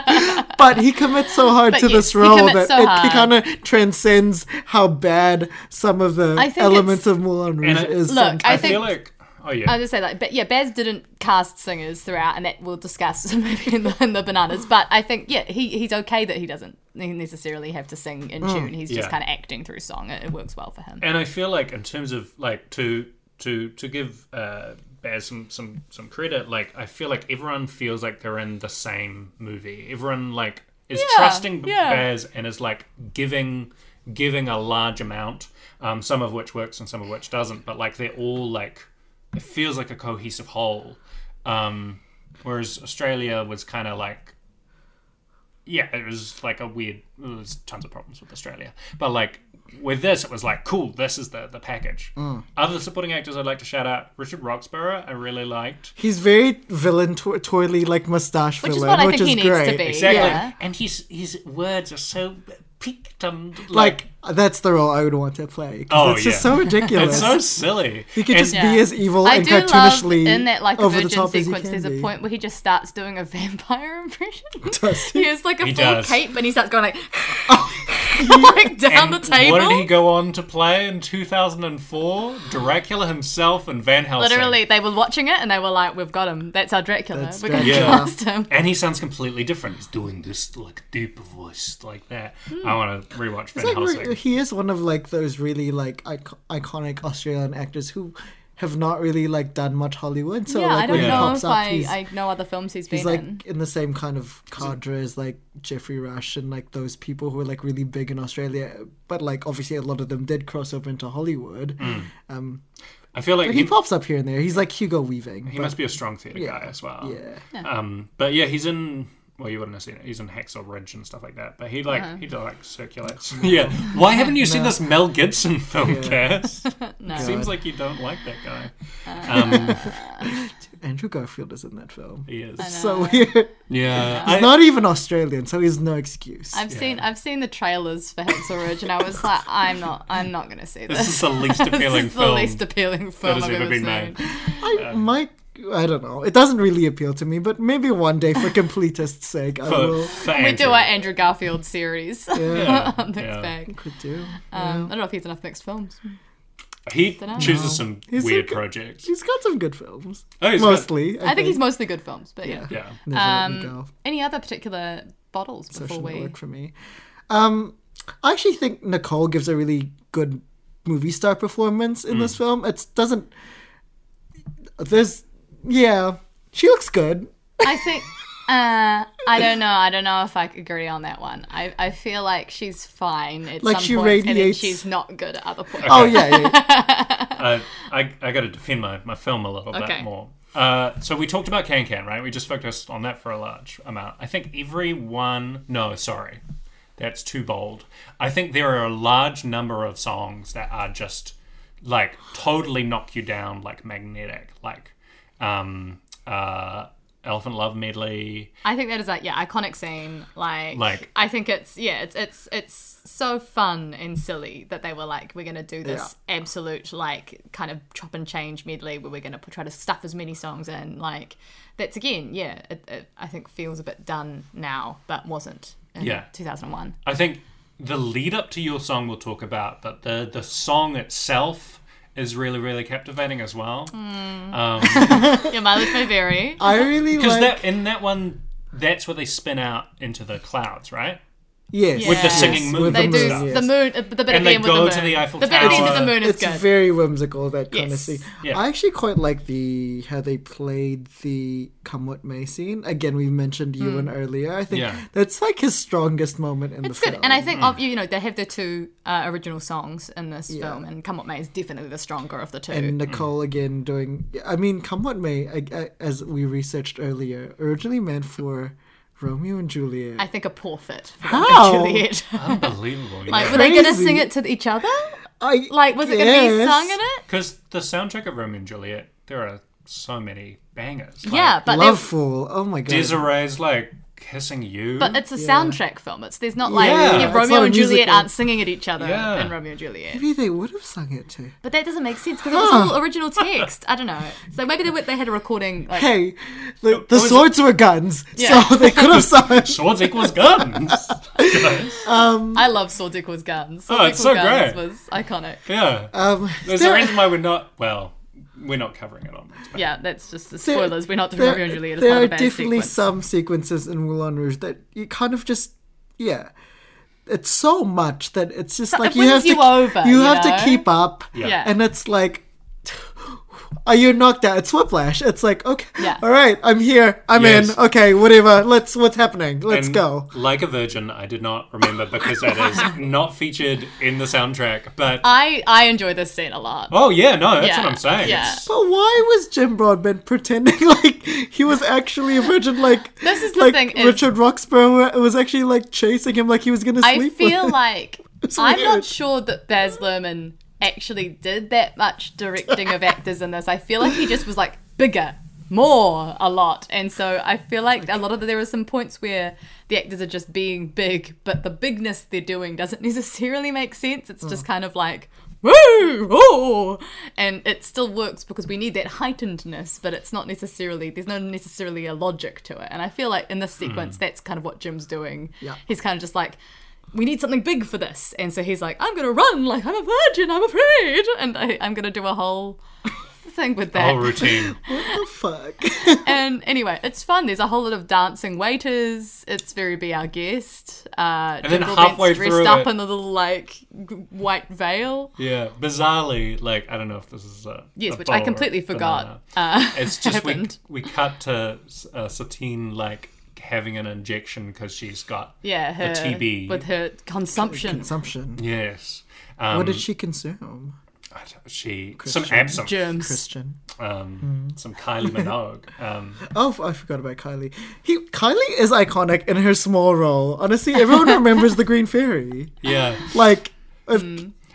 [SPEAKER 2] but he commits so hard
[SPEAKER 5] But
[SPEAKER 2] to
[SPEAKER 5] yes,
[SPEAKER 2] this
[SPEAKER 5] he
[SPEAKER 2] role that
[SPEAKER 5] commits so
[SPEAKER 2] it, he
[SPEAKER 5] hard.
[SPEAKER 2] kind of transcends how bad some of the
[SPEAKER 5] I think
[SPEAKER 2] elements
[SPEAKER 5] it's-
[SPEAKER 2] of Moulin Rouge
[SPEAKER 3] And I-
[SPEAKER 2] is.
[SPEAKER 5] Look,
[SPEAKER 2] sometimes.
[SPEAKER 5] I
[SPEAKER 3] I,
[SPEAKER 5] think-
[SPEAKER 3] feel like oh yeah,
[SPEAKER 5] I'll just say that. But yeah, Baz didn't cast singers throughout, and that we'll discuss maybe in the, in the bananas. But I think yeah, he he's okay that he doesn't necessarily have to sing
[SPEAKER 2] Mm,
[SPEAKER 5] in tune. He's just
[SPEAKER 3] Yeah.
[SPEAKER 5] kind of acting through song. It, it works well for him.
[SPEAKER 3] and I feel like in terms of like to to to give uh, Baz some some some credit, like I feel like everyone feels like they're in the same movie. Everyone like is trusting B-
[SPEAKER 5] yeah.
[SPEAKER 3] Baz and is like giving giving a large amount, um, some of which works and some of which doesn't. But like they're all like it feels like a cohesive whole. Um, whereas Australia was kind of like yeah, it was like a weird. There was tons of problems with Australia, but like with this, it was like cool. This is the the package.
[SPEAKER 2] Mm.
[SPEAKER 3] Other supporting actors I'd like to shout out: Richard Roxburgh, I really liked.
[SPEAKER 2] he's very villain, tw- twirly, like mustache
[SPEAKER 5] Which is
[SPEAKER 2] villain,
[SPEAKER 5] what I
[SPEAKER 2] which
[SPEAKER 5] think
[SPEAKER 2] is
[SPEAKER 5] he needs
[SPEAKER 2] great.
[SPEAKER 5] to be.
[SPEAKER 3] Exactly,
[SPEAKER 5] Yeah.
[SPEAKER 3] and his his words are so peaked and like,
[SPEAKER 2] Like that's the role I would want to play. 'cause
[SPEAKER 3] Oh,
[SPEAKER 2] it's just
[SPEAKER 3] yeah.
[SPEAKER 2] so ridiculous.
[SPEAKER 3] it's so silly.
[SPEAKER 2] You could
[SPEAKER 3] And-
[SPEAKER 2] just be as evil
[SPEAKER 5] I
[SPEAKER 2] and
[SPEAKER 5] do love
[SPEAKER 2] cartoonishly
[SPEAKER 5] in that like a
[SPEAKER 2] over the
[SPEAKER 5] virgin
[SPEAKER 2] top as you
[SPEAKER 5] sequence.
[SPEAKER 2] can
[SPEAKER 5] There's
[SPEAKER 2] be.
[SPEAKER 5] a point where he just starts doing a vampire impression.
[SPEAKER 2] Does
[SPEAKER 5] he has like a
[SPEAKER 3] He
[SPEAKER 5] full
[SPEAKER 3] does.
[SPEAKER 5] cape, and he starts going like,
[SPEAKER 2] Oh.
[SPEAKER 5] like
[SPEAKER 3] and
[SPEAKER 5] down the table.
[SPEAKER 3] What did he go on to play in 2004? Dracula himself and Van Helsing.
[SPEAKER 5] Literally, they were watching it and they were like, "We've got him. That's our Dracula.
[SPEAKER 2] That's
[SPEAKER 5] we're going to
[SPEAKER 3] Dracula.
[SPEAKER 5] cast him."
[SPEAKER 3] And he sounds completely different. He's doing this like deep voice like that. I want to rewatch Van
[SPEAKER 2] It's like
[SPEAKER 3] Helsing.
[SPEAKER 2] we're- he is one of like those really like ico- iconic Australian actors who have not really like done much Hollywood. So
[SPEAKER 5] yeah,
[SPEAKER 2] like
[SPEAKER 5] I don't
[SPEAKER 2] when he
[SPEAKER 5] know
[SPEAKER 2] pops
[SPEAKER 5] if
[SPEAKER 2] up,
[SPEAKER 5] I,
[SPEAKER 2] he's,
[SPEAKER 5] I know other films he's been
[SPEAKER 2] he's like
[SPEAKER 5] in.
[SPEAKER 2] in the same kind of cadre as like Jeffrey Rush and like those people who are like really big in Australia. But like obviously a lot of them did cross over into Hollywood.
[SPEAKER 3] Mm-hmm.
[SPEAKER 2] Um,
[SPEAKER 3] I feel like
[SPEAKER 2] but he,
[SPEAKER 3] he,
[SPEAKER 2] pops up here and there. He's like Hugo Weaving.
[SPEAKER 3] he
[SPEAKER 2] but
[SPEAKER 3] must be a strong theatre
[SPEAKER 2] Yeah,
[SPEAKER 3] guy as well.
[SPEAKER 2] yeah.
[SPEAKER 3] Um, but yeah, he's in. Well, you wouldn't have seen it. He's in Hacksaw Ridge and stuff like that. But he like
[SPEAKER 5] Uh-huh.
[SPEAKER 3] he like circulates. yeah. Why haven't you seen this Mel Gibson film, Cass?
[SPEAKER 5] No.
[SPEAKER 3] Seems like you don't like that guy.
[SPEAKER 5] Uh,
[SPEAKER 3] Um,
[SPEAKER 2] Andrew Garfield is in that film.
[SPEAKER 3] he is.
[SPEAKER 2] So weird.
[SPEAKER 3] Yeah.
[SPEAKER 2] He's
[SPEAKER 3] I-
[SPEAKER 2] not even Australian, so he's no excuse.
[SPEAKER 5] I've seen I've seen the trailers for Hacksaw Ridge and I was like, I'm not I'm not going to see this.
[SPEAKER 3] this is the least appealing
[SPEAKER 5] this is the
[SPEAKER 3] film
[SPEAKER 5] least appealing film
[SPEAKER 3] that has
[SPEAKER 5] I've
[SPEAKER 3] ever
[SPEAKER 5] ever
[SPEAKER 3] been
[SPEAKER 5] seen.
[SPEAKER 3] made.
[SPEAKER 2] I might. I don't know. It doesn't really appeal to me, but maybe one day, for completist's sake, I
[SPEAKER 3] For,
[SPEAKER 2] will.
[SPEAKER 3] for
[SPEAKER 5] We do
[SPEAKER 3] Andrew.
[SPEAKER 5] our Andrew Garfield series.
[SPEAKER 3] Yeah,
[SPEAKER 5] Mixed
[SPEAKER 3] yeah.
[SPEAKER 5] bag.
[SPEAKER 2] Could do.
[SPEAKER 5] Um, I don't know if he's enough mixed films.
[SPEAKER 3] He
[SPEAKER 5] Dunno.
[SPEAKER 3] chooses some
[SPEAKER 2] He's so
[SPEAKER 3] weird
[SPEAKER 2] good.
[SPEAKER 3] projects.
[SPEAKER 2] He's got some good films.
[SPEAKER 3] Oh, he's got-
[SPEAKER 2] Mostly,
[SPEAKER 5] I think he's mostly good films, but yeah.
[SPEAKER 3] Yeah.
[SPEAKER 2] Never Let Me
[SPEAKER 5] Um,
[SPEAKER 2] Go.
[SPEAKER 5] Any other particular bottles before
[SPEAKER 2] Social
[SPEAKER 5] we?
[SPEAKER 2] Network for me. Um, I actually think Nicole gives a really good movie star performance
[SPEAKER 3] Hmm.
[SPEAKER 2] in this film. It doesn't. There's, yeah, she looks good.
[SPEAKER 5] I think. Uh, I don't know. I don't know if I agree on that one. I, I feel like she's fine at
[SPEAKER 2] Like
[SPEAKER 5] some
[SPEAKER 2] she
[SPEAKER 5] points, and then
[SPEAKER 2] radiates-
[SPEAKER 5] she's not good at other points.
[SPEAKER 2] Oh yeah, yeah, yeah.
[SPEAKER 3] I, I, I got to defend my, my film a little
[SPEAKER 5] Okay.
[SPEAKER 3] bit more. Uh, so we talked about Can Can, right? We just focused on that for a large amount. I think everyone. No, sorry. That's too bold. I think there are a large number of songs that are just like totally knock you down, like magnetic, like um, uh, Elephant Love medley.
[SPEAKER 5] I think that is like yeah, iconic scene. Like,
[SPEAKER 3] Like-
[SPEAKER 5] I think it's yeah, it's it's it's so fun and silly that they were like, we're gonna do this absolute like kind of chop and change medley where we're gonna p- try to stuff as many songs in. Like, that's again yeah, it, it, I think feels a bit done now, but wasn't in
[SPEAKER 3] Yeah.
[SPEAKER 5] 2001.
[SPEAKER 3] I think the lead up to your song we'll talk about, but the the song itself is really really captivating as well.
[SPEAKER 5] Your mileage may vary.
[SPEAKER 2] I really
[SPEAKER 3] Because
[SPEAKER 2] like
[SPEAKER 3] that in that one, that's where they spin out into the clouds, right?
[SPEAKER 2] yes,
[SPEAKER 5] With the
[SPEAKER 2] yes,
[SPEAKER 3] singing moon
[SPEAKER 5] They
[SPEAKER 3] and
[SPEAKER 5] do
[SPEAKER 3] stuff.
[SPEAKER 5] the moon, uh, the bit at
[SPEAKER 3] And
[SPEAKER 5] the
[SPEAKER 3] they
[SPEAKER 5] end with the
[SPEAKER 3] go
[SPEAKER 5] moon.
[SPEAKER 3] to the Eiffel
[SPEAKER 5] the bit at the end of the
[SPEAKER 3] Tower.
[SPEAKER 5] moon is
[SPEAKER 2] it's
[SPEAKER 5] good.
[SPEAKER 2] very whimsical that kind of
[SPEAKER 5] Yes.
[SPEAKER 2] scene.
[SPEAKER 3] Yeah.
[SPEAKER 2] I actually quite like the how they played the come what may scene. Again, we mentioned Ewan earlier. I think
[SPEAKER 3] Yeah.
[SPEAKER 2] that's like his strongest moment in
[SPEAKER 5] Hmm. It's
[SPEAKER 2] the
[SPEAKER 5] good,
[SPEAKER 2] film.
[SPEAKER 5] and I think of you know they have the two uh, original songs in this film, and "Come What May" is definitely the stronger of the two.
[SPEAKER 2] and Nicole again doing. I mean, come what may, I, I, as we researched earlier, originally meant for Romeo and Juliet.
[SPEAKER 5] I think a poor fit for
[SPEAKER 2] How?
[SPEAKER 5] Romeo and Juliet.
[SPEAKER 3] Unbelievable.
[SPEAKER 5] like, were they going to
[SPEAKER 2] Crazy.
[SPEAKER 5] sing it to each other?
[SPEAKER 2] I
[SPEAKER 5] Like, was it going to be
[SPEAKER 2] guess.
[SPEAKER 5] sung in it?
[SPEAKER 3] Because the soundtrack of Romeo and Juliet, there are so many bangers. Like,
[SPEAKER 5] yeah, but they-
[SPEAKER 2] Loveful. Oh my god.
[SPEAKER 3] Desiree's like kissing you.
[SPEAKER 5] but it's a soundtrack film. It's there's not like
[SPEAKER 3] Yeah,
[SPEAKER 5] yeah,
[SPEAKER 3] it's
[SPEAKER 5] Romeo
[SPEAKER 2] not a
[SPEAKER 5] and Juliet
[SPEAKER 2] musical.
[SPEAKER 5] aren't singing at each other
[SPEAKER 3] Yeah.
[SPEAKER 5] in Romeo and Juliet.
[SPEAKER 2] Maybe they would have sung it too.
[SPEAKER 5] But that doesn't make sense because it was all original text. I don't know. So maybe they were- they had a recording. Like,
[SPEAKER 2] Hey, the, the
[SPEAKER 3] was it?
[SPEAKER 2] swords were guns,
[SPEAKER 5] Yeah.
[SPEAKER 2] so they could have sung it.
[SPEAKER 3] Swords equals guns.
[SPEAKER 5] I love Swords Equals Guns. Swords
[SPEAKER 3] Oh, it's
[SPEAKER 5] Equals
[SPEAKER 3] so
[SPEAKER 5] Guns
[SPEAKER 3] great.
[SPEAKER 5] Was iconic.
[SPEAKER 3] yeah.
[SPEAKER 2] Um,
[SPEAKER 3] There's
[SPEAKER 2] there-
[SPEAKER 3] a reason why we're not. Well, we're not covering it on this. But
[SPEAKER 5] Yeah, that's just the
[SPEAKER 2] there-
[SPEAKER 5] spoilers. We're not doing
[SPEAKER 2] there-
[SPEAKER 5] Romeo and Juliet. It's
[SPEAKER 2] There
[SPEAKER 5] part
[SPEAKER 2] are
[SPEAKER 5] of the band
[SPEAKER 2] definitely
[SPEAKER 5] sequence.
[SPEAKER 2] some sequences in Moulin Rouge that you kind of just, yeah. It's so much that it's just like
[SPEAKER 5] it
[SPEAKER 2] you
[SPEAKER 5] wins
[SPEAKER 2] have to
[SPEAKER 5] you over,
[SPEAKER 2] you
[SPEAKER 5] you
[SPEAKER 2] have
[SPEAKER 5] know?
[SPEAKER 2] to keep up,
[SPEAKER 5] Yeah.
[SPEAKER 2] and it's like, are you knocked out? It's whiplash. It's like okay,
[SPEAKER 5] Yeah.
[SPEAKER 2] all right, I'm here, I'm
[SPEAKER 3] Yes.
[SPEAKER 2] in, okay, whatever. Let's what's happening? Let's
[SPEAKER 3] And
[SPEAKER 2] go.
[SPEAKER 3] Like a virgin, I did not remember because that is not featured in the soundtrack. But
[SPEAKER 5] I I enjoy this scene a lot.
[SPEAKER 3] oh yeah, no, that's
[SPEAKER 5] Yeah,
[SPEAKER 3] what I'm saying.
[SPEAKER 5] yeah.
[SPEAKER 3] It's-
[SPEAKER 2] But why was Jim Broadbent pretending like he was actually a virgin? Like
[SPEAKER 5] This is the
[SPEAKER 2] like
[SPEAKER 5] thing is-
[SPEAKER 2] Richard Roxburgh was actually like chasing him, like he was gonna sleep.
[SPEAKER 5] I
[SPEAKER 2] with
[SPEAKER 5] feel
[SPEAKER 2] him.
[SPEAKER 5] like I'm
[SPEAKER 2] weird.
[SPEAKER 5] not sure that Baz Luhrmann actually did that much directing of actors in this. I feel like he just was like bigger, more, a lot, and so I feel like a lot of the, there are some points where the actors are just being big, but the bigness they're doing doesn't necessarily make sense. It's
[SPEAKER 2] Mm.
[SPEAKER 5] just kind of like. Woo! Oh! And it still works because we need that heightenedness, but it's not necessarily, there's no necessarily a logic to it. And I feel like in this sequence, that's kind of what Jim's doing.
[SPEAKER 2] Hmm. Yeah.
[SPEAKER 5] He's kind of just like, we need something big for this. And so he's like, I'm going to run like I'm a virgin, I'm afraid. And I, I'm going to do a whole thing with that.
[SPEAKER 3] Whole routine.
[SPEAKER 2] fuck.
[SPEAKER 5] and anyway, it's fun. There's a whole lot of dancing waiters. It's very Be Our Guest. Uh,
[SPEAKER 3] And then
[SPEAKER 5] Jim Broadbent's
[SPEAKER 3] halfway
[SPEAKER 5] dressed
[SPEAKER 3] through
[SPEAKER 5] up
[SPEAKER 3] it-
[SPEAKER 5] in a little like g- white veil.
[SPEAKER 3] Yeah, bizarrely, like I don't know if this is a
[SPEAKER 5] Yes,
[SPEAKER 3] a
[SPEAKER 5] which I
[SPEAKER 3] bowl
[SPEAKER 5] completely
[SPEAKER 3] or a
[SPEAKER 5] forgot.
[SPEAKER 3] banana.
[SPEAKER 5] Uh,
[SPEAKER 3] It's just we
[SPEAKER 5] happened.
[SPEAKER 3] we cut to uh, Satine like having an injection because she's got
[SPEAKER 5] yeah, her,
[SPEAKER 3] TB.
[SPEAKER 5] with her consumption.
[SPEAKER 2] Consumption.
[SPEAKER 3] yes. Um,
[SPEAKER 2] What did she consume?
[SPEAKER 3] I don't- she some absinthe,
[SPEAKER 5] germs.
[SPEAKER 2] Christian.
[SPEAKER 3] um,
[SPEAKER 2] Mm.
[SPEAKER 3] some Kylie Minogue. Um,
[SPEAKER 2] Oh, f- I forgot about Kylie. He Kylie is iconic in her small role. Honestly, everyone remembers the Green Fairy.
[SPEAKER 3] yeah,
[SPEAKER 2] Like, if-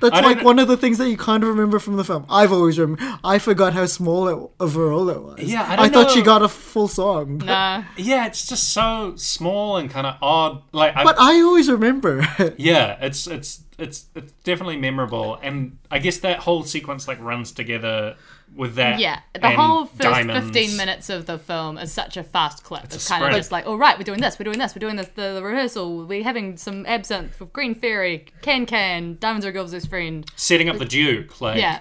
[SPEAKER 2] that's
[SPEAKER 3] Hmm. I don't
[SPEAKER 2] like
[SPEAKER 3] kn-
[SPEAKER 2] one of the things that you kind of remember from the film. I've always rem I forgot how small it, of a role it was.
[SPEAKER 3] Yeah, I don't
[SPEAKER 2] thought she
[SPEAKER 3] know.
[SPEAKER 2] got a full song. But,
[SPEAKER 5] Nah.
[SPEAKER 3] yeah, it's just so small and kind of odd. Like, I,
[SPEAKER 2] but I always remember. it.
[SPEAKER 3] yeah, it's it's it's it's definitely memorable, and I guess that whole sequence like runs together with that.
[SPEAKER 5] Yeah, the
[SPEAKER 3] and
[SPEAKER 5] whole first
[SPEAKER 3] diamonds.
[SPEAKER 5] 15 minutes of the film is such a fast clip. It's,
[SPEAKER 3] a
[SPEAKER 5] kind of
[SPEAKER 3] sprint.
[SPEAKER 5] just like, all right, we're doing this, we're doing this, we're doing this, the, the rehearsal, we're having some absinthe with Green Fairy, Can Can, Diamonds Are a Girl's Best Friend.
[SPEAKER 3] setting up the Duke. Like,
[SPEAKER 5] Yeah.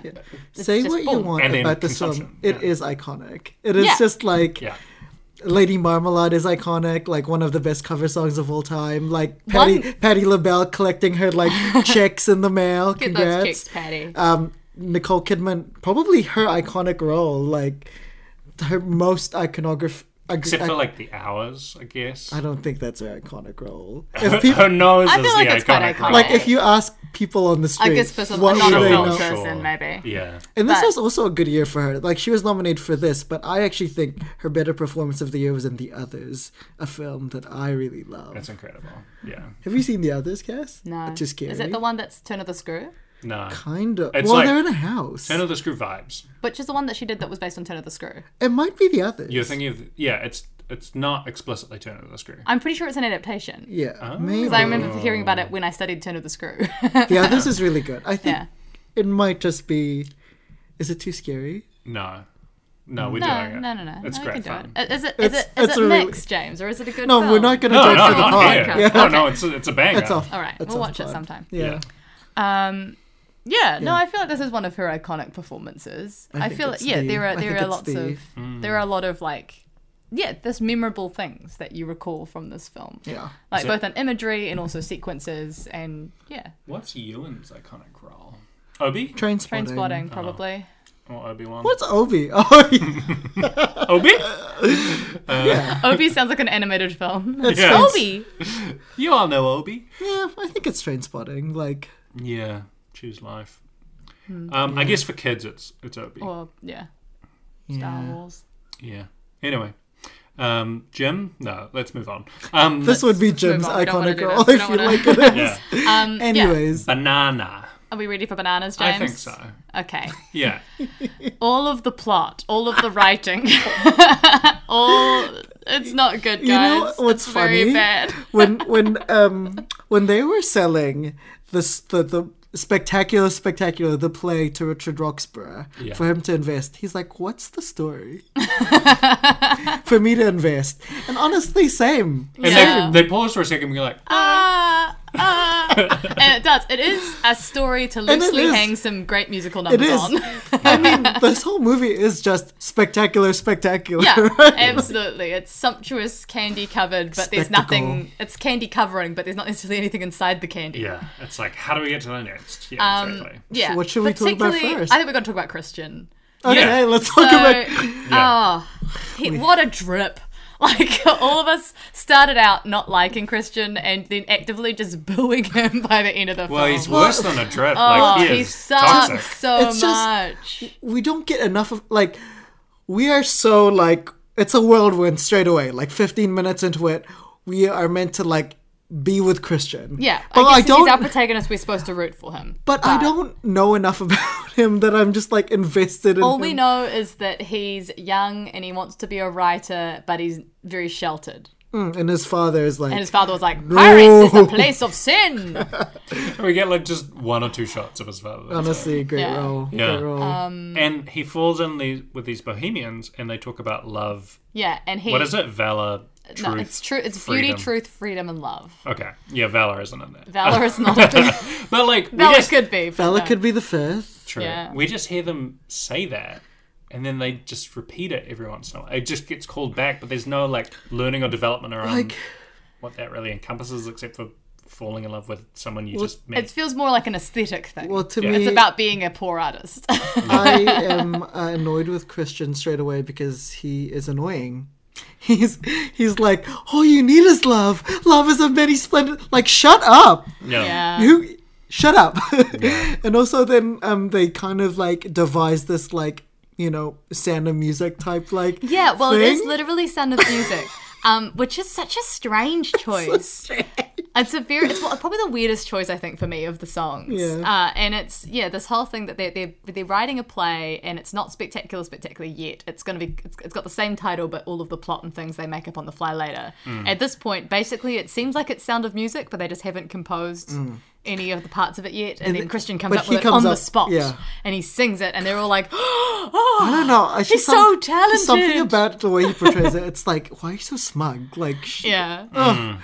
[SPEAKER 5] It's
[SPEAKER 2] Say
[SPEAKER 5] just
[SPEAKER 2] what you
[SPEAKER 5] boom.
[SPEAKER 2] want
[SPEAKER 3] And then
[SPEAKER 2] about this film.
[SPEAKER 3] consumption,
[SPEAKER 2] It is
[SPEAKER 3] yeah.
[SPEAKER 2] iconic. It is
[SPEAKER 5] Yeah.
[SPEAKER 2] just like
[SPEAKER 3] yeah.
[SPEAKER 2] Lady Marmalade is iconic, like one of the best cover songs of all time. Like Patty
[SPEAKER 5] One-
[SPEAKER 2] Patty LaBelle collecting her like checks in the mail.
[SPEAKER 5] Get
[SPEAKER 2] Congrats.
[SPEAKER 5] those chicks, Patty.
[SPEAKER 2] um, Nicole Kidman, probably her iconic role, like her most iconograph.
[SPEAKER 3] Except for like the hours, I guess.
[SPEAKER 2] I don't think that's her iconic role. If
[SPEAKER 3] Her
[SPEAKER 2] people,
[SPEAKER 3] nose
[SPEAKER 5] I
[SPEAKER 3] is
[SPEAKER 5] feel
[SPEAKER 3] the
[SPEAKER 5] like it's quite
[SPEAKER 3] iconic.
[SPEAKER 5] iconic.
[SPEAKER 3] role.
[SPEAKER 2] like, if you ask people on the street,
[SPEAKER 5] I guess for some
[SPEAKER 2] what
[SPEAKER 5] another
[SPEAKER 2] would they
[SPEAKER 5] film
[SPEAKER 2] know?
[SPEAKER 5] sure. person, maybe.
[SPEAKER 3] Yeah.
[SPEAKER 2] And this
[SPEAKER 5] but-
[SPEAKER 2] was also a good year for her. Like she was nominated for this, but I actually think her better performance of the year was in The Others, a film that I really love.
[SPEAKER 3] That's incredible. Yeah.
[SPEAKER 2] Have you seen The Others, Cass?
[SPEAKER 5] No.
[SPEAKER 2] Too scary.
[SPEAKER 5] Is it the one that's Turn of the Screw?
[SPEAKER 3] No.
[SPEAKER 2] Kind of.
[SPEAKER 3] It's
[SPEAKER 2] Well,
[SPEAKER 3] like-
[SPEAKER 2] they're in a house.
[SPEAKER 3] Turn of the Screw vibes.
[SPEAKER 5] Which is the one that she did that was based on Turn of the Screw.
[SPEAKER 2] It might be The Others.
[SPEAKER 3] You're thinking of yeah, it's it's not explicitly Turn of the Screw.
[SPEAKER 5] I'm pretty sure it's an adaptation.
[SPEAKER 2] Yeah,
[SPEAKER 3] Oh.
[SPEAKER 2] maybe.
[SPEAKER 5] Because I remember hearing about it when I studied Turn of the Screw.
[SPEAKER 2] yeah, this is really good. I think
[SPEAKER 5] Yeah.
[SPEAKER 2] it might just be. Is it too scary?
[SPEAKER 3] No, no, we're
[SPEAKER 5] No,
[SPEAKER 3] doing it.
[SPEAKER 5] no, no, no.
[SPEAKER 3] It's
[SPEAKER 5] no, we
[SPEAKER 3] great
[SPEAKER 5] can do
[SPEAKER 3] fun.
[SPEAKER 5] It. Is it, is
[SPEAKER 2] It's-
[SPEAKER 5] it, is
[SPEAKER 2] it's
[SPEAKER 5] it
[SPEAKER 2] a really-
[SPEAKER 5] mixed, James, or is it a good
[SPEAKER 2] No,
[SPEAKER 5] film?
[SPEAKER 2] we're not gonna
[SPEAKER 3] No,
[SPEAKER 2] do it
[SPEAKER 3] no,
[SPEAKER 2] for the
[SPEAKER 3] not
[SPEAKER 2] pod.
[SPEAKER 3] here.
[SPEAKER 2] Yeah,
[SPEAKER 3] No, no, it's it's a banger.
[SPEAKER 2] that's off.
[SPEAKER 5] All right,
[SPEAKER 2] that's
[SPEAKER 5] we'll
[SPEAKER 2] off
[SPEAKER 5] watch it
[SPEAKER 2] pod.
[SPEAKER 5] sometime.
[SPEAKER 2] Yeah.
[SPEAKER 3] Yeah.
[SPEAKER 5] Um, yeah, no, I feel like this is one of her iconic performances. I,
[SPEAKER 2] think
[SPEAKER 5] feel
[SPEAKER 2] it's
[SPEAKER 5] like yeah,
[SPEAKER 2] the-
[SPEAKER 5] there
[SPEAKER 2] I
[SPEAKER 5] are there
[SPEAKER 2] think
[SPEAKER 5] are
[SPEAKER 2] it's
[SPEAKER 5] lots
[SPEAKER 2] the-
[SPEAKER 5] of
[SPEAKER 3] Mm.
[SPEAKER 5] there are a lot of like yeah, there's memorable things that you recall from this film.
[SPEAKER 2] yeah.
[SPEAKER 5] Like
[SPEAKER 3] So-
[SPEAKER 5] both in imagery and also sequences and yeah,
[SPEAKER 3] What's Ewan's iconic role? Obi
[SPEAKER 2] Train
[SPEAKER 5] train
[SPEAKER 2] spotting.
[SPEAKER 5] spotting
[SPEAKER 3] Uh-huh.
[SPEAKER 5] probably.
[SPEAKER 3] or Obi Wan?
[SPEAKER 2] What's Obi? Oh, yeah.
[SPEAKER 3] Obi?
[SPEAKER 2] Uh,
[SPEAKER 5] Obi sounds like an animated film.
[SPEAKER 2] That's
[SPEAKER 3] Yeah.
[SPEAKER 2] Train-
[SPEAKER 5] Obi.
[SPEAKER 3] You all know Obi.
[SPEAKER 2] Yeah, I think it's train spotting. Like,
[SPEAKER 3] Yeah, choose life.
[SPEAKER 5] Hmm.
[SPEAKER 3] Um, I guess for kids, it's it's Obi.
[SPEAKER 5] Or yeah, Star
[SPEAKER 2] yeah.
[SPEAKER 5] Wars.
[SPEAKER 3] Yeah. Anyway, um, Jim. No, let's move on. Um,
[SPEAKER 2] this would be Jim's
[SPEAKER 5] on. We don't wanna
[SPEAKER 2] iconic
[SPEAKER 5] do
[SPEAKER 2] role.
[SPEAKER 5] this. We
[SPEAKER 2] I
[SPEAKER 5] don't
[SPEAKER 2] feel
[SPEAKER 5] wanna-
[SPEAKER 2] like it is.
[SPEAKER 3] yeah,
[SPEAKER 5] Um, yeah.
[SPEAKER 2] Anyways,
[SPEAKER 3] banana.
[SPEAKER 5] Are we ready for bananas, James?
[SPEAKER 3] I think so.
[SPEAKER 5] Okay.
[SPEAKER 3] Yeah.
[SPEAKER 5] all of the plot, all of the writing, all it's not good, guys.
[SPEAKER 2] You know what's
[SPEAKER 5] it's Very
[SPEAKER 2] funny?
[SPEAKER 5] bad.
[SPEAKER 2] when when um when they were selling this the the spectacular spectacular the play to Richard Roxburgh
[SPEAKER 3] Yeah.
[SPEAKER 2] for him to invest, he's like, "What's the story?" for me to invest, and honestly, same.
[SPEAKER 3] And
[SPEAKER 5] Yeah.
[SPEAKER 3] they, they pause for a second and be like,
[SPEAKER 2] Uh-huh.
[SPEAKER 5] Ah, ah. and it does. It is a story to
[SPEAKER 2] it
[SPEAKER 5] loosely
[SPEAKER 2] is.
[SPEAKER 5] hang some great musical
[SPEAKER 2] It
[SPEAKER 5] numbers
[SPEAKER 2] is.
[SPEAKER 5] on.
[SPEAKER 2] I mean, this whole movie is just spectacular, spectacular.
[SPEAKER 5] yeah,
[SPEAKER 2] right?
[SPEAKER 5] absolutely. It's sumptuous candy covered, but there's nothing. It's candy covering, but there's not necessarily anything inside the candy.
[SPEAKER 3] yeah. It's like, how do we get to the next? Yeah,
[SPEAKER 5] Um,
[SPEAKER 3] exactly.
[SPEAKER 5] yeah.
[SPEAKER 2] So what should we talk about
[SPEAKER 5] Particularly-
[SPEAKER 2] first?
[SPEAKER 5] I think we're going to talk about Christian.
[SPEAKER 2] Okay,
[SPEAKER 3] Yeah.
[SPEAKER 2] let's talk about.
[SPEAKER 5] Oh, he- what a drip. Like, all of us started out not liking Christian and then actively just booing him by the end of the
[SPEAKER 3] Well,
[SPEAKER 5] film.
[SPEAKER 3] he's worse than a drip.
[SPEAKER 5] Oh,
[SPEAKER 3] like, he,
[SPEAKER 5] he
[SPEAKER 3] is
[SPEAKER 5] sucks
[SPEAKER 3] toxic.
[SPEAKER 5] so
[SPEAKER 2] It's just-
[SPEAKER 5] much.
[SPEAKER 2] we don't get enough of like we are so like it's a whirlwind straight away like 15 minutes into it we are meant to like be with christian
[SPEAKER 5] yeah,
[SPEAKER 2] but
[SPEAKER 5] I,
[SPEAKER 2] i,
[SPEAKER 5] guess if he's our
[SPEAKER 2] don't
[SPEAKER 5] protagonist. We're supposed to root for him.
[SPEAKER 2] but i don't know enough about him that i'm just like invested in
[SPEAKER 5] All we
[SPEAKER 2] him.
[SPEAKER 5] know is that he's young and he wants to be a writer, but he's very sheltered.
[SPEAKER 2] Mm, and his father is like
[SPEAKER 5] And his father was like, "Paris is a place of sin."
[SPEAKER 3] We get like just one or two shots of his father. that's it.
[SPEAKER 2] honestly great
[SPEAKER 5] Yeah. Um,
[SPEAKER 2] role
[SPEAKER 3] Yeah.
[SPEAKER 2] great role
[SPEAKER 3] And he falls in these, with these bohemians, and they talk about love.
[SPEAKER 5] Yeah, and he.
[SPEAKER 3] What is it? Valor, truth.
[SPEAKER 5] No, it's true. It's beauty,
[SPEAKER 3] freedom.
[SPEAKER 5] truth, freedom, and love.
[SPEAKER 3] Okay, yeah, valor isn't in there.
[SPEAKER 5] Valor is not. A
[SPEAKER 3] But like, we
[SPEAKER 5] Valor
[SPEAKER 3] just,
[SPEAKER 5] could be. but
[SPEAKER 2] bella
[SPEAKER 5] no.
[SPEAKER 2] could be the fifth
[SPEAKER 3] True.
[SPEAKER 5] Yeah.
[SPEAKER 3] We just hear them say that, and then they just repeat it every once in a while. It just gets called back, but there's no like learning or development around
[SPEAKER 2] like
[SPEAKER 3] what that really encompasses, except for falling in love with someone you just met.
[SPEAKER 5] It feels more like an aesthetic thing.
[SPEAKER 2] well to
[SPEAKER 3] Yeah.
[SPEAKER 2] me
[SPEAKER 5] it's about being a poor artist.
[SPEAKER 2] I am uh, annoyed with Christian straight away because he is annoying. He's he's like, all you need is love. Love is a many splendid. Like, shut up.
[SPEAKER 3] yeah.
[SPEAKER 5] yeah.
[SPEAKER 2] You shut up. and also, then um, they kind of like devise this like you know sound of music type like
[SPEAKER 5] Yeah, well, it is
[SPEAKER 2] thing.
[SPEAKER 5] literally Sound of Music, um, which is such a strange choice. It's a very, it's probably the weirdest choice I think for me of the songs.
[SPEAKER 2] Yeah.
[SPEAKER 5] Uh, and it's yeah, this whole thing that they're they're, they're writing a play and it's not spectacular, spectacular yet. It's gonna be, it's, it's got the same title, but all of the plot and things they make up on the fly later.
[SPEAKER 3] Mm.
[SPEAKER 5] At this point, basically, it seems like it's Sound of Music, but they just haven't composed. Any of the parts of it yet, and, then Christian comes
[SPEAKER 2] Mm. but
[SPEAKER 5] up
[SPEAKER 2] he
[SPEAKER 5] with it
[SPEAKER 2] comes
[SPEAKER 5] on the
[SPEAKER 2] up-
[SPEAKER 5] spot,
[SPEAKER 2] yeah.
[SPEAKER 5] and he sings it, and they're all like, "Oh,
[SPEAKER 2] I don't know. I just
[SPEAKER 5] He's so
[SPEAKER 2] some- just Something
[SPEAKER 5] talented.
[SPEAKER 2] about the way he portrays it. It's like, why are you so smug? Like, sh-
[SPEAKER 5] yeah."
[SPEAKER 2] Mm.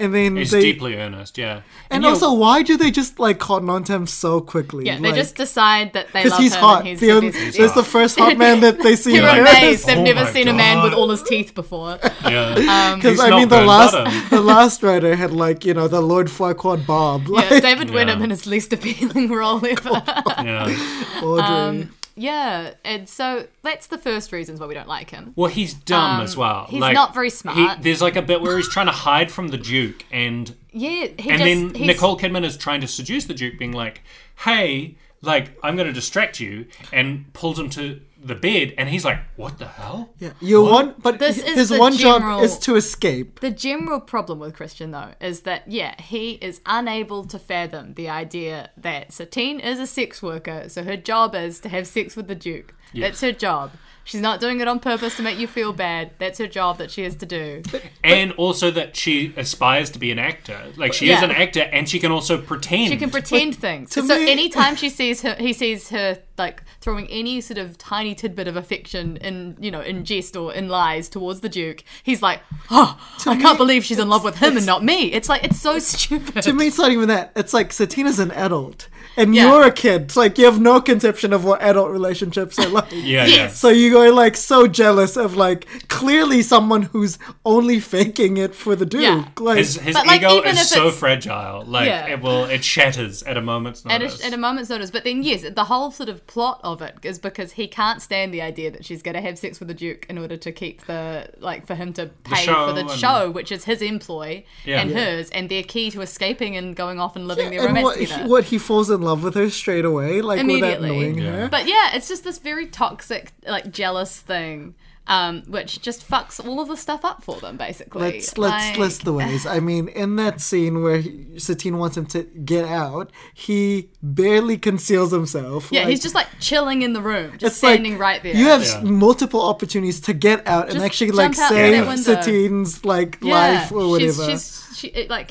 [SPEAKER 2] and then
[SPEAKER 3] He's
[SPEAKER 2] they,
[SPEAKER 3] deeply earnest, yeah.
[SPEAKER 2] and
[SPEAKER 3] you're-
[SPEAKER 2] also, why do they just like cotton on to him so quickly?
[SPEAKER 5] Yeah, they
[SPEAKER 2] Like-
[SPEAKER 5] just decide that they
[SPEAKER 2] Because
[SPEAKER 5] love
[SPEAKER 2] he's
[SPEAKER 5] him
[SPEAKER 2] hot.
[SPEAKER 5] and he's
[SPEAKER 2] the
[SPEAKER 5] the
[SPEAKER 2] only,
[SPEAKER 5] best.
[SPEAKER 2] That's the first hot man that they see.
[SPEAKER 3] Yeah.
[SPEAKER 5] They're amazed. They've
[SPEAKER 3] Oh
[SPEAKER 5] never
[SPEAKER 3] my
[SPEAKER 5] seen a man with
[SPEAKER 3] God.
[SPEAKER 5] all his teeth before.
[SPEAKER 3] yeah.
[SPEAKER 2] Because
[SPEAKER 3] He's
[SPEAKER 2] I
[SPEAKER 3] not
[SPEAKER 2] mean, the
[SPEAKER 3] burned
[SPEAKER 2] last
[SPEAKER 3] butter.
[SPEAKER 2] the last writer had like you know the Lord Farquaad Bob, like
[SPEAKER 5] Yeah, David Wenham
[SPEAKER 3] Yeah.
[SPEAKER 5] in his least appealing role ever.
[SPEAKER 3] yeah.
[SPEAKER 2] Audrey.
[SPEAKER 5] um, yeah, and so that's the first reasons why we don't like him.
[SPEAKER 3] Well, he's dumb as well.
[SPEAKER 5] um, he's
[SPEAKER 3] Like,
[SPEAKER 5] not very
[SPEAKER 3] he-
[SPEAKER 5] smart.
[SPEAKER 3] there's like a bit where he's trying to hide from the Duke, and
[SPEAKER 5] Yeah, he
[SPEAKER 3] and
[SPEAKER 5] just,
[SPEAKER 3] then
[SPEAKER 5] he's,
[SPEAKER 3] Nicole Kidman is trying to seduce the Duke, being like, "Hey, like I'm going to distract you," and pulls him to the bed, and he's like, "What the hell?"
[SPEAKER 2] yeah, you one, but
[SPEAKER 5] This
[SPEAKER 2] his,
[SPEAKER 5] is the
[SPEAKER 2] one
[SPEAKER 5] general-
[SPEAKER 2] job is to escape.
[SPEAKER 5] The general problem with Christian, though, is that, yeah, he is unable to fathom the idea that Satine is a sex worker, so her job is to have sex with the Duke. That's her job. She's not doing it on purpose to make you feel bad. That's her job that she has to do.
[SPEAKER 3] and also that she aspires to be an actor. Like she is
[SPEAKER 5] Yeah.
[SPEAKER 3] an actor, and she can also pretend.
[SPEAKER 5] She can pretend things. So
[SPEAKER 2] to me-
[SPEAKER 5] anytime she sees her, he sees her like throwing any sort of tiny tidbit of affection in, you know, in jest or in lies towards the Duke. He's like, oh, I can't believe she's in love with him and not me. It's like it's so stupid.
[SPEAKER 2] To me, it's not even that. It's like Satina's an adult, and
[SPEAKER 5] Yeah.
[SPEAKER 2] you're a kid. It's like you have no conception of what adult relationships are like.
[SPEAKER 3] yeah,
[SPEAKER 5] Yes.
[SPEAKER 2] So you are like so jealous of like clearly someone who's only faking it for the Duke.
[SPEAKER 5] Yeah.
[SPEAKER 3] yeah.
[SPEAKER 2] Like
[SPEAKER 3] His, his
[SPEAKER 5] But, like,
[SPEAKER 3] ego
[SPEAKER 5] even if
[SPEAKER 3] is so
[SPEAKER 5] it's-
[SPEAKER 3] fragile. Like
[SPEAKER 5] Yeah.
[SPEAKER 3] it will, it shatters at a moment's
[SPEAKER 5] at
[SPEAKER 3] notice.
[SPEAKER 5] a, at a moment's notice. But then, yes, the whole sort of plot of it is because he can't stand the idea that she's going to have sex with the Duke in order to keep the like for him to pay for
[SPEAKER 3] show
[SPEAKER 5] the
[SPEAKER 3] and-
[SPEAKER 5] show, which is his employ
[SPEAKER 3] Yeah.
[SPEAKER 5] and
[SPEAKER 3] Yeah.
[SPEAKER 5] hers, and their key to escaping and going off and living their
[SPEAKER 2] and
[SPEAKER 5] romance
[SPEAKER 2] what he,
[SPEAKER 5] together.
[SPEAKER 2] what he falls in love with her straight away, like without
[SPEAKER 5] Immediately.
[SPEAKER 2] knowing her.
[SPEAKER 5] But yeah, it's just this very toxic, like jealous thing. Um, which just fucks all of the stuff up for them, basically.
[SPEAKER 2] Let's let's
[SPEAKER 5] Like-
[SPEAKER 2] list the ways. I mean, in that scene where he, Satine wants him to get out, he barely conceals himself.
[SPEAKER 5] Yeah, he's just like chilling in the room, just
[SPEAKER 2] like,
[SPEAKER 5] standing right there.
[SPEAKER 2] You have
[SPEAKER 3] Yeah.
[SPEAKER 2] multiple opportunities to get out and
[SPEAKER 5] Just
[SPEAKER 2] actually like
[SPEAKER 5] jump out the
[SPEAKER 2] save
[SPEAKER 5] window.
[SPEAKER 2] Satine's like life or whatever.
[SPEAKER 5] she's- She's, she, it, like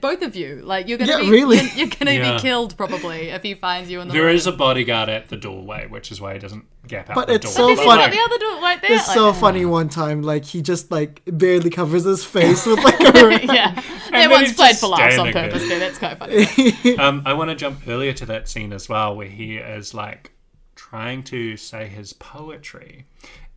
[SPEAKER 5] both of you, like you're gonna
[SPEAKER 2] Yeah,
[SPEAKER 5] be
[SPEAKER 2] really.
[SPEAKER 5] you're, you're gonna
[SPEAKER 3] Yeah.
[SPEAKER 5] be killed probably if he finds you in the
[SPEAKER 3] there
[SPEAKER 5] room.
[SPEAKER 3] is a bodyguard at the doorway, which is why he doesn't gap out
[SPEAKER 2] But
[SPEAKER 3] the
[SPEAKER 2] it's so
[SPEAKER 3] door.
[SPEAKER 5] He's
[SPEAKER 2] funny.
[SPEAKER 5] got the other door right there.
[SPEAKER 2] It's
[SPEAKER 5] like-
[SPEAKER 2] so funny one time, like he just like barely covers his face with like a rag.
[SPEAKER 5] yeah,
[SPEAKER 3] then
[SPEAKER 5] that one's
[SPEAKER 3] he's
[SPEAKER 5] played
[SPEAKER 3] just
[SPEAKER 5] for laughs on
[SPEAKER 3] standing there.
[SPEAKER 5] purpose. There, that's quite funny.
[SPEAKER 3] Um, I want to jump earlier to that scene as well, where he is like trying to say his poetry.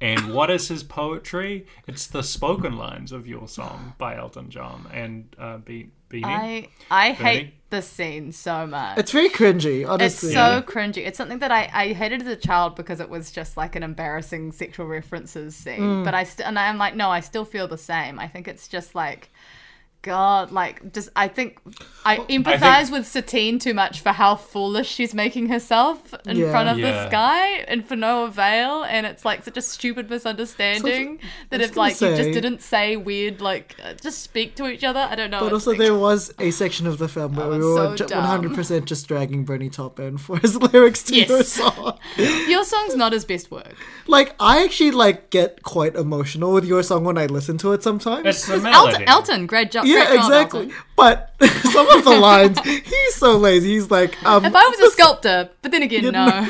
[SPEAKER 3] And what is his poetry? It's the spoken lines of your song by Elton John and uh, Be- Beanie.
[SPEAKER 5] I I
[SPEAKER 3] Bernie?
[SPEAKER 5] hate this scene so much.
[SPEAKER 2] It's very cringy,
[SPEAKER 5] It's
[SPEAKER 2] honestly.
[SPEAKER 5] so cringy. It's something that I, I hated as a child because it was just like an embarrassing sexual references scene.
[SPEAKER 2] Mm.
[SPEAKER 5] But I st- and I'm like, no, I still feel the same. I think it's just like, God, like just I think I empathize with Satine too much for how foolish she's making herself in
[SPEAKER 2] Yeah.
[SPEAKER 5] front of
[SPEAKER 3] Yeah.
[SPEAKER 5] this guy and for no avail. And it's like such a stupid misunderstanding that
[SPEAKER 2] was
[SPEAKER 5] if
[SPEAKER 2] gonna
[SPEAKER 5] like you
[SPEAKER 2] say-
[SPEAKER 5] just didn't say weird like uh, just speak to each other. I don't know.
[SPEAKER 2] But
[SPEAKER 5] it's
[SPEAKER 2] also,
[SPEAKER 5] like-
[SPEAKER 2] there was a section of the film where we
[SPEAKER 5] it's
[SPEAKER 2] were
[SPEAKER 5] so
[SPEAKER 2] ju-
[SPEAKER 5] dumb.
[SPEAKER 2] 100% just dragging Bernie Taupin for his lyrics to your
[SPEAKER 5] Yes.
[SPEAKER 2] song.
[SPEAKER 5] your song's not his best work.
[SPEAKER 2] Like, I actually like get quite emotional with your song when I listen to it sometimes.
[SPEAKER 3] it's the melody.
[SPEAKER 5] Elton, Elton, great job.
[SPEAKER 2] yeah,
[SPEAKER 5] great job,
[SPEAKER 2] exactly.
[SPEAKER 5] Elton.
[SPEAKER 2] But some of the lines, he's so lazy. He's like, um,
[SPEAKER 5] If I was a sculptor, but then again, no.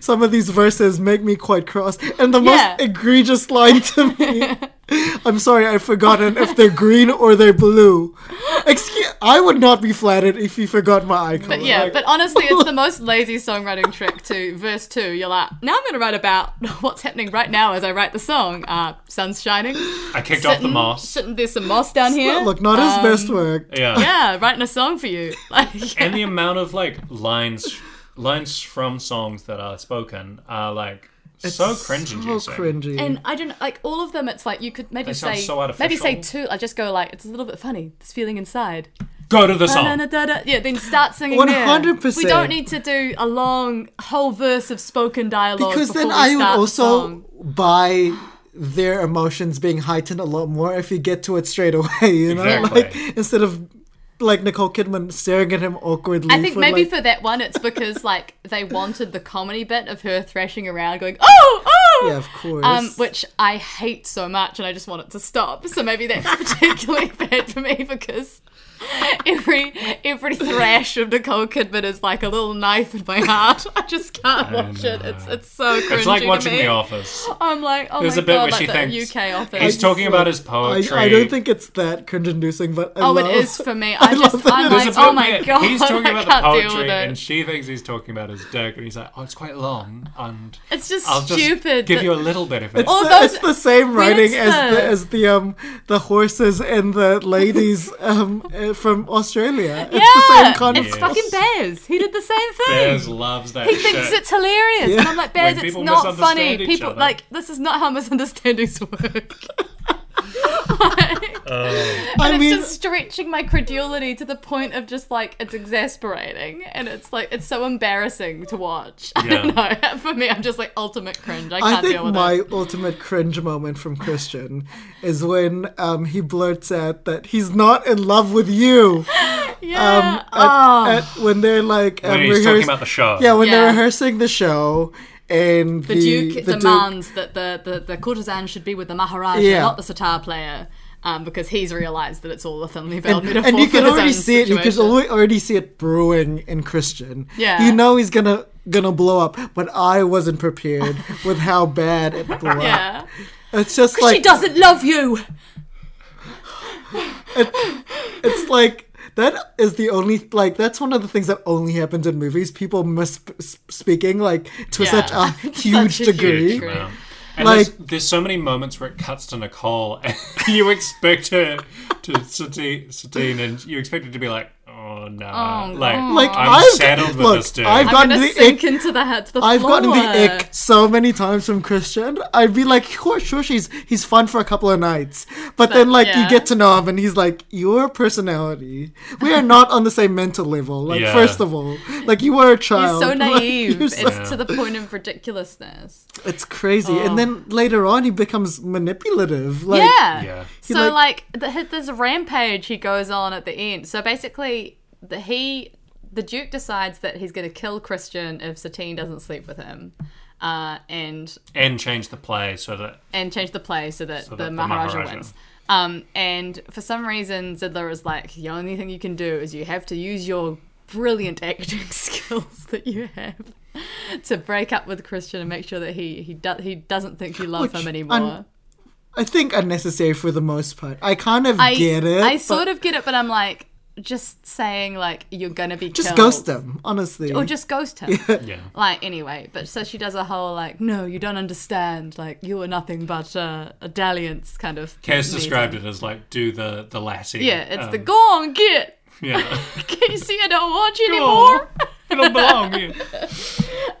[SPEAKER 2] some of these verses make me quite cross. And the
[SPEAKER 5] Yeah.
[SPEAKER 2] most egregious line to me, I'm sorry, I've forgotten if they're green or they're blue. Excuse, I would not be flattered if you forgot my eye color.
[SPEAKER 5] But yeah,
[SPEAKER 2] Like,
[SPEAKER 5] but honestly, it's the most lazy songwriting trick to verse two. You're like, now I'm going to write about what's happening right now as I write the song. Uh, sun's shining.
[SPEAKER 3] I kicked off the moss.
[SPEAKER 5] Sitting, there's some moss down here.
[SPEAKER 2] look, not his best
[SPEAKER 5] Um,
[SPEAKER 2] work.
[SPEAKER 3] Yeah.
[SPEAKER 5] yeah, writing a song for you. Like,
[SPEAKER 3] And the amount of like lines lines from songs that are spoken are like so cringe
[SPEAKER 2] So
[SPEAKER 3] inducing.
[SPEAKER 2] cringy.
[SPEAKER 5] And I don't like all of them. It's like you could maybe
[SPEAKER 3] They sound
[SPEAKER 5] say
[SPEAKER 3] so artificial.
[SPEAKER 5] maybe say two. I just go like it's a little bit funny. This feeling inside.
[SPEAKER 3] Go to the song.
[SPEAKER 5] Da-da-da-da. Yeah, then start singing. there.
[SPEAKER 2] 100%.
[SPEAKER 5] We don't need to do a long whole verse of spoken dialogue
[SPEAKER 2] because then
[SPEAKER 5] before
[SPEAKER 2] I
[SPEAKER 5] we
[SPEAKER 2] would
[SPEAKER 5] start the
[SPEAKER 2] also
[SPEAKER 5] song.
[SPEAKER 2] buy their emotions being heightened a lot more if you get to it straight away, you know?
[SPEAKER 3] Exactly.
[SPEAKER 2] Like, instead of like Nicole Kidman staring at him awkwardly.
[SPEAKER 5] I think
[SPEAKER 2] for,
[SPEAKER 5] maybe
[SPEAKER 2] like,
[SPEAKER 5] for that one, it's because like they wanted the comedy bit of her thrashing around, going oh oh,
[SPEAKER 2] Yeah, of course.
[SPEAKER 5] um, which I hate so much, and I just want it to stop. So maybe that's particularly bad for me because every every thrash of Nicole Kidman is like a little knife in my heart. I just can't watch it. It's it's so cringy
[SPEAKER 3] It's like watching
[SPEAKER 5] to me.
[SPEAKER 3] The Office.
[SPEAKER 5] I'm like, oh
[SPEAKER 3] There's
[SPEAKER 5] my
[SPEAKER 3] a bit
[SPEAKER 5] god,
[SPEAKER 3] where
[SPEAKER 5] like
[SPEAKER 3] she
[SPEAKER 5] the
[SPEAKER 3] thinks
[SPEAKER 5] UK office.
[SPEAKER 3] He's talking about his
[SPEAKER 2] I,
[SPEAKER 3] poetry.
[SPEAKER 2] I don't think it's that cringe inducing, but I
[SPEAKER 5] Oh,
[SPEAKER 2] love
[SPEAKER 5] it is for me. I,
[SPEAKER 2] love
[SPEAKER 5] just,
[SPEAKER 2] that
[SPEAKER 5] I'm
[SPEAKER 2] there's
[SPEAKER 5] like,
[SPEAKER 3] It's a bit
[SPEAKER 5] oh my
[SPEAKER 3] weird.
[SPEAKER 5] god,
[SPEAKER 3] He's talking
[SPEAKER 5] I
[SPEAKER 3] about the
[SPEAKER 5] can't deal with
[SPEAKER 3] poetry,
[SPEAKER 5] it.
[SPEAKER 3] and she thinks he's talking about his dick, and he's like, "Oh, it's quite long, and
[SPEAKER 5] it's just
[SPEAKER 3] I'll just
[SPEAKER 5] stupid.
[SPEAKER 3] give
[SPEAKER 5] that-
[SPEAKER 3] you a little bit of it."
[SPEAKER 5] all
[SPEAKER 2] the-
[SPEAKER 5] those-
[SPEAKER 2] it's the same
[SPEAKER 5] Where
[SPEAKER 2] writing
[SPEAKER 5] is
[SPEAKER 2] as the
[SPEAKER 5] the-
[SPEAKER 2] as the um the horses and the ladies um uh, from Australia.
[SPEAKER 5] yeah,
[SPEAKER 2] It's the same concept.
[SPEAKER 5] it's fucking Bears. He did the same thing.
[SPEAKER 3] Bears loves that
[SPEAKER 5] he thinks
[SPEAKER 3] shit.
[SPEAKER 5] it's hilarious, and I'm like, Bears,
[SPEAKER 3] When
[SPEAKER 5] it's
[SPEAKER 3] people
[SPEAKER 5] not
[SPEAKER 3] misunderstand
[SPEAKER 5] funny.
[SPEAKER 3] each
[SPEAKER 5] People
[SPEAKER 3] other.
[SPEAKER 5] like this is not how misunderstandings work.
[SPEAKER 2] I
[SPEAKER 5] and
[SPEAKER 2] mean,
[SPEAKER 5] it's just stretching my credulity to the point of just like it's exasperating, and it's like it's so embarrassing to watch. I don't know. For me, I'm just like ultimate cringe. I can't
[SPEAKER 2] I think
[SPEAKER 5] deal with
[SPEAKER 2] my
[SPEAKER 5] it.
[SPEAKER 2] ultimate cringe moment from Christian is when um he blurts out that he's not in love with you.
[SPEAKER 5] Yeah.
[SPEAKER 2] Um, at,
[SPEAKER 5] oh.
[SPEAKER 2] at- when they're like um,
[SPEAKER 3] When he's
[SPEAKER 2] rehears-
[SPEAKER 3] talking about the show.
[SPEAKER 2] yeah when they're
[SPEAKER 5] Yeah.
[SPEAKER 2] rehearsing the show and
[SPEAKER 5] The, Duke demands that the, the, the courtesan should be with the Maharaja,
[SPEAKER 2] Yeah.
[SPEAKER 5] not the sitar player, um, because he's realised that it's all a thinly veiled
[SPEAKER 2] and,
[SPEAKER 5] metaphor.
[SPEAKER 2] and you
[SPEAKER 5] for
[SPEAKER 2] can
[SPEAKER 5] his
[SPEAKER 2] already
[SPEAKER 5] own
[SPEAKER 2] see it. You can
[SPEAKER 5] situation.
[SPEAKER 2] alwe- already see it brewing in Christian.
[SPEAKER 5] Yeah.
[SPEAKER 2] you know he's gonna gonna blow up, but I wasn't prepared with how bad it blew up.
[SPEAKER 5] Yeah.
[SPEAKER 2] It's just like
[SPEAKER 5] she doesn't love you!
[SPEAKER 2] it's like that is the only like that's one of the things that only happens in movies. People miss speaking like to
[SPEAKER 5] Yeah.
[SPEAKER 2] such a huge
[SPEAKER 5] a huge
[SPEAKER 2] degree.
[SPEAKER 5] degree.
[SPEAKER 3] Wow. And
[SPEAKER 2] Like-
[SPEAKER 3] there's, there's so many moments where it cuts to Nicole, and you expect her to Satine, Satine, and you expect her to be like, "Oh no!" like,
[SPEAKER 2] Like
[SPEAKER 3] I'm
[SPEAKER 2] I've-
[SPEAKER 3] saddled with
[SPEAKER 2] look,
[SPEAKER 3] this dude.
[SPEAKER 2] I've
[SPEAKER 5] I'm
[SPEAKER 2] gotten
[SPEAKER 5] gonna
[SPEAKER 2] the
[SPEAKER 5] sink
[SPEAKER 2] ick.
[SPEAKER 5] into the head to the
[SPEAKER 2] I've
[SPEAKER 5] floor.
[SPEAKER 2] gotten the ick so many times from Christian. I'd be like, sure, sure, she's he's fun for a couple of nights, but, then like you
[SPEAKER 5] yeah.
[SPEAKER 2] get to know him, and he's like, your personality, we are not on the same mental level. Like
[SPEAKER 3] Yeah.
[SPEAKER 2] first of all, like you were a
[SPEAKER 5] He's
[SPEAKER 2] child.
[SPEAKER 5] so
[SPEAKER 2] Like,
[SPEAKER 5] naive.
[SPEAKER 2] you're
[SPEAKER 5] it's
[SPEAKER 2] so-
[SPEAKER 5] to the point of ridiculousness.
[SPEAKER 2] it's crazy.
[SPEAKER 5] Oh.
[SPEAKER 2] And then later on, he becomes manipulative. Like,
[SPEAKER 5] yeah.
[SPEAKER 3] Yeah.
[SPEAKER 2] He,
[SPEAKER 5] So like, the, this rampage he goes on at the end. So basically, the, he the Duke decides that he's going to kill Christian if Satine doesn't sleep with him, uh, and
[SPEAKER 3] and change the play so that
[SPEAKER 5] and change the play so that the,
[SPEAKER 3] that the
[SPEAKER 5] Maharaja,
[SPEAKER 3] Maharaja.
[SPEAKER 5] wins. Um, and for some reason, Zidler is like, the only thing you can do is you have to use your brilliant acting skills that you have to break up with Christian and make sure that he he, do- he doesn't think you love
[SPEAKER 2] Which
[SPEAKER 5] him
[SPEAKER 2] un-
[SPEAKER 5] anymore.
[SPEAKER 2] I think unnecessary for the most part. I kind of
[SPEAKER 5] I
[SPEAKER 2] get it.
[SPEAKER 5] I
[SPEAKER 2] but
[SPEAKER 5] sort of get it, but I'm like, just saying like you're gonna be
[SPEAKER 2] just
[SPEAKER 5] killed.
[SPEAKER 2] ghost them, honestly.
[SPEAKER 5] or just ghost him.
[SPEAKER 3] yeah,
[SPEAKER 5] Like anyway, but so she does a whole like, no, you don't understand. Like you are nothing but uh, a dalliance kind of.
[SPEAKER 3] Kaz
[SPEAKER 5] meeting.
[SPEAKER 3] described it as like, "Do the the lassie."
[SPEAKER 5] Yeah, it's the
[SPEAKER 3] um,
[SPEAKER 5] go on get.
[SPEAKER 3] yeah.
[SPEAKER 5] Can you see I don't want you
[SPEAKER 3] Oh,
[SPEAKER 5] anymore?
[SPEAKER 3] I don't belong here.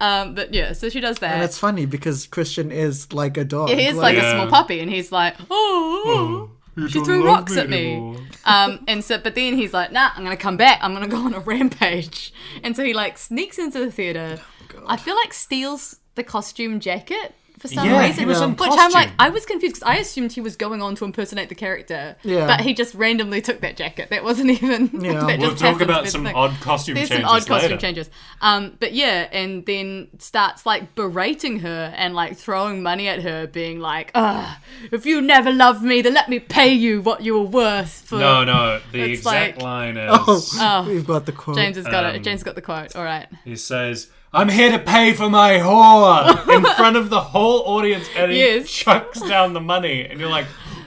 [SPEAKER 5] Um, but yeah, so she does that.
[SPEAKER 2] and it's funny because Christian is like a dog.
[SPEAKER 5] He is like
[SPEAKER 3] Yeah. Hmm.
[SPEAKER 5] a small puppy, and he's like, oh. She
[SPEAKER 3] don't
[SPEAKER 5] threw
[SPEAKER 3] love
[SPEAKER 5] rocks
[SPEAKER 3] me
[SPEAKER 5] at me.
[SPEAKER 3] anymore.
[SPEAKER 5] Um, and so, but then he's like, nah, I'm gonna come back. I'm gonna go on a rampage. And so he like sneaks into the theater.
[SPEAKER 3] Oh,
[SPEAKER 5] I feel like steals the costume jacket for some
[SPEAKER 3] Yeah,
[SPEAKER 5] reason.
[SPEAKER 3] he was in
[SPEAKER 5] which I'm like,
[SPEAKER 3] costume.
[SPEAKER 5] I was confused because I assumed he was going on to impersonate the character.
[SPEAKER 2] Yeah.
[SPEAKER 5] But he just randomly took that jacket. That wasn't even.
[SPEAKER 2] Yeah.
[SPEAKER 5] that
[SPEAKER 3] We'll
[SPEAKER 5] just
[SPEAKER 3] talk
[SPEAKER 5] happened to be
[SPEAKER 3] about
[SPEAKER 5] the
[SPEAKER 3] some
[SPEAKER 5] thing.
[SPEAKER 3] odd costume
[SPEAKER 5] There's
[SPEAKER 3] changes
[SPEAKER 5] some odd costume
[SPEAKER 3] later.
[SPEAKER 5] changes. Um, but yeah, and then starts like berating her and like throwing money at her, being like, Ugh, if you never loved me, then let me pay you what you were worth for
[SPEAKER 3] No, no. The
[SPEAKER 5] It's
[SPEAKER 3] exact
[SPEAKER 5] like-
[SPEAKER 3] line is
[SPEAKER 2] Oh, we've got the quote.
[SPEAKER 5] James has got
[SPEAKER 2] um,
[SPEAKER 5] it. James got the quote. All right.
[SPEAKER 3] he says, "I'm here to pay for my whore" in front of the whole audience, and he
[SPEAKER 5] Yes.
[SPEAKER 3] chucks down the money, and you're like,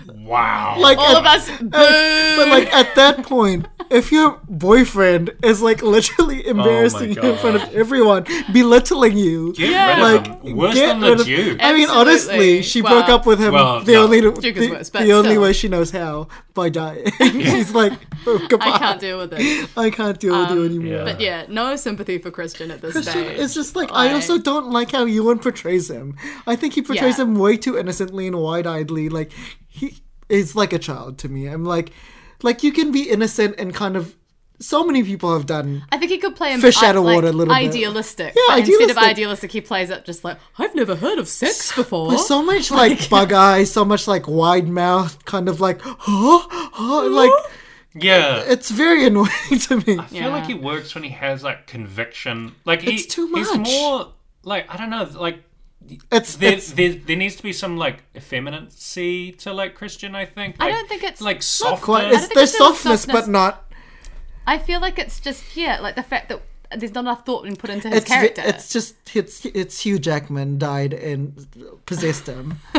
[SPEAKER 3] "Wow!"
[SPEAKER 2] like at,
[SPEAKER 5] All of us boo.
[SPEAKER 2] but like at that point, if your boyfriend is like literally embarrassing you in front of
[SPEAKER 3] Oh God.
[SPEAKER 2] everyone, belittling you,
[SPEAKER 3] Get
[SPEAKER 5] Yeah.
[SPEAKER 3] rid of
[SPEAKER 2] like
[SPEAKER 3] him. Worse
[SPEAKER 2] get
[SPEAKER 3] than the
[SPEAKER 2] rid of-
[SPEAKER 3] Duke.
[SPEAKER 2] I mean,
[SPEAKER 5] Absolutely.
[SPEAKER 2] honestly, she
[SPEAKER 5] Well-
[SPEAKER 2] broke up with him
[SPEAKER 3] Well,
[SPEAKER 2] the
[SPEAKER 3] no.
[SPEAKER 2] only the,
[SPEAKER 5] Duke is worse, but
[SPEAKER 2] the only
[SPEAKER 5] still.
[SPEAKER 2] way she knows how by dying. She's like, oh, goodbye.
[SPEAKER 5] I can't deal with it. Um,
[SPEAKER 2] I can't deal with you anymore.
[SPEAKER 3] Yeah.
[SPEAKER 5] But yeah, no sympathy for Christian at this stage.
[SPEAKER 2] It's just like I also don't like how Ewan portrays him. I think he portrays
[SPEAKER 5] Yeah.
[SPEAKER 2] him way too innocently and wide-eyedly. Like he is like a child to me. I'm like, like you can be innocent and kind of. So many people have done.
[SPEAKER 5] I think he could play him
[SPEAKER 2] Fish
[SPEAKER 5] I-
[SPEAKER 2] out of
[SPEAKER 5] like,
[SPEAKER 2] water a little bit.
[SPEAKER 5] idealistic.
[SPEAKER 2] Yeah,
[SPEAKER 5] but Instead
[SPEAKER 2] idealistic.
[SPEAKER 5] of idealistic, he plays up just like I've never heard of sex before.
[SPEAKER 2] There's so much like, bug eye, so much like wide mouth, kind of like huh, huh, like
[SPEAKER 3] yeah.
[SPEAKER 2] it's very annoying to me.
[SPEAKER 5] Uh,
[SPEAKER 3] I feel like he works when he has like conviction. Like he,
[SPEAKER 2] It's too
[SPEAKER 3] He's
[SPEAKER 2] much.
[SPEAKER 3] more like I don't know. Like
[SPEAKER 2] It's,
[SPEAKER 3] there,
[SPEAKER 2] it's
[SPEAKER 3] there, there needs to be some like effeminacy to like Christian. I think. Like,
[SPEAKER 5] I don't think it's
[SPEAKER 3] like soft.
[SPEAKER 2] quite. It's,
[SPEAKER 5] think
[SPEAKER 2] there's
[SPEAKER 5] it's just
[SPEAKER 2] softness,
[SPEAKER 5] softness.
[SPEAKER 2] but not.
[SPEAKER 5] I feel like it's just yeah, like the fact that there's not enough thought being put into his
[SPEAKER 2] It's ve-
[SPEAKER 5] character.
[SPEAKER 2] it's just it's it's Hugh Jackman died and possessed him.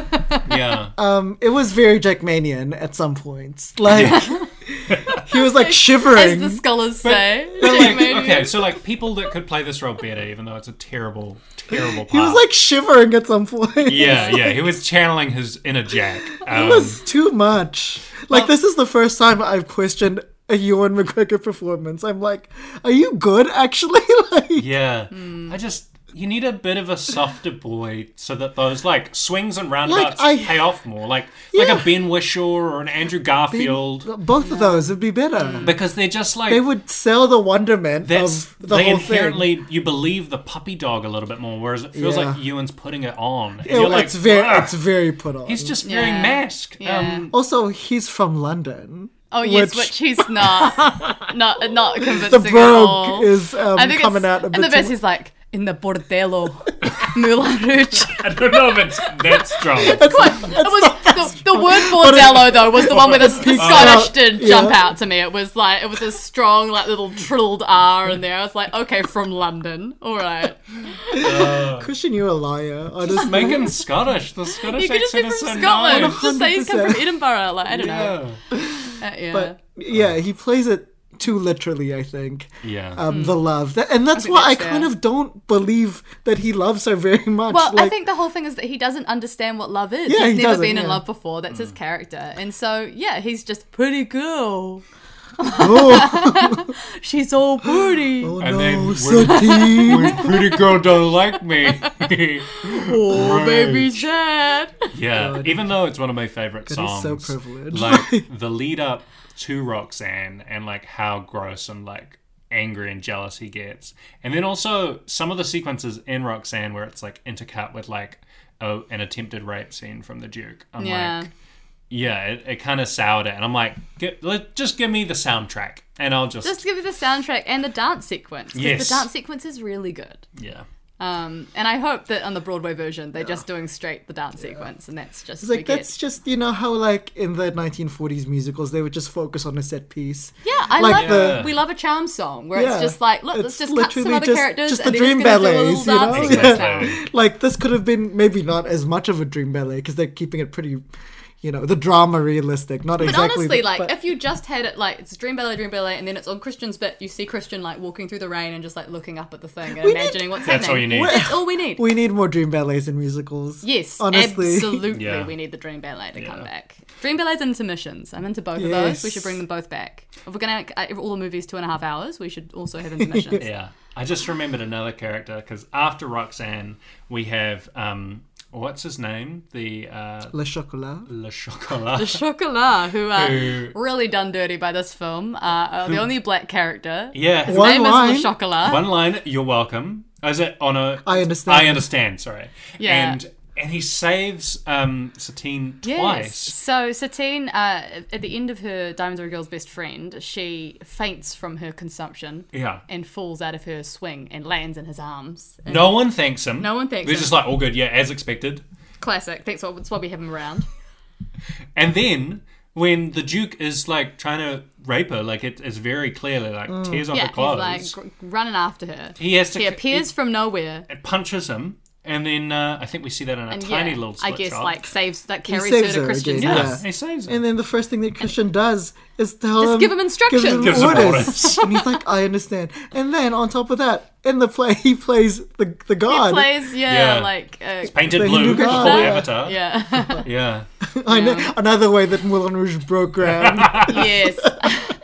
[SPEAKER 3] yeah.
[SPEAKER 2] Um, it was very Jackmanian at some points. Like he was like shivering.
[SPEAKER 5] as the scholars say.
[SPEAKER 3] But,
[SPEAKER 5] Jack
[SPEAKER 3] like,
[SPEAKER 5] Mayfield.
[SPEAKER 3] okay, so like people that could play this role better, even though it's a terrible, terrible part.
[SPEAKER 2] he was like shivering at some point.
[SPEAKER 3] yeah, yeah. He was channeling his inner Jack. Um,
[SPEAKER 2] it was too much. Like this is the first time I've questioned a Ewan McGregor performance. I'm like, are you good actually? like,
[SPEAKER 3] yeah.
[SPEAKER 5] Hmm.
[SPEAKER 3] I just you need a bit of a softer boy so that those like swings and roundabouts
[SPEAKER 2] I-
[SPEAKER 3] pay off more. Like like
[SPEAKER 2] Yeah.
[SPEAKER 3] a Ben Wishaw or an Andrew Garfield.
[SPEAKER 2] both of those would be better.
[SPEAKER 3] because they're just like
[SPEAKER 2] They would sell the wonderment
[SPEAKER 3] that's
[SPEAKER 2] of the
[SPEAKER 3] they
[SPEAKER 2] whole thing.
[SPEAKER 3] inherently you believe the puppy dog a little bit more, whereas it feels
[SPEAKER 2] Yeah.
[SPEAKER 3] like Ewan's putting it on. And
[SPEAKER 2] It-
[SPEAKER 3] you're like,
[SPEAKER 2] it's very,
[SPEAKER 3] "Ugh,
[SPEAKER 2] it's very put on.
[SPEAKER 3] he's just very
[SPEAKER 5] Yeah.
[SPEAKER 3] masked. Um,
[SPEAKER 2] also, he's from London.
[SPEAKER 5] Oh yes,
[SPEAKER 2] which-
[SPEAKER 5] which, he's not, not, not convincing
[SPEAKER 2] The
[SPEAKER 5] at
[SPEAKER 2] brogue
[SPEAKER 5] all.
[SPEAKER 2] is um,
[SPEAKER 5] I think
[SPEAKER 2] coming
[SPEAKER 5] it's,
[SPEAKER 2] out a bit
[SPEAKER 5] and the
[SPEAKER 2] too
[SPEAKER 5] best is like in the bordello. Moulin Rouge.
[SPEAKER 3] I don't know if it's that strong.
[SPEAKER 5] it was the, the word bordello though was the one where the, the Scottish did jump out to me. It was like it was a strong like little trilled R in there. I was like, okay, from London, all right.
[SPEAKER 3] Oh.
[SPEAKER 2] Christian, you're a liar. I just
[SPEAKER 3] Make him Scottish. The Scottish
[SPEAKER 5] You could just be
[SPEAKER 3] accent
[SPEAKER 5] from
[SPEAKER 3] is so
[SPEAKER 5] Scotland.
[SPEAKER 3] nice.
[SPEAKER 5] Just say he's come from
[SPEAKER 2] 100%.
[SPEAKER 5] Edinburgh. Like I don't know.
[SPEAKER 3] Yeah.
[SPEAKER 5] Uh, yeah.
[SPEAKER 2] but yeah, he plays it too literally, I think.
[SPEAKER 3] Yeah.
[SPEAKER 2] Um, The love, That- and that's
[SPEAKER 5] think
[SPEAKER 2] why I
[SPEAKER 5] Hmm. that's
[SPEAKER 2] kind
[SPEAKER 5] fair.
[SPEAKER 2] of don't believe that he loves her very much.
[SPEAKER 5] Well, I
[SPEAKER 2] Like,
[SPEAKER 5] think the whole thing is that he doesn't understand what love is.
[SPEAKER 2] Yeah,
[SPEAKER 5] he's
[SPEAKER 2] he
[SPEAKER 5] never
[SPEAKER 2] doesn't,
[SPEAKER 5] been
[SPEAKER 2] yeah.
[SPEAKER 5] in
[SPEAKER 2] Mm.
[SPEAKER 5] love before. That's his character. And so, yeah, he's just pretty girl.
[SPEAKER 2] oh,
[SPEAKER 5] She's all pretty.
[SPEAKER 2] oh
[SPEAKER 3] And then
[SPEAKER 2] no,
[SPEAKER 3] when-
[SPEAKER 2] Sadie.
[SPEAKER 3] Pretty girl don't like me.
[SPEAKER 5] oh, baby Chad.
[SPEAKER 3] yeah, even though it's one of my favorite
[SPEAKER 2] is
[SPEAKER 3] songs.
[SPEAKER 2] so privileged.
[SPEAKER 3] Like the lead up to Roxanne and like how gross and like angry and jealous he gets. And then also some of the sequences in Roxanne where it's like intercut with like a, an attempted rape scene from the Duke. I'm
[SPEAKER 5] Yeah.
[SPEAKER 3] like yeah, it, it kind of soured it, and I'm like, get, let, just give me the soundtrack, and I'll just,
[SPEAKER 5] Just give you the soundtrack and the dance sequence. 'cause
[SPEAKER 3] Yes.
[SPEAKER 5] the dance sequence is really good.
[SPEAKER 3] yeah,
[SPEAKER 5] Um, and I hope that on the Broadway version, they're just doing straight the dance sequence, and that's just
[SPEAKER 2] It's like
[SPEAKER 5] we get-
[SPEAKER 2] that's just you know how like in the 1940s musicals they would just focus on a set piece.
[SPEAKER 5] Yeah, I
[SPEAKER 2] like
[SPEAKER 5] love
[SPEAKER 2] the-
[SPEAKER 5] We love a charm song where
[SPEAKER 2] Yeah.
[SPEAKER 5] it's just like, look,
[SPEAKER 2] It's
[SPEAKER 5] let's just cut some
[SPEAKER 2] literally
[SPEAKER 5] other
[SPEAKER 2] just-
[SPEAKER 5] characters
[SPEAKER 2] just the
[SPEAKER 5] and
[SPEAKER 2] dream
[SPEAKER 5] dream just gonna
[SPEAKER 2] ballets,
[SPEAKER 5] do
[SPEAKER 2] you
[SPEAKER 5] a
[SPEAKER 2] know?
[SPEAKER 5] little dance
[SPEAKER 2] Yeah.
[SPEAKER 5] sequence now.
[SPEAKER 3] exactly.
[SPEAKER 2] Like this could have been maybe not as much of a dream ballet because they're keeping it pretty, you know, the drama realistic. Not
[SPEAKER 5] But
[SPEAKER 2] exactly.
[SPEAKER 5] honestly,
[SPEAKER 2] the-
[SPEAKER 5] like
[SPEAKER 2] but-
[SPEAKER 5] if you just had it like it's dream ballet, dream ballet, and then it's on Christian's bit, you see Christian like walking through the rain and just like looking up at the thing and
[SPEAKER 2] need-
[SPEAKER 5] imagining what's
[SPEAKER 3] That's all you
[SPEAKER 5] happening.
[SPEAKER 3] need.
[SPEAKER 5] That's all we need.
[SPEAKER 2] we need more dream ballets in musicals.
[SPEAKER 5] yes,
[SPEAKER 2] honestly.
[SPEAKER 5] absolutely,
[SPEAKER 3] Yeah.
[SPEAKER 5] we need the dream ballet to come
[SPEAKER 3] Yeah.
[SPEAKER 5] back. Dream ballet's intermissions. I'm into both of those. We
[SPEAKER 2] Yes.
[SPEAKER 5] should bring them both back. If we're gonna make all the movies two and a half hours, we should also have intermissions.
[SPEAKER 3] Yeah, I just remembered another character because after Roxanne, we have um, what's his name? The uh,
[SPEAKER 2] Le Chocolat.
[SPEAKER 3] Le Chocolat.
[SPEAKER 5] Chocolat, who are
[SPEAKER 3] Who-
[SPEAKER 5] really done dirty by this film, uh, are the only black character.
[SPEAKER 3] Yeah,
[SPEAKER 5] His
[SPEAKER 2] One
[SPEAKER 5] name
[SPEAKER 2] line.
[SPEAKER 5] is Le Chocolat.
[SPEAKER 3] one line. You're welcome. Is it on a?
[SPEAKER 2] I understand.
[SPEAKER 3] I understand. Sorry.
[SPEAKER 5] Yeah.
[SPEAKER 3] And and he saves um, Satine twice.
[SPEAKER 5] So Satine, uh, at the end of her Diamonds Are a Girl's Best Friend, she faints from her consumption
[SPEAKER 3] Yeah.
[SPEAKER 5] and falls out of her swing and lands in his arms. And
[SPEAKER 3] No one thanks him.
[SPEAKER 5] No one thanks
[SPEAKER 3] They're
[SPEAKER 5] him.
[SPEAKER 3] just like, all good. Yeah, as expected.
[SPEAKER 5] Classic. That's what, that's why we have him around.
[SPEAKER 3] And then when the Duke is like trying to rape her, like it is very clearly like tears off
[SPEAKER 5] Mm. yeah,
[SPEAKER 3] her clothes.
[SPEAKER 5] he's like gr- running after her.
[SPEAKER 3] he has to.
[SPEAKER 5] He appears from nowhere.
[SPEAKER 3] It punches him, and then uh, I think we see that in a
[SPEAKER 5] And
[SPEAKER 3] tiny
[SPEAKER 5] yeah,
[SPEAKER 3] little.
[SPEAKER 5] I
[SPEAKER 3] Split
[SPEAKER 5] guess
[SPEAKER 3] shot.
[SPEAKER 5] like saves like carries
[SPEAKER 2] saves
[SPEAKER 5] her
[SPEAKER 2] her
[SPEAKER 5] to Christian's
[SPEAKER 2] again,
[SPEAKER 3] Yeah,
[SPEAKER 5] house.
[SPEAKER 2] yeah.
[SPEAKER 3] he saves
[SPEAKER 2] And
[SPEAKER 3] him.
[SPEAKER 2] then the first thing that Christian does is tell
[SPEAKER 5] Just
[SPEAKER 2] him,
[SPEAKER 5] give him
[SPEAKER 2] Gives him
[SPEAKER 5] instructions.
[SPEAKER 3] Gives him
[SPEAKER 2] orders.
[SPEAKER 3] orders.
[SPEAKER 2] and he's like, I understand. And then on top of that, in the play, he plays the the god.
[SPEAKER 5] He plays, yeah,
[SPEAKER 3] Yeah.
[SPEAKER 5] like uh,
[SPEAKER 3] Painted
[SPEAKER 2] The
[SPEAKER 3] blue
[SPEAKER 2] Hindu
[SPEAKER 3] for the
[SPEAKER 2] god. Yeah.
[SPEAKER 3] avatar.
[SPEAKER 5] yeah.
[SPEAKER 3] Yeah,
[SPEAKER 2] I know, another way that Moulin Rouge broke ground.
[SPEAKER 5] yes.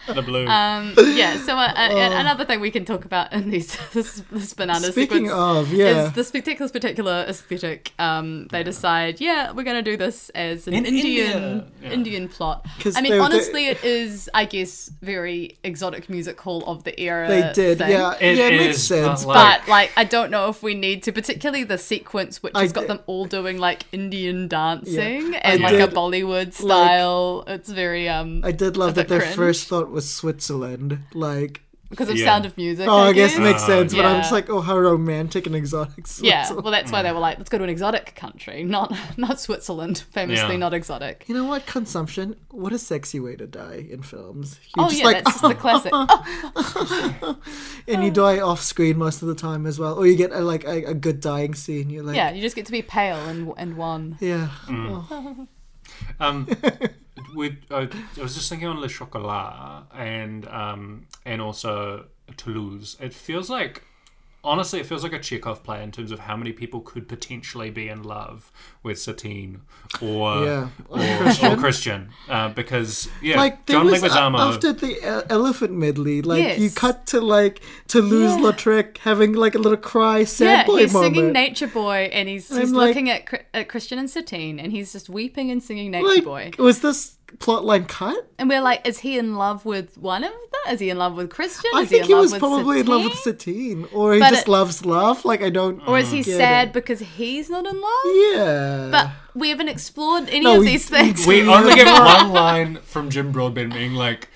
[SPEAKER 3] the blue.
[SPEAKER 5] Um, yeah. So uh, uh,
[SPEAKER 2] Oh.
[SPEAKER 5] another thing we can talk about in these this, this banana
[SPEAKER 2] Speaking
[SPEAKER 5] sequence
[SPEAKER 2] of, yeah.
[SPEAKER 5] is the spectacular's particular aesthetic. Um, they decide, yeah, we're going to do this as an
[SPEAKER 3] In
[SPEAKER 5] Indian
[SPEAKER 3] India. Yeah.
[SPEAKER 5] Indian plot.
[SPEAKER 2] 'Cause
[SPEAKER 5] I mean,
[SPEAKER 2] they- they-
[SPEAKER 5] honestly, it is, I guess, very exotic music hall of the era.
[SPEAKER 2] They did,
[SPEAKER 5] thing.
[SPEAKER 2] yeah.
[SPEAKER 3] It
[SPEAKER 2] yeah, it makes
[SPEAKER 3] is, but
[SPEAKER 2] sense.
[SPEAKER 3] like-
[SPEAKER 5] But like, I don't know if we need to, particularly the sequence which
[SPEAKER 2] I
[SPEAKER 5] has got
[SPEAKER 2] did-
[SPEAKER 5] them all doing like Indian dancing and
[SPEAKER 2] I
[SPEAKER 5] like a
[SPEAKER 2] did,
[SPEAKER 5] Bollywood style. it's very um
[SPEAKER 2] I did love that
[SPEAKER 5] bit
[SPEAKER 2] their
[SPEAKER 5] cringe.
[SPEAKER 2] first thought was Switzerland. Like,
[SPEAKER 5] because of
[SPEAKER 3] Yeah.
[SPEAKER 5] Sound of Music.
[SPEAKER 2] oh, I guess
[SPEAKER 5] guess
[SPEAKER 2] it makes
[SPEAKER 3] Oh,
[SPEAKER 2] sense, but I'm
[SPEAKER 5] yeah.
[SPEAKER 2] just like, oh, how romantic and exotic
[SPEAKER 5] Yeah,
[SPEAKER 2] Switzerland.
[SPEAKER 5] well, that's
[SPEAKER 3] Mm.
[SPEAKER 5] why they were like, let's go to an exotic country, not not Switzerland, famously
[SPEAKER 3] Yeah.
[SPEAKER 5] not exotic.
[SPEAKER 2] you know what? Consumption, what a sexy way to die in films. You're
[SPEAKER 5] Oh
[SPEAKER 2] just
[SPEAKER 5] yeah,
[SPEAKER 2] like,
[SPEAKER 5] that's just the classic. Oh,
[SPEAKER 2] and you die off screen most of the time as well, or you get a, like a, a good dying scene. You're like,
[SPEAKER 5] yeah, you just get to be pale and and wan.
[SPEAKER 2] yeah.
[SPEAKER 3] Mm. Um, we, uh, I was just thinking on Le Chocolat and um, and also Toulouse. It feels like, honestly, it feels like a Chekhov play in terms of how many people could potentially be in love with Satine or
[SPEAKER 2] Yeah.
[SPEAKER 3] or, Christian, or Christian uh, because yeah,
[SPEAKER 2] Like there
[SPEAKER 3] John
[SPEAKER 2] was a-
[SPEAKER 3] Leguizamo.
[SPEAKER 2] after the uh, elephant medley, like you
[SPEAKER 5] Yes.
[SPEAKER 2] cut to like Toulouse Lautrec having like a little cry, sad
[SPEAKER 5] Yeah,
[SPEAKER 2] boy
[SPEAKER 5] he's
[SPEAKER 2] moment.
[SPEAKER 5] singing Nature Boy, and he's he's
[SPEAKER 2] I'm like-
[SPEAKER 5] looking at, Chr- at Christian and Satine, and he's just weeping and singing Nature
[SPEAKER 2] like,
[SPEAKER 5] Boy,
[SPEAKER 2] was this plot line cut?
[SPEAKER 5] and we're like, is he in love with one of them? Is he in love with Christian?
[SPEAKER 2] I
[SPEAKER 5] is
[SPEAKER 2] think
[SPEAKER 5] in
[SPEAKER 2] he
[SPEAKER 5] love
[SPEAKER 2] was
[SPEAKER 5] with
[SPEAKER 2] probably in love
[SPEAKER 5] Satine?
[SPEAKER 2] with Satine, or he
[SPEAKER 5] But
[SPEAKER 2] just
[SPEAKER 5] it-
[SPEAKER 2] loves love. Like I don't.
[SPEAKER 3] Mm.
[SPEAKER 5] or is he
[SPEAKER 2] get
[SPEAKER 5] sad
[SPEAKER 2] it.
[SPEAKER 5] because he's not in love?
[SPEAKER 2] Yeah.
[SPEAKER 5] But we haven't explored any
[SPEAKER 2] No,
[SPEAKER 5] of
[SPEAKER 2] we-
[SPEAKER 5] these things.
[SPEAKER 3] We only get one line from Jim Broadbent being like,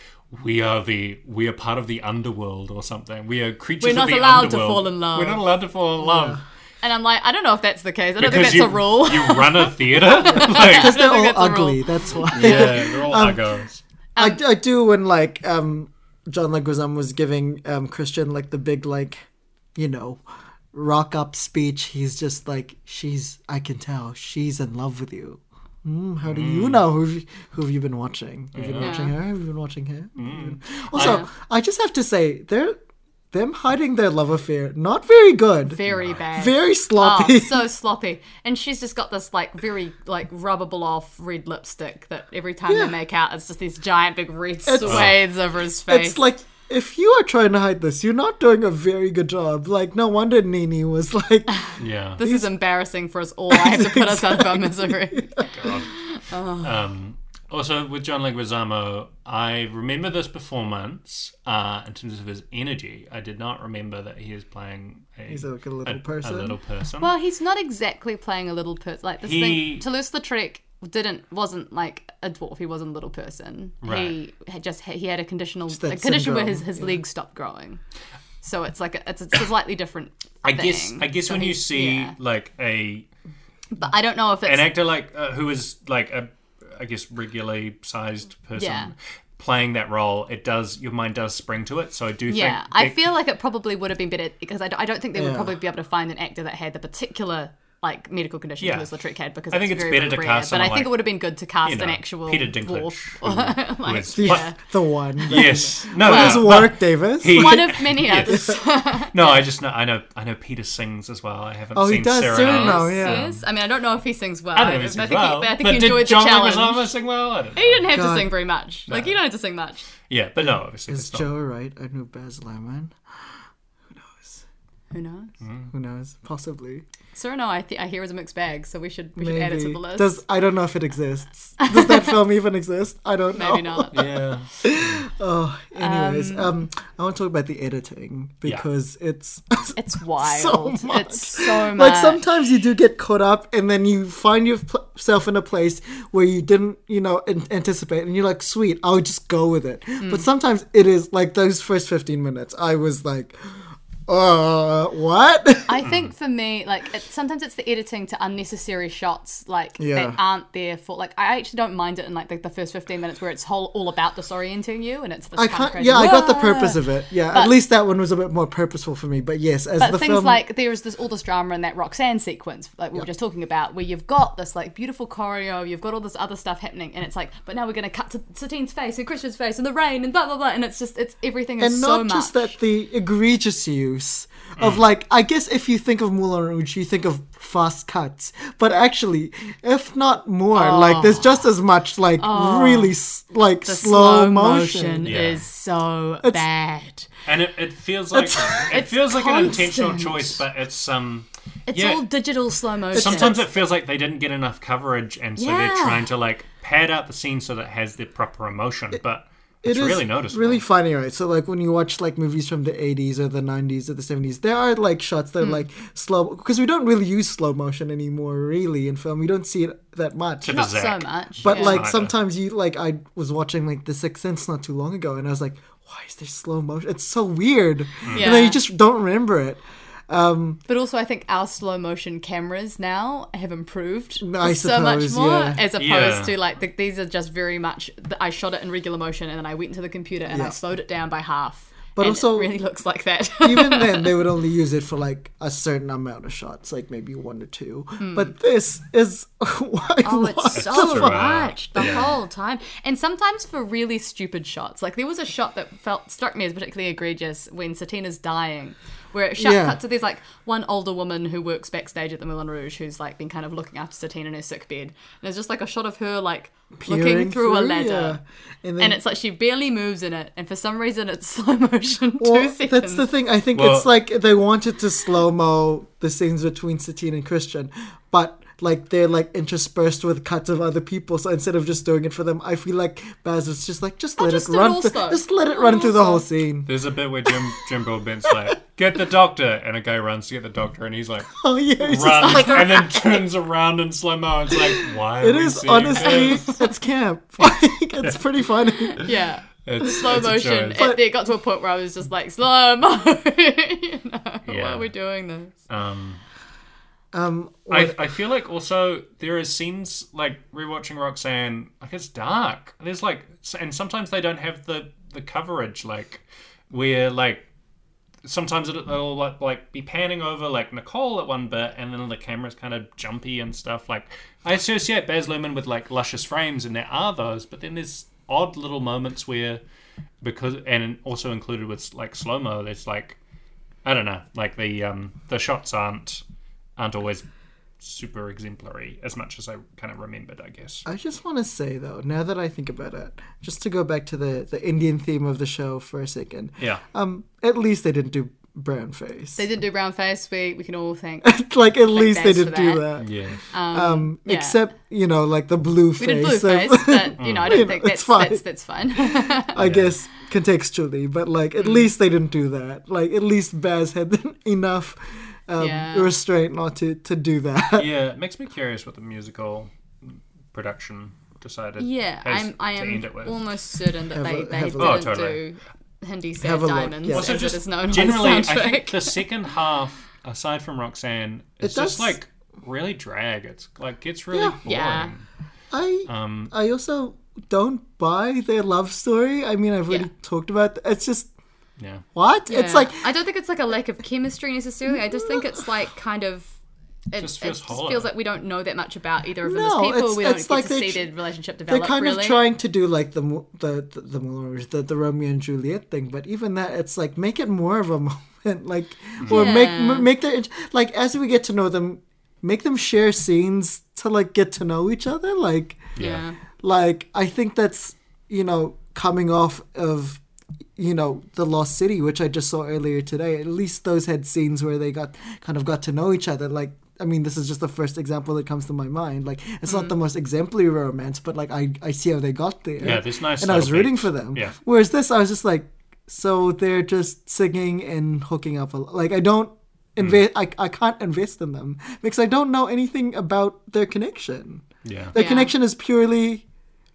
[SPEAKER 3] "We are the we are part of the underworld or something. We are creatures
[SPEAKER 5] We're
[SPEAKER 3] of
[SPEAKER 5] not
[SPEAKER 3] the
[SPEAKER 5] allowed to
[SPEAKER 3] underworld.
[SPEAKER 5] fall in love."
[SPEAKER 3] We're not allowed to fall in love."
[SPEAKER 5] And I'm like, I don't know if that's the case. I don't
[SPEAKER 3] Because
[SPEAKER 5] think
[SPEAKER 3] you,
[SPEAKER 5] that's a rule.
[SPEAKER 3] you run a theater. like,
[SPEAKER 5] I
[SPEAKER 2] They're
[SPEAKER 5] don't
[SPEAKER 2] all
[SPEAKER 5] think that's a rule.
[SPEAKER 2] ugly. That's why.
[SPEAKER 3] yeah, they're all
[SPEAKER 2] um,
[SPEAKER 3] uggos.
[SPEAKER 2] I,
[SPEAKER 5] Um,
[SPEAKER 2] I do when like um John Leguizamo was giving um Christian like the big like you know rock up speech he's just like she's I can tell she's in love with you mm, how do you know who have you, who have you been watching have you been watching her have you been watching him also Mm. I, just have to say they're them hiding their love affair not very good
[SPEAKER 5] Very bad.
[SPEAKER 2] very sloppy
[SPEAKER 5] Oh, so sloppy. And she's just got this like very like rubbable off red lipstick that every time
[SPEAKER 2] Yeah.
[SPEAKER 5] they make out, it's just these giant big red
[SPEAKER 2] It's-
[SPEAKER 5] swathes over his face.
[SPEAKER 2] it's like if you are trying to hide this you're not doing a very good job like no wonder Nini was like
[SPEAKER 3] Yeah.
[SPEAKER 5] this is embarrassing for us all. I have to put us out of our misery.
[SPEAKER 3] Um, also, with John Leguizamo, I remember this performance uh, in terms of his energy. I did not remember that he is playing a,
[SPEAKER 2] He's like a little
[SPEAKER 3] a-
[SPEAKER 2] person.
[SPEAKER 3] A little person.
[SPEAKER 5] Well, he's not exactly playing a little person. Like this
[SPEAKER 3] He-
[SPEAKER 5] thing, Toulouse-Lautrec didn't wasn't like a dwarf. He wasn't a little person.
[SPEAKER 3] Right.
[SPEAKER 5] He had just he had a conditional
[SPEAKER 2] that
[SPEAKER 5] a condition where
[SPEAKER 2] syndrome,
[SPEAKER 5] his, his legs stopped growing. So it's like a, it's, it's a slightly different.
[SPEAKER 3] I guess.
[SPEAKER 5] thing.
[SPEAKER 3] I guess
[SPEAKER 5] So
[SPEAKER 3] when you
[SPEAKER 5] he's-
[SPEAKER 3] see
[SPEAKER 5] yeah.
[SPEAKER 3] like a
[SPEAKER 5] but I don't know if
[SPEAKER 3] an
[SPEAKER 5] it's
[SPEAKER 3] actor like uh, who is like a, I guess regularly sized person.
[SPEAKER 5] Yeah.
[SPEAKER 3] Playing that role, it does your mind does spring to it. So I do
[SPEAKER 5] Yeah,
[SPEAKER 3] think
[SPEAKER 5] I
[SPEAKER 3] that-
[SPEAKER 5] feel like it probably would have been better because I, d- I don't think they would
[SPEAKER 2] Yeah.
[SPEAKER 5] probably be able to find an actor that had the particular like medical condition
[SPEAKER 3] Yeah.
[SPEAKER 5] Toulouse Lautrec had because
[SPEAKER 3] I think it's
[SPEAKER 5] very,
[SPEAKER 3] better
[SPEAKER 5] very
[SPEAKER 3] to
[SPEAKER 5] rare,
[SPEAKER 3] cast
[SPEAKER 5] But
[SPEAKER 3] someone
[SPEAKER 5] I think
[SPEAKER 3] like,
[SPEAKER 5] it would have been good to cast
[SPEAKER 3] you know,
[SPEAKER 5] an actual
[SPEAKER 3] Peter
[SPEAKER 5] dwarf.
[SPEAKER 3] Dinklage, who- who
[SPEAKER 5] Like,
[SPEAKER 3] is-
[SPEAKER 5] yeah.
[SPEAKER 2] the one
[SPEAKER 3] yes, no,
[SPEAKER 5] Well-
[SPEAKER 2] His
[SPEAKER 3] no,
[SPEAKER 2] work,
[SPEAKER 3] but-
[SPEAKER 2] Davis.
[SPEAKER 3] he-
[SPEAKER 5] One of many others.
[SPEAKER 3] Yes. No, I just know I know I know Peter sings as well. I haven't
[SPEAKER 2] Oh, he
[SPEAKER 3] seen
[SPEAKER 2] does.
[SPEAKER 3] Cyrano.
[SPEAKER 2] Cyrano, yeah.
[SPEAKER 5] Yes. I mean, I don't know if he sings well.
[SPEAKER 3] I don't know if he
[SPEAKER 5] I
[SPEAKER 3] sings
[SPEAKER 5] think,
[SPEAKER 3] well.
[SPEAKER 5] he, but I think
[SPEAKER 3] but
[SPEAKER 5] he
[SPEAKER 3] did
[SPEAKER 5] enjoyed
[SPEAKER 3] John
[SPEAKER 5] the challenge.
[SPEAKER 3] Leguizamo sing well? I don't know.
[SPEAKER 5] He didn't have
[SPEAKER 2] God.
[SPEAKER 5] to sing very much. Like, you don't have to sing much.
[SPEAKER 3] Yeah, but no, obviously
[SPEAKER 2] Is
[SPEAKER 3] it's not.
[SPEAKER 2] Joe right? I knew Baz Luhrmann.
[SPEAKER 5] Who knows?
[SPEAKER 2] Who knows? Possibly.
[SPEAKER 5] Cyrano, Mm-hmm. I, th- I hear, is a mixed bag, so we should, we should
[SPEAKER 2] Maybe.
[SPEAKER 5] add it to the list.
[SPEAKER 2] Does I don't know if it exists. Does that film even exist? I don't know.
[SPEAKER 5] Maybe not.
[SPEAKER 3] Yeah.
[SPEAKER 2] Oh, anyways, um, I want to talk about the editing because it's
[SPEAKER 5] It's wild.
[SPEAKER 2] much.
[SPEAKER 5] It's so much.
[SPEAKER 2] like sometimes you do get caught up and then you find yourself in a place where you didn't you know an- anticipate and you're like sweet i'll just go with it
[SPEAKER 5] Hmm.
[SPEAKER 2] but sometimes it is like those first 15 minutes i was like uh what
[SPEAKER 5] I think for me, like it, sometimes it's the editing to unnecessary shots, like
[SPEAKER 2] Yeah.
[SPEAKER 5] that aren't there for. Like I actually don't mind it in like the, the first fifteen minutes where it's whole all about disorienting you, and it's this
[SPEAKER 2] I
[SPEAKER 5] kind of
[SPEAKER 2] can't.
[SPEAKER 5] crazy.
[SPEAKER 2] Yeah, I got the
[SPEAKER 5] "Whoa!"
[SPEAKER 2] purpose of it. Yeah, at
[SPEAKER 5] But-
[SPEAKER 2] least that one was a bit more purposeful for me. But yes, as
[SPEAKER 5] But
[SPEAKER 2] the
[SPEAKER 5] things
[SPEAKER 2] film,
[SPEAKER 5] like there is this all this drama in that Roxanne sequence, like we were just talking about, where you've got this like beautiful choreo, you've got all this other stuff happening, and it's like, but now we're going to cut to Satine's face and Christian's face and the rain and blah blah blah, and it's just it's everything is
[SPEAKER 2] and
[SPEAKER 5] so
[SPEAKER 2] not
[SPEAKER 5] much. Mm.
[SPEAKER 2] just that the egregious use of like I guess if you think of Moulin Rouge, you think of fast cuts, but actually, if not more, like there's just as much like really s- like
[SPEAKER 5] Oh. the
[SPEAKER 2] slow, motion.
[SPEAKER 3] Yeah.
[SPEAKER 5] is so bad.
[SPEAKER 3] And it, it feels like it
[SPEAKER 5] It's
[SPEAKER 3] feels like an intentional
[SPEAKER 5] constant.
[SPEAKER 3] choice, but it's um
[SPEAKER 5] It's
[SPEAKER 3] Yeah.
[SPEAKER 5] all digital slow motion.
[SPEAKER 3] sometimes it feels like they didn't get enough coverage and so they're
[SPEAKER 5] Yeah.
[SPEAKER 3] trying to like pad out the scene so that it has the proper emotion, but
[SPEAKER 2] It
[SPEAKER 3] it's
[SPEAKER 2] is
[SPEAKER 3] really noticeable.
[SPEAKER 2] Really funny, right? So like when you watch like movies from the 80s or the 90s or the 70s, there are like shots that are
[SPEAKER 5] Mm.
[SPEAKER 2] like slow because we don't really use slow motion anymore really in film. We don't see it that much.
[SPEAKER 3] Except for
[SPEAKER 5] not
[SPEAKER 3] Zack.
[SPEAKER 5] so much.
[SPEAKER 2] But
[SPEAKER 5] yeah.
[SPEAKER 2] like
[SPEAKER 3] Snyder.
[SPEAKER 2] sometimes you like I was watching like The Sixth Sense not too long ago, and I was like, why is there slow motion? It's so weird, and then
[SPEAKER 5] Yeah.
[SPEAKER 2] you just don't remember it.
[SPEAKER 5] But also, I think our slow motion cameras now have improved
[SPEAKER 2] I
[SPEAKER 5] so much
[SPEAKER 2] suppose,
[SPEAKER 5] more,
[SPEAKER 2] yeah.
[SPEAKER 5] as opposed
[SPEAKER 3] Yeah.
[SPEAKER 5] to like the, these are just very much. th- I shot it in regular motion, and then I went into the computer and
[SPEAKER 2] Yeah.
[SPEAKER 5] I slowed it down by half.
[SPEAKER 2] But
[SPEAKER 5] and
[SPEAKER 2] also-
[SPEAKER 5] it really looks like that.
[SPEAKER 2] Even then, they would only use it for like a certain amount of shots, like maybe one or two. But this is why
[SPEAKER 5] Hmm. Oh, it's so
[SPEAKER 3] throughout.
[SPEAKER 5] much the
[SPEAKER 3] Yeah.
[SPEAKER 5] whole time, and sometimes for really stupid shots. Like there was a shot that felt struck me as particularly egregious when Satina's dying, where it shot
[SPEAKER 2] Yeah.
[SPEAKER 5] cut to there's like one older woman who works backstage at the Moulin Rouge who's like been kind of looking after Satina in her sick bed, and there's just like a shot of her like looking through, a ladder,
[SPEAKER 2] yeah. and then
[SPEAKER 5] and it's like she barely moves in it, and for some reason it's slow motion
[SPEAKER 2] Well,
[SPEAKER 5] two seconds.
[SPEAKER 2] That's the thing. I think
[SPEAKER 3] Well-
[SPEAKER 2] it's like they wanted to slow mo the scenes between Satine and Christian, but like they're like interspersed with cuts of other people. So instead of just doing it for them, I feel like Baz was just like, just let
[SPEAKER 5] just
[SPEAKER 2] it
[SPEAKER 5] do it
[SPEAKER 2] run,
[SPEAKER 5] all
[SPEAKER 2] through,
[SPEAKER 5] slow.
[SPEAKER 2] just let it run through the
[SPEAKER 5] all
[SPEAKER 2] whole
[SPEAKER 5] slow.
[SPEAKER 2] scene.
[SPEAKER 3] There's a bit where Jim Jim Broadbent's like, get the doctor and a guy runs to get the doctor and he's like
[SPEAKER 2] Oh yeah, it's just-
[SPEAKER 3] runs and then turns around in slow mo and it's like, why are
[SPEAKER 2] it
[SPEAKER 3] we
[SPEAKER 2] is
[SPEAKER 3] seeing
[SPEAKER 2] honestly,
[SPEAKER 3] this?
[SPEAKER 2] it's camp. Like, it's pretty funny.
[SPEAKER 5] yeah.
[SPEAKER 3] It's-
[SPEAKER 5] Slow
[SPEAKER 3] it's a
[SPEAKER 5] motion.
[SPEAKER 3] choice.
[SPEAKER 5] It, it got to a point where I was just like, slow mo. you know,
[SPEAKER 3] Yeah.
[SPEAKER 5] why are we doing this?
[SPEAKER 3] Um,
[SPEAKER 2] Um,
[SPEAKER 3] I,
[SPEAKER 2] what-
[SPEAKER 3] I feel like also there is scenes like rewatching Roxanne, like it's dark. There's like, and sometimes they don't have the the coverage like where like sometimes it, it'll like, like be panning over like Nicole at one bit, and then the camera's kind of jumpy and stuff. Like I associate Baz Luhrmann with like luscious frames, and there are those, but then there's odd little moments where because and also included with like slow mo, there's like I don't know, like the um the shots aren't aren't always super exemplary as much as I kind of remembered, I guess.
[SPEAKER 2] I just want to say though, now that I think about it, just to go back to the the Indian theme of the show for a second.
[SPEAKER 3] Yeah.
[SPEAKER 2] Um, at least they didn't do brown face.
[SPEAKER 5] They did do brown face. We we can all thank.
[SPEAKER 2] like at least they
[SPEAKER 5] thanks for
[SPEAKER 2] didn't do
[SPEAKER 5] that.
[SPEAKER 2] that.
[SPEAKER 3] Yeah.
[SPEAKER 2] Um,
[SPEAKER 5] yeah.
[SPEAKER 2] except you know, like the blue
[SPEAKER 5] We
[SPEAKER 2] face.
[SPEAKER 5] did blue
[SPEAKER 2] so-
[SPEAKER 5] face, but you know I
[SPEAKER 2] You
[SPEAKER 5] don't
[SPEAKER 2] know,
[SPEAKER 5] think
[SPEAKER 2] it's
[SPEAKER 5] that's
[SPEAKER 2] fine.
[SPEAKER 5] that's that's fine.
[SPEAKER 2] I guess contextually, but like
[SPEAKER 5] Mm.
[SPEAKER 2] at least they didn't do that. Like at least Baz had enough um,
[SPEAKER 5] Yeah.
[SPEAKER 2] restraint not to to do that.
[SPEAKER 3] Yeah, it makes me curious what the musical production decided.
[SPEAKER 5] yeah,
[SPEAKER 3] has
[SPEAKER 5] I'm I
[SPEAKER 3] to
[SPEAKER 5] am
[SPEAKER 3] end it with.
[SPEAKER 5] almost certain that
[SPEAKER 2] Have
[SPEAKER 5] they
[SPEAKER 2] a-
[SPEAKER 5] they
[SPEAKER 2] have a
[SPEAKER 5] didn't
[SPEAKER 2] look.
[SPEAKER 3] Oh, totally.
[SPEAKER 5] do Hindi
[SPEAKER 2] Have
[SPEAKER 5] Sad
[SPEAKER 2] a look,
[SPEAKER 5] Diamonds
[SPEAKER 2] yeah.
[SPEAKER 5] as
[SPEAKER 2] Also
[SPEAKER 5] it is known
[SPEAKER 3] generally,
[SPEAKER 5] on the
[SPEAKER 3] I think
[SPEAKER 5] soundtrack.
[SPEAKER 3] the second half, aside from Roxanne,
[SPEAKER 2] It
[SPEAKER 3] is
[SPEAKER 2] does-
[SPEAKER 3] just like really drag. It's like gets really boring.
[SPEAKER 5] Yeah.
[SPEAKER 2] I
[SPEAKER 3] Um,
[SPEAKER 2] I also don't buy their love story. I mean, I've already
[SPEAKER 5] Yeah.
[SPEAKER 2] talked about. Th- it's just
[SPEAKER 3] yeah.
[SPEAKER 2] what it's like.
[SPEAKER 5] I don't think it's like a lack of chemistry necessarily. I just think it's like kind of. It,
[SPEAKER 3] Just
[SPEAKER 5] just
[SPEAKER 3] feels
[SPEAKER 5] feels, it
[SPEAKER 3] hollow.
[SPEAKER 5] just feels like we don't know that much about either of them
[SPEAKER 2] No,
[SPEAKER 5] as people.
[SPEAKER 2] it's-
[SPEAKER 5] we don't
[SPEAKER 2] it's
[SPEAKER 5] get
[SPEAKER 2] like
[SPEAKER 5] to
[SPEAKER 2] they
[SPEAKER 5] see
[SPEAKER 2] tr-
[SPEAKER 5] their relationship
[SPEAKER 2] They're
[SPEAKER 5] develop.
[SPEAKER 2] kind
[SPEAKER 5] really.
[SPEAKER 2] of trying to do like the mo- the the, the Moulin Rouge, the, the Romeo and Juliet thing, but even that, it's like make it more of a moment, like or make
[SPEAKER 5] Yeah.
[SPEAKER 2] m- make the like as we get to know them, make them share scenes to like get to know each other, like.
[SPEAKER 5] Yeah.
[SPEAKER 2] like i think that's you know coming off of you know the lost city which i just saw earlier today at least those had scenes where they got kind of got to know each other like i mean this is just the first example that comes to my mind like it's not the most exemplary romance but like i i see how they got there
[SPEAKER 3] Mm. Yeah, there's nice
[SPEAKER 2] and i was
[SPEAKER 3] little
[SPEAKER 2] rooting
[SPEAKER 3] beats.
[SPEAKER 2] for them
[SPEAKER 3] Yeah.
[SPEAKER 2] whereas this i was just like so they're just singing and hooking up a, like i don't
[SPEAKER 3] Mm.
[SPEAKER 2] invest I, I can't invest in them because i don't know anything about their connection
[SPEAKER 3] Yeah.
[SPEAKER 2] the
[SPEAKER 5] Yeah.
[SPEAKER 2] connection is purely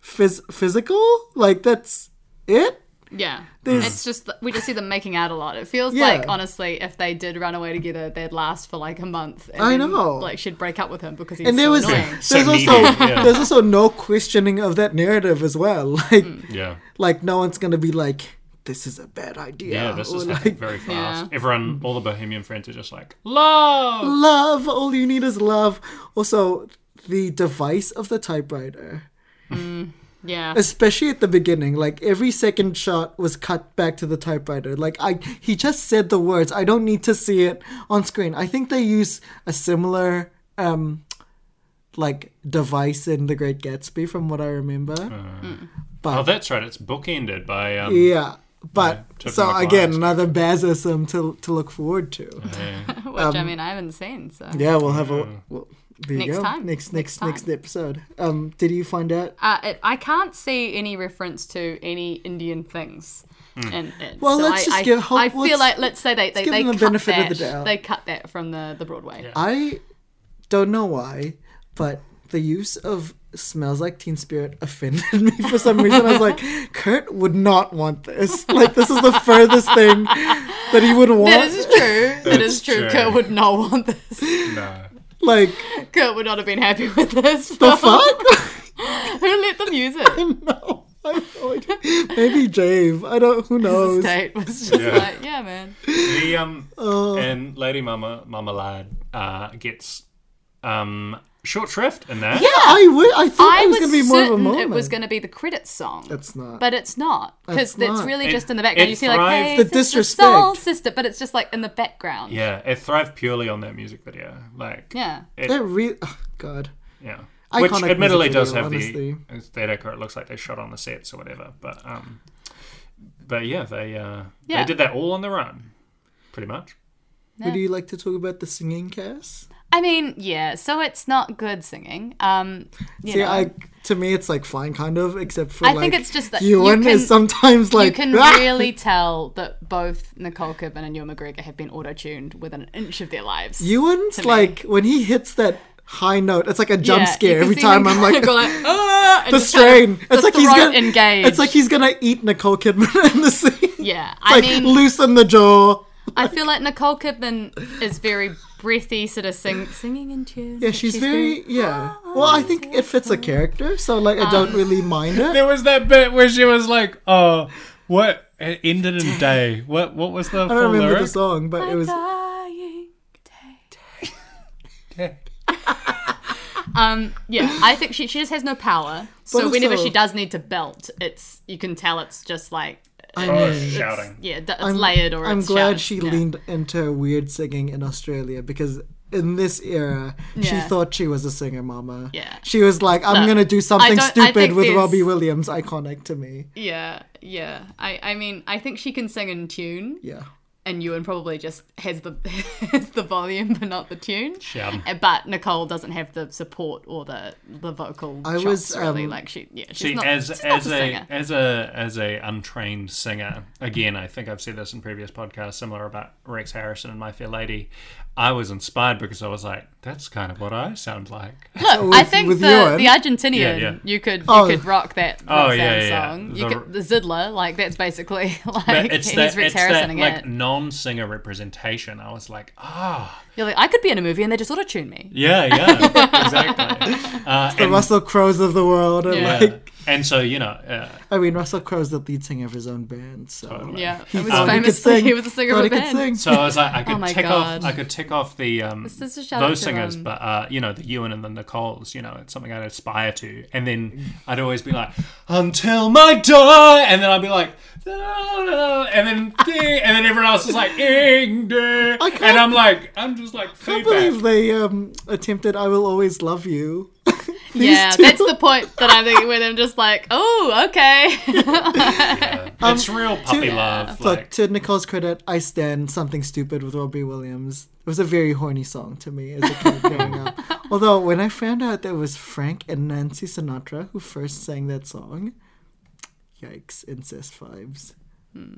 [SPEAKER 2] phys- physical like that's it
[SPEAKER 5] Yeah.
[SPEAKER 2] There's-
[SPEAKER 5] It's just that we just see them making out a lot. It feels
[SPEAKER 2] Yeah.
[SPEAKER 5] like honestly, if they did run away together, they'd last for like a month. And
[SPEAKER 2] I
[SPEAKER 5] then,
[SPEAKER 2] know.
[SPEAKER 5] Like she'd break up with him because he's
[SPEAKER 2] and there
[SPEAKER 5] so
[SPEAKER 2] was
[SPEAKER 5] annoying.
[SPEAKER 2] there's
[SPEAKER 3] So
[SPEAKER 2] also
[SPEAKER 3] needy, yeah.
[SPEAKER 2] there's also no questioning of that narrative as well like
[SPEAKER 5] Mm.
[SPEAKER 3] Yeah.
[SPEAKER 2] like no one's gonna be like this is a bad idea
[SPEAKER 3] Yeah, this
[SPEAKER 2] or
[SPEAKER 3] is happening
[SPEAKER 2] like
[SPEAKER 3] very fast.
[SPEAKER 5] Yeah.
[SPEAKER 3] Everyone, all the Bohemian friends are just like, love!
[SPEAKER 2] love all you need is love also the device of the typewriter
[SPEAKER 5] Yeah.
[SPEAKER 2] especially at the beginning like every second shot was cut back to the typewriter like i he just said the words i don't need to see it on screen i think they use a similar um like device in the great gatsby from what i remember but
[SPEAKER 3] Oh, that's right. It's bookended by. Um,
[SPEAKER 2] yeah but
[SPEAKER 3] took
[SPEAKER 2] so
[SPEAKER 3] him up
[SPEAKER 2] again
[SPEAKER 3] last.
[SPEAKER 2] another basism to to look forward to
[SPEAKER 3] yeah.
[SPEAKER 5] Which I mean, I haven't seen. So
[SPEAKER 2] Uh-huh. um, yeah we'll have a well, there you
[SPEAKER 5] Next
[SPEAKER 2] go.
[SPEAKER 5] time.
[SPEAKER 2] next next next
[SPEAKER 5] Next time.
[SPEAKER 2] episode um did you find out
[SPEAKER 5] uh, it, I can't see any reference to any Indian things.
[SPEAKER 3] Hmm.
[SPEAKER 5] in it.
[SPEAKER 2] Well,
[SPEAKER 5] So
[SPEAKER 2] let's
[SPEAKER 5] I,
[SPEAKER 2] just
[SPEAKER 5] I,
[SPEAKER 2] give hope-
[SPEAKER 5] I feel
[SPEAKER 2] let's-
[SPEAKER 5] like let's say they they,
[SPEAKER 2] give
[SPEAKER 5] they
[SPEAKER 2] them the
[SPEAKER 5] cut
[SPEAKER 2] benefit of
[SPEAKER 5] that,
[SPEAKER 2] the doubt.
[SPEAKER 5] They cut that from the the Broadway.
[SPEAKER 2] I don't know why, but the use of smells like Teen Spirit offended me for some reason. I was like, Kurt would not want this. Like this is the furthest thing that he would want.
[SPEAKER 5] That is true. That
[SPEAKER 3] That's
[SPEAKER 5] is
[SPEAKER 3] true.
[SPEAKER 5] true. Kurt would not want this.
[SPEAKER 3] No.
[SPEAKER 2] Like
[SPEAKER 5] Kurt would not have been happy with this.
[SPEAKER 2] the
[SPEAKER 5] film.
[SPEAKER 2] fuck?
[SPEAKER 5] Who let them use it?
[SPEAKER 2] no. I have no idea. Maybe Jave. I don't who
[SPEAKER 5] His
[SPEAKER 2] knows.
[SPEAKER 5] date was just
[SPEAKER 3] Yeah.
[SPEAKER 5] like, yeah, man.
[SPEAKER 3] The um
[SPEAKER 2] Oh.
[SPEAKER 3] and Lady Mama Mama Lad uh gets um short shrift in that.
[SPEAKER 2] Yeah, I would I thought
[SPEAKER 5] I
[SPEAKER 2] it was
[SPEAKER 5] was
[SPEAKER 2] gonna be more of a
[SPEAKER 5] certain
[SPEAKER 2] moment.
[SPEAKER 5] it was going to be the credits song.
[SPEAKER 2] That's not.
[SPEAKER 5] But it's not
[SPEAKER 2] That's
[SPEAKER 5] because it's
[SPEAKER 2] not.
[SPEAKER 5] really
[SPEAKER 3] It-
[SPEAKER 5] just in the background.
[SPEAKER 3] it
[SPEAKER 5] You see, like,
[SPEAKER 3] thrived-
[SPEAKER 5] hey,
[SPEAKER 2] The
[SPEAKER 5] sister,
[SPEAKER 2] disrespect.
[SPEAKER 5] soul sister, but it's just like in the background.
[SPEAKER 3] Yeah, it thrived purely on that music video. Like
[SPEAKER 5] Yeah.
[SPEAKER 2] it really oh, God.
[SPEAKER 3] yeah.
[SPEAKER 2] Iconic
[SPEAKER 3] Which
[SPEAKER 2] music
[SPEAKER 3] admittedly does
[SPEAKER 2] video,
[SPEAKER 3] have
[SPEAKER 2] honestly.
[SPEAKER 3] the aesthetic or it looks like they shot on the sets or whatever. But um but yeah, they uh
[SPEAKER 5] Yeah.
[SPEAKER 3] they did that all on their own. Pretty much.
[SPEAKER 2] Would you like to talk about the singing cast?
[SPEAKER 5] I mean, yeah. So it's not good singing. Um, you
[SPEAKER 2] See,
[SPEAKER 5] know,
[SPEAKER 2] I to me it's like fine, kind of, except for
[SPEAKER 5] I
[SPEAKER 2] like
[SPEAKER 5] think it's just that you
[SPEAKER 2] Ewan
[SPEAKER 5] can-
[SPEAKER 2] is sometimes
[SPEAKER 5] you
[SPEAKER 2] like
[SPEAKER 5] can
[SPEAKER 2] "Ah!"
[SPEAKER 5] really tell that both Nicole Kidman and Ewan McGregor have been auto-tuned within an inch of their lives.
[SPEAKER 2] Ewan's
[SPEAKER 5] to me.
[SPEAKER 2] like when he hits that high note, it's like a
[SPEAKER 5] Yeah,
[SPEAKER 2] jump
[SPEAKER 5] you
[SPEAKER 2] scare
[SPEAKER 5] can
[SPEAKER 2] every
[SPEAKER 5] see them
[SPEAKER 2] time. I'm like
[SPEAKER 5] go like "Ah," and
[SPEAKER 2] the
[SPEAKER 5] just kind
[SPEAKER 2] strain.
[SPEAKER 5] of
[SPEAKER 2] It's
[SPEAKER 5] the
[SPEAKER 2] like he's
[SPEAKER 5] throat
[SPEAKER 2] gonna
[SPEAKER 5] engage.
[SPEAKER 2] It's like he's gonna eat Nicole Kidman in the scene.
[SPEAKER 5] yeah.
[SPEAKER 2] It's
[SPEAKER 5] I
[SPEAKER 2] like
[SPEAKER 5] mean,
[SPEAKER 2] loosen the jaw.
[SPEAKER 5] I feel like Nicole Kidman is very breathy sort of sing- singing in tune.
[SPEAKER 2] Yeah,
[SPEAKER 5] but
[SPEAKER 2] she's, very, yeah. Well, I think it fits a character, so like I
[SPEAKER 5] Um,
[SPEAKER 2] don't really mind it.
[SPEAKER 7] There was that bit where she was like, "Oh, what it ended in day? What what was the
[SPEAKER 2] I don't
[SPEAKER 7] full
[SPEAKER 2] remember the
[SPEAKER 7] lyric?"
[SPEAKER 2] song, but it was
[SPEAKER 5] Dying day. um, yeah, I think she, she just has no power. So
[SPEAKER 2] But
[SPEAKER 5] whenever
[SPEAKER 2] also-
[SPEAKER 5] she does need to belt, it's you can tell it's just like
[SPEAKER 2] I
[SPEAKER 3] Oh,
[SPEAKER 2] mean,
[SPEAKER 3] shouting.
[SPEAKER 5] yeah, d- it's layered or
[SPEAKER 2] I'm
[SPEAKER 5] it's
[SPEAKER 2] glad
[SPEAKER 5] shouted,
[SPEAKER 2] she
[SPEAKER 5] yeah.
[SPEAKER 2] leaned into her weird singing in Australia because in this era
[SPEAKER 5] Yeah.
[SPEAKER 2] she thought she was a singer mama.
[SPEAKER 5] Yeah.
[SPEAKER 2] She was like, I'm
[SPEAKER 5] But
[SPEAKER 2] gonna do something
[SPEAKER 5] don't- I
[SPEAKER 2] stupid
[SPEAKER 5] think
[SPEAKER 2] with
[SPEAKER 5] there's-
[SPEAKER 2] Robbie Williams, iconic to me.
[SPEAKER 5] Yeah, yeah. I I mean, I think she can sing in tune.
[SPEAKER 2] Yeah.
[SPEAKER 5] and Ewan probably just has the has the volume but not the tune.
[SPEAKER 3] Sham.
[SPEAKER 5] Uh, But Nicole doesn't have the support or the the vocal.
[SPEAKER 2] I
[SPEAKER 5] I
[SPEAKER 2] was,
[SPEAKER 5] was really
[SPEAKER 2] um,
[SPEAKER 5] like she yeah she's
[SPEAKER 3] See,
[SPEAKER 5] not
[SPEAKER 3] as
[SPEAKER 5] she's not
[SPEAKER 3] as
[SPEAKER 5] a,
[SPEAKER 3] a,
[SPEAKER 5] singer.
[SPEAKER 3] as a as a untrained singer, again, I think I've said this in previous podcasts, similar about Rex Harrison and My Fair Lady. I was inspired because I was like, that's kind of what I sound like.
[SPEAKER 5] Look, I
[SPEAKER 2] with-
[SPEAKER 5] think
[SPEAKER 2] with
[SPEAKER 5] the,
[SPEAKER 2] Ewan-
[SPEAKER 5] the Argentinian
[SPEAKER 3] Yeah, yeah.
[SPEAKER 5] you could you
[SPEAKER 2] Oh.
[SPEAKER 5] could rock that
[SPEAKER 3] Oh,
[SPEAKER 5] Roxanne
[SPEAKER 3] yeah, yeah,
[SPEAKER 5] song.
[SPEAKER 3] the-
[SPEAKER 5] You could, the Zidler like that's basically
[SPEAKER 3] But
[SPEAKER 5] like
[SPEAKER 3] it's
[SPEAKER 5] he's
[SPEAKER 3] that,
[SPEAKER 5] Rex
[SPEAKER 3] it's
[SPEAKER 5] Harrison
[SPEAKER 3] that
[SPEAKER 5] again.
[SPEAKER 3] like non-singer representation. I was like, ah,
[SPEAKER 5] You're like I could be in a movie and they just auto tune me.
[SPEAKER 3] yeah, yeah, exactly. Uh,
[SPEAKER 2] The
[SPEAKER 3] and,
[SPEAKER 2] Russell Crowe's of the world and
[SPEAKER 5] Yeah.
[SPEAKER 2] like
[SPEAKER 3] and so you know, uh,
[SPEAKER 2] I mean Russell Crowe's the lead singer of his own band, so
[SPEAKER 5] Yeah,
[SPEAKER 2] He
[SPEAKER 5] he was
[SPEAKER 3] Um,
[SPEAKER 2] thought he could
[SPEAKER 5] famously
[SPEAKER 2] sing,
[SPEAKER 5] he was a singer
[SPEAKER 2] thought
[SPEAKER 5] of
[SPEAKER 2] he
[SPEAKER 5] a
[SPEAKER 2] could
[SPEAKER 5] band.
[SPEAKER 2] sing.
[SPEAKER 3] so I was like, I could
[SPEAKER 5] Oh my
[SPEAKER 3] tick
[SPEAKER 5] God.
[SPEAKER 3] off, I could tick off the um,
[SPEAKER 5] is a shout out
[SPEAKER 3] those
[SPEAKER 5] to,
[SPEAKER 3] singers,
[SPEAKER 5] um,
[SPEAKER 3] but uh, you know, the Ewan and the Nicole's. You know, it's something I'd aspire to. And then I'd always be like, until my die, and then I'd be like. "Da, da," And then, ding, and then everyone else is like, "Ing, ding,"
[SPEAKER 2] can't-
[SPEAKER 3] and I'm like, I'm just like,
[SPEAKER 2] I can't
[SPEAKER 3] feedback.
[SPEAKER 2] believe they um attempted I Will Always Love You. These
[SPEAKER 5] Yeah,
[SPEAKER 2] two-
[SPEAKER 5] that's the point that I think where them just like oh okay.
[SPEAKER 3] it's
[SPEAKER 5] Um,
[SPEAKER 3] real puppy love.
[SPEAKER 2] Look,
[SPEAKER 3] Like,
[SPEAKER 2] to Nicole's credit, I stand something stupid with Robbie Williams. It was a very horny song to me as a kid growing up. Although when I found out that it was Frank and Nancy Sinatra who first sang that song, yikes, incest vibes.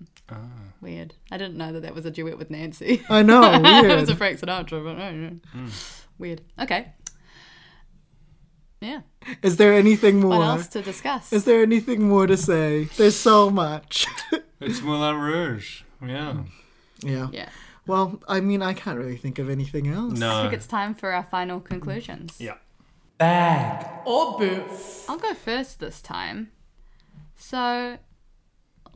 [SPEAKER 5] Weird. I didn't know that that was a duet with Nancy.
[SPEAKER 2] I know,
[SPEAKER 5] it was a
[SPEAKER 2] Oh, weird.
[SPEAKER 5] Frank Sinatra, but I don't know.
[SPEAKER 3] Hmm.
[SPEAKER 5] Weird. Okay. Yeah.
[SPEAKER 2] Is there anything
[SPEAKER 5] What
[SPEAKER 2] more?
[SPEAKER 5] else to discuss?
[SPEAKER 2] Is there anything more to say? There's so much.
[SPEAKER 3] it's Moulin Rouge. Yeah.
[SPEAKER 2] yeah.
[SPEAKER 5] yeah.
[SPEAKER 2] Well, I mean, I can't really think of anything else.
[SPEAKER 5] I
[SPEAKER 3] No.
[SPEAKER 5] think it's time for our final conclusions.
[SPEAKER 3] Yeah.
[SPEAKER 5] I'll go first this time. So, a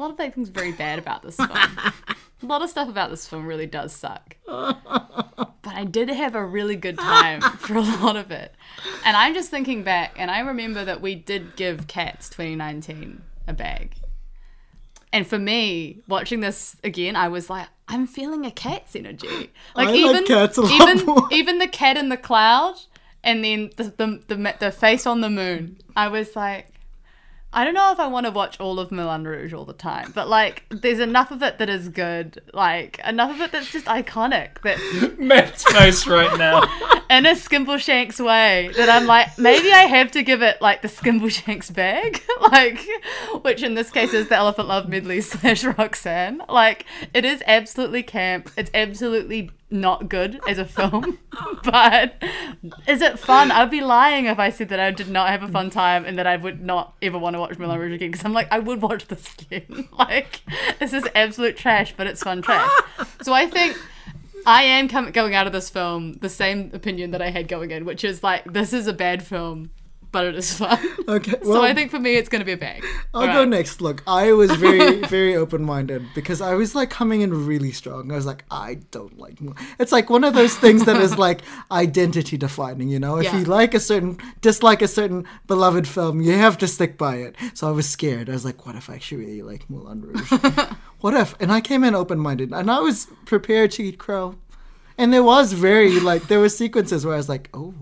[SPEAKER 5] lot of things very bad about this film. a lot of stuff about this film really does suck. But I did have a really good time for a lot of it. And I'm just thinking back, and I remember that we did give Cats 2019 a bag. And for me, watching this again, I was like, I'm feeling a cat's energy. Like
[SPEAKER 2] I like
[SPEAKER 5] even
[SPEAKER 2] Cats a lot
[SPEAKER 5] even
[SPEAKER 2] more.
[SPEAKER 5] even the cat in the cloud, and then the the, the ma- the face on the moon. I was like, I don't know if I want to watch all of Moulin Rouge all the time, but like, there's enough of it that is good. Like enough of it that's just iconic. That
[SPEAKER 3] Matt's face right now.
[SPEAKER 5] in a Skimbleshanks way that I'm like, maybe I have to give it like the Skimbleshanks bag, like, which in this case is the Elephant Love medley slash Roxanne. Like, it is absolutely camp. It's absolutely not good as a film, but is it fun? I'd be lying if I said that I did not have a fun time and that I would not ever want to watch Moulin Rouge again because I'm like, I would watch this again. Like, this is absolute trash, but it's fun trash. So I think. I am com- going out of this film the same opinion that I had going in, which is like this is a bad film, but it is fun.
[SPEAKER 2] Okay.
[SPEAKER 5] so
[SPEAKER 2] well-
[SPEAKER 5] I think for me it's going to be a bag.
[SPEAKER 2] I'll go next. Look, I was very, very open minded because I was like coming in really strong. I was like, I don't like. mo- It's like one of those things that is like identity defining, you know? If
[SPEAKER 5] Yeah.
[SPEAKER 2] you like a certain, dislike a certain beloved film, you have to stick by it. So I was scared. I was like, what if I actually really like Moulin Rouge? what if? And I came in open minded and I was prepared to eat crow. And there was very, like, there were sequences where I was like, oh.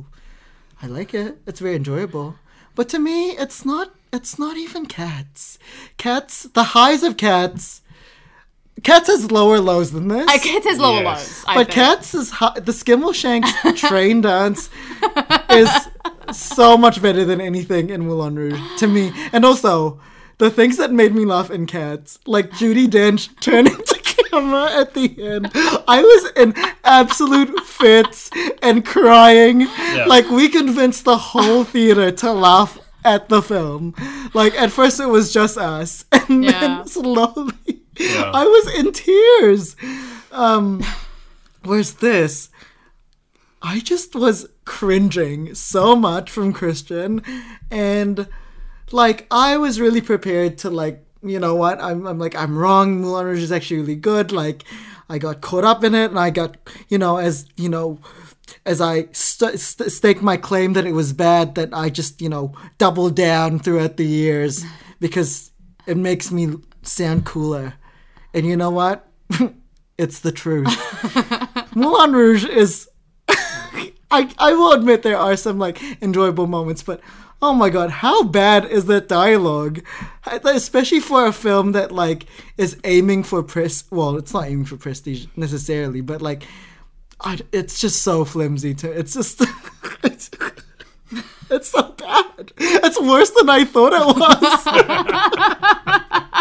[SPEAKER 2] I like it. It's very enjoyable. But to me, it's not it's not even cats. Cats, the highs of cats. Cats has lower lows than this.
[SPEAKER 5] I get his lower
[SPEAKER 3] Yes.
[SPEAKER 5] lows. I
[SPEAKER 2] but
[SPEAKER 5] think.
[SPEAKER 2] cats is high, the Skimbleshanks train dance is so much better than anything in Moulin Rouge to me. And also, the things that made me laugh in Cats, like Judy Dench turning to camera at the end, I was in absolute fits and crying. Like we convinced the whole theater to laugh at the film. Like at first it was just us, and
[SPEAKER 5] Yeah.
[SPEAKER 2] then slowly. I was in tears. Um, whereas this, I just was cringing so much from Christian and like I was really prepared to like you know what I'm I'm like I'm wrong Moulin Rouge is actually really good like I got caught up in it and I got you know as you know as I st- st- stake my claim that it was bad that I just you know double down throughout the years because it makes me sound cooler and you know what it's the truth Moulin Rouge is I, I will admit there are some like enjoyable moments, but oh my god, how bad is that dialogue? I- Especially for a film that like is aiming for pres well, it's not aiming for prestige necessarily, but like I, it's just so flimsy to it's just it's, it's so bad. It's worse than I thought it was.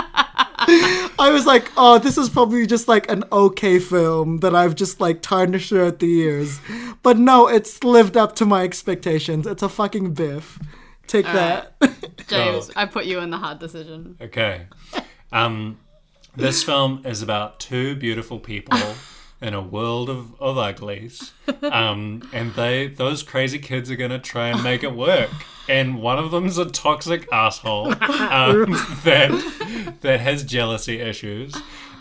[SPEAKER 2] I was like, oh, this is probably just like an okay film that I've just like tarnished throughout the years. But no, it's lived up to my expectations. It's a fucking biff. Take that.
[SPEAKER 5] James, I put you in the hard decision.
[SPEAKER 3] Okay. Um, this film is about two beautiful people in a world of, of uglies. Um, and they those crazy kids are gonna try and make it work. And one of them's a toxic asshole um, that that has jealousy issues.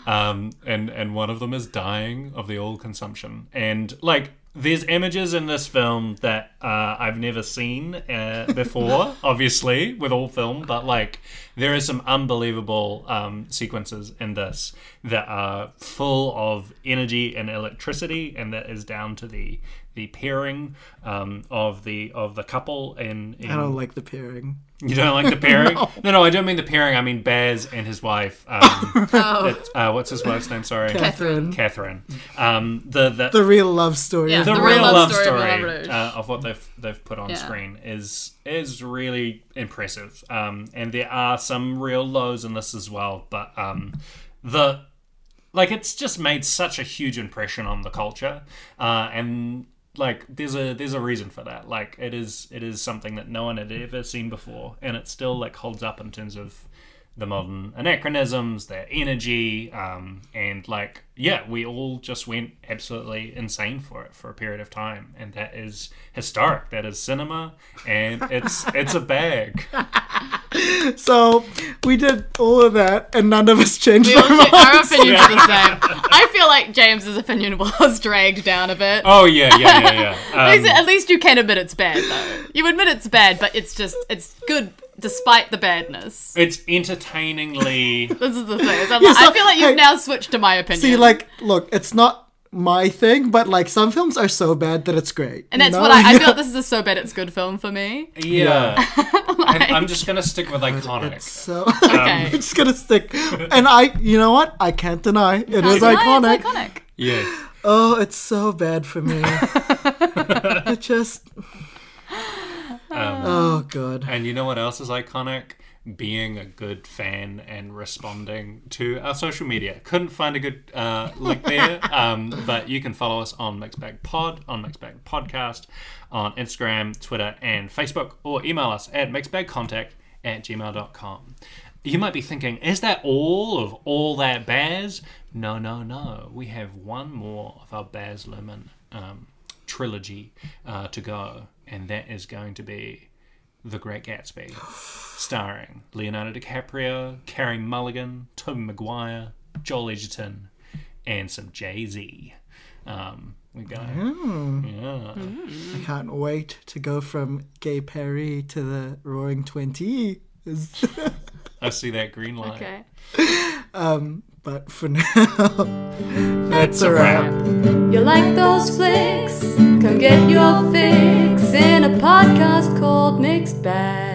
[SPEAKER 3] Um, and and one of them is dying of the all consumption. And like there's images in this film that uh, I've never seen uh, before, obviously, with all film, but like there are some unbelievable um, sequences in this that are full of energy and electricity, and that is down to the the pairing um, of the of the couple in, in
[SPEAKER 2] I don't like the pairing.
[SPEAKER 3] you don't like the pairing? no. no, I don't mean the pairing. I mean Baz and his wife. Um, that- uh, what's his wife's name? Sorry,
[SPEAKER 2] Catherine.
[SPEAKER 3] Catherine. Um, the the,
[SPEAKER 2] The real love story.
[SPEAKER 5] Yeah.
[SPEAKER 2] is-
[SPEAKER 3] the
[SPEAKER 5] The
[SPEAKER 3] real
[SPEAKER 5] real
[SPEAKER 3] love
[SPEAKER 5] love
[SPEAKER 3] story,
[SPEAKER 5] story of Moulin Rouge.
[SPEAKER 3] uh, of what they've they've put on
[SPEAKER 5] Yeah.
[SPEAKER 3] screen is is really impressive. Um, and there are some real lows in this as well, but um, the like it's just made such a huge impression on the culture, uh, and like there's a there's a reason for that. Like it is it is something that no one had ever seen before, and it still like holds up in terms of the modern anachronisms, their energy, um, and like, yeah, we all just went absolutely insane for it for a period of time, and that is historic. That is cinema, and it's it's a bag.
[SPEAKER 2] So we did all of that and none of us changed
[SPEAKER 5] We all
[SPEAKER 2] our
[SPEAKER 5] think our
[SPEAKER 2] minds.
[SPEAKER 5] opinions are the same. I feel like James's opinion was dragged down a bit.
[SPEAKER 3] Oh yeah, yeah, yeah, yeah.
[SPEAKER 5] At least-
[SPEAKER 3] Um,
[SPEAKER 5] At least you can admit it's bad, though. You admit it's bad, but it's just it's good despite the badness.
[SPEAKER 3] it's entertainingly.
[SPEAKER 5] This is the thing. is I'm
[SPEAKER 2] Yeah,
[SPEAKER 5] like-
[SPEAKER 2] so-
[SPEAKER 5] I feel like you've
[SPEAKER 2] hey,
[SPEAKER 5] now switched to my opinion.
[SPEAKER 2] See, like, look, it's not my thing, but like some films are so bad that it's great.
[SPEAKER 5] and that's
[SPEAKER 2] you
[SPEAKER 5] what
[SPEAKER 2] know?
[SPEAKER 5] I, I
[SPEAKER 2] Yeah.
[SPEAKER 5] feel. Like this is a so bad it's good film for me.
[SPEAKER 3] Yeah, And I'm just gonna stick with iconic.
[SPEAKER 2] It's so
[SPEAKER 5] Okay.
[SPEAKER 2] I'm just gonna stick. And I, you know what? I can't deny it is
[SPEAKER 5] Why?
[SPEAKER 2] iconic.
[SPEAKER 5] It's iconic.
[SPEAKER 3] yeah,
[SPEAKER 2] Oh, it's so bad for me. it just.
[SPEAKER 5] Um,
[SPEAKER 2] oh god.
[SPEAKER 3] and you know what else is iconic? Being a good fan and responding to our social media. Couldn't find a good uh, link there, um, but you can follow us on Mixbag Pod, on Mixbag Podcast, on Instagram, Twitter, and Facebook, or email us at mixbagcontact at gmail.com. You might be thinking, is that all of all that Baz? No, no, no. We have one more of our Baz Luhrmann um, trilogy uh, to go, and that is going to be the Great Gatsby, starring Leonardo DiCaprio, Carrie Mulligan, Tobey Maguire, Joel Edgerton, and some Jay Z. Um, we go. Yeah.
[SPEAKER 2] I can't wait to go from Gay Perry to the Roaring Twenty.
[SPEAKER 3] I see that green light.
[SPEAKER 5] Okay.
[SPEAKER 2] But for now, that's a wrap.
[SPEAKER 1] You like those flicks? Come get your fix in a podcast called Mixed Bag.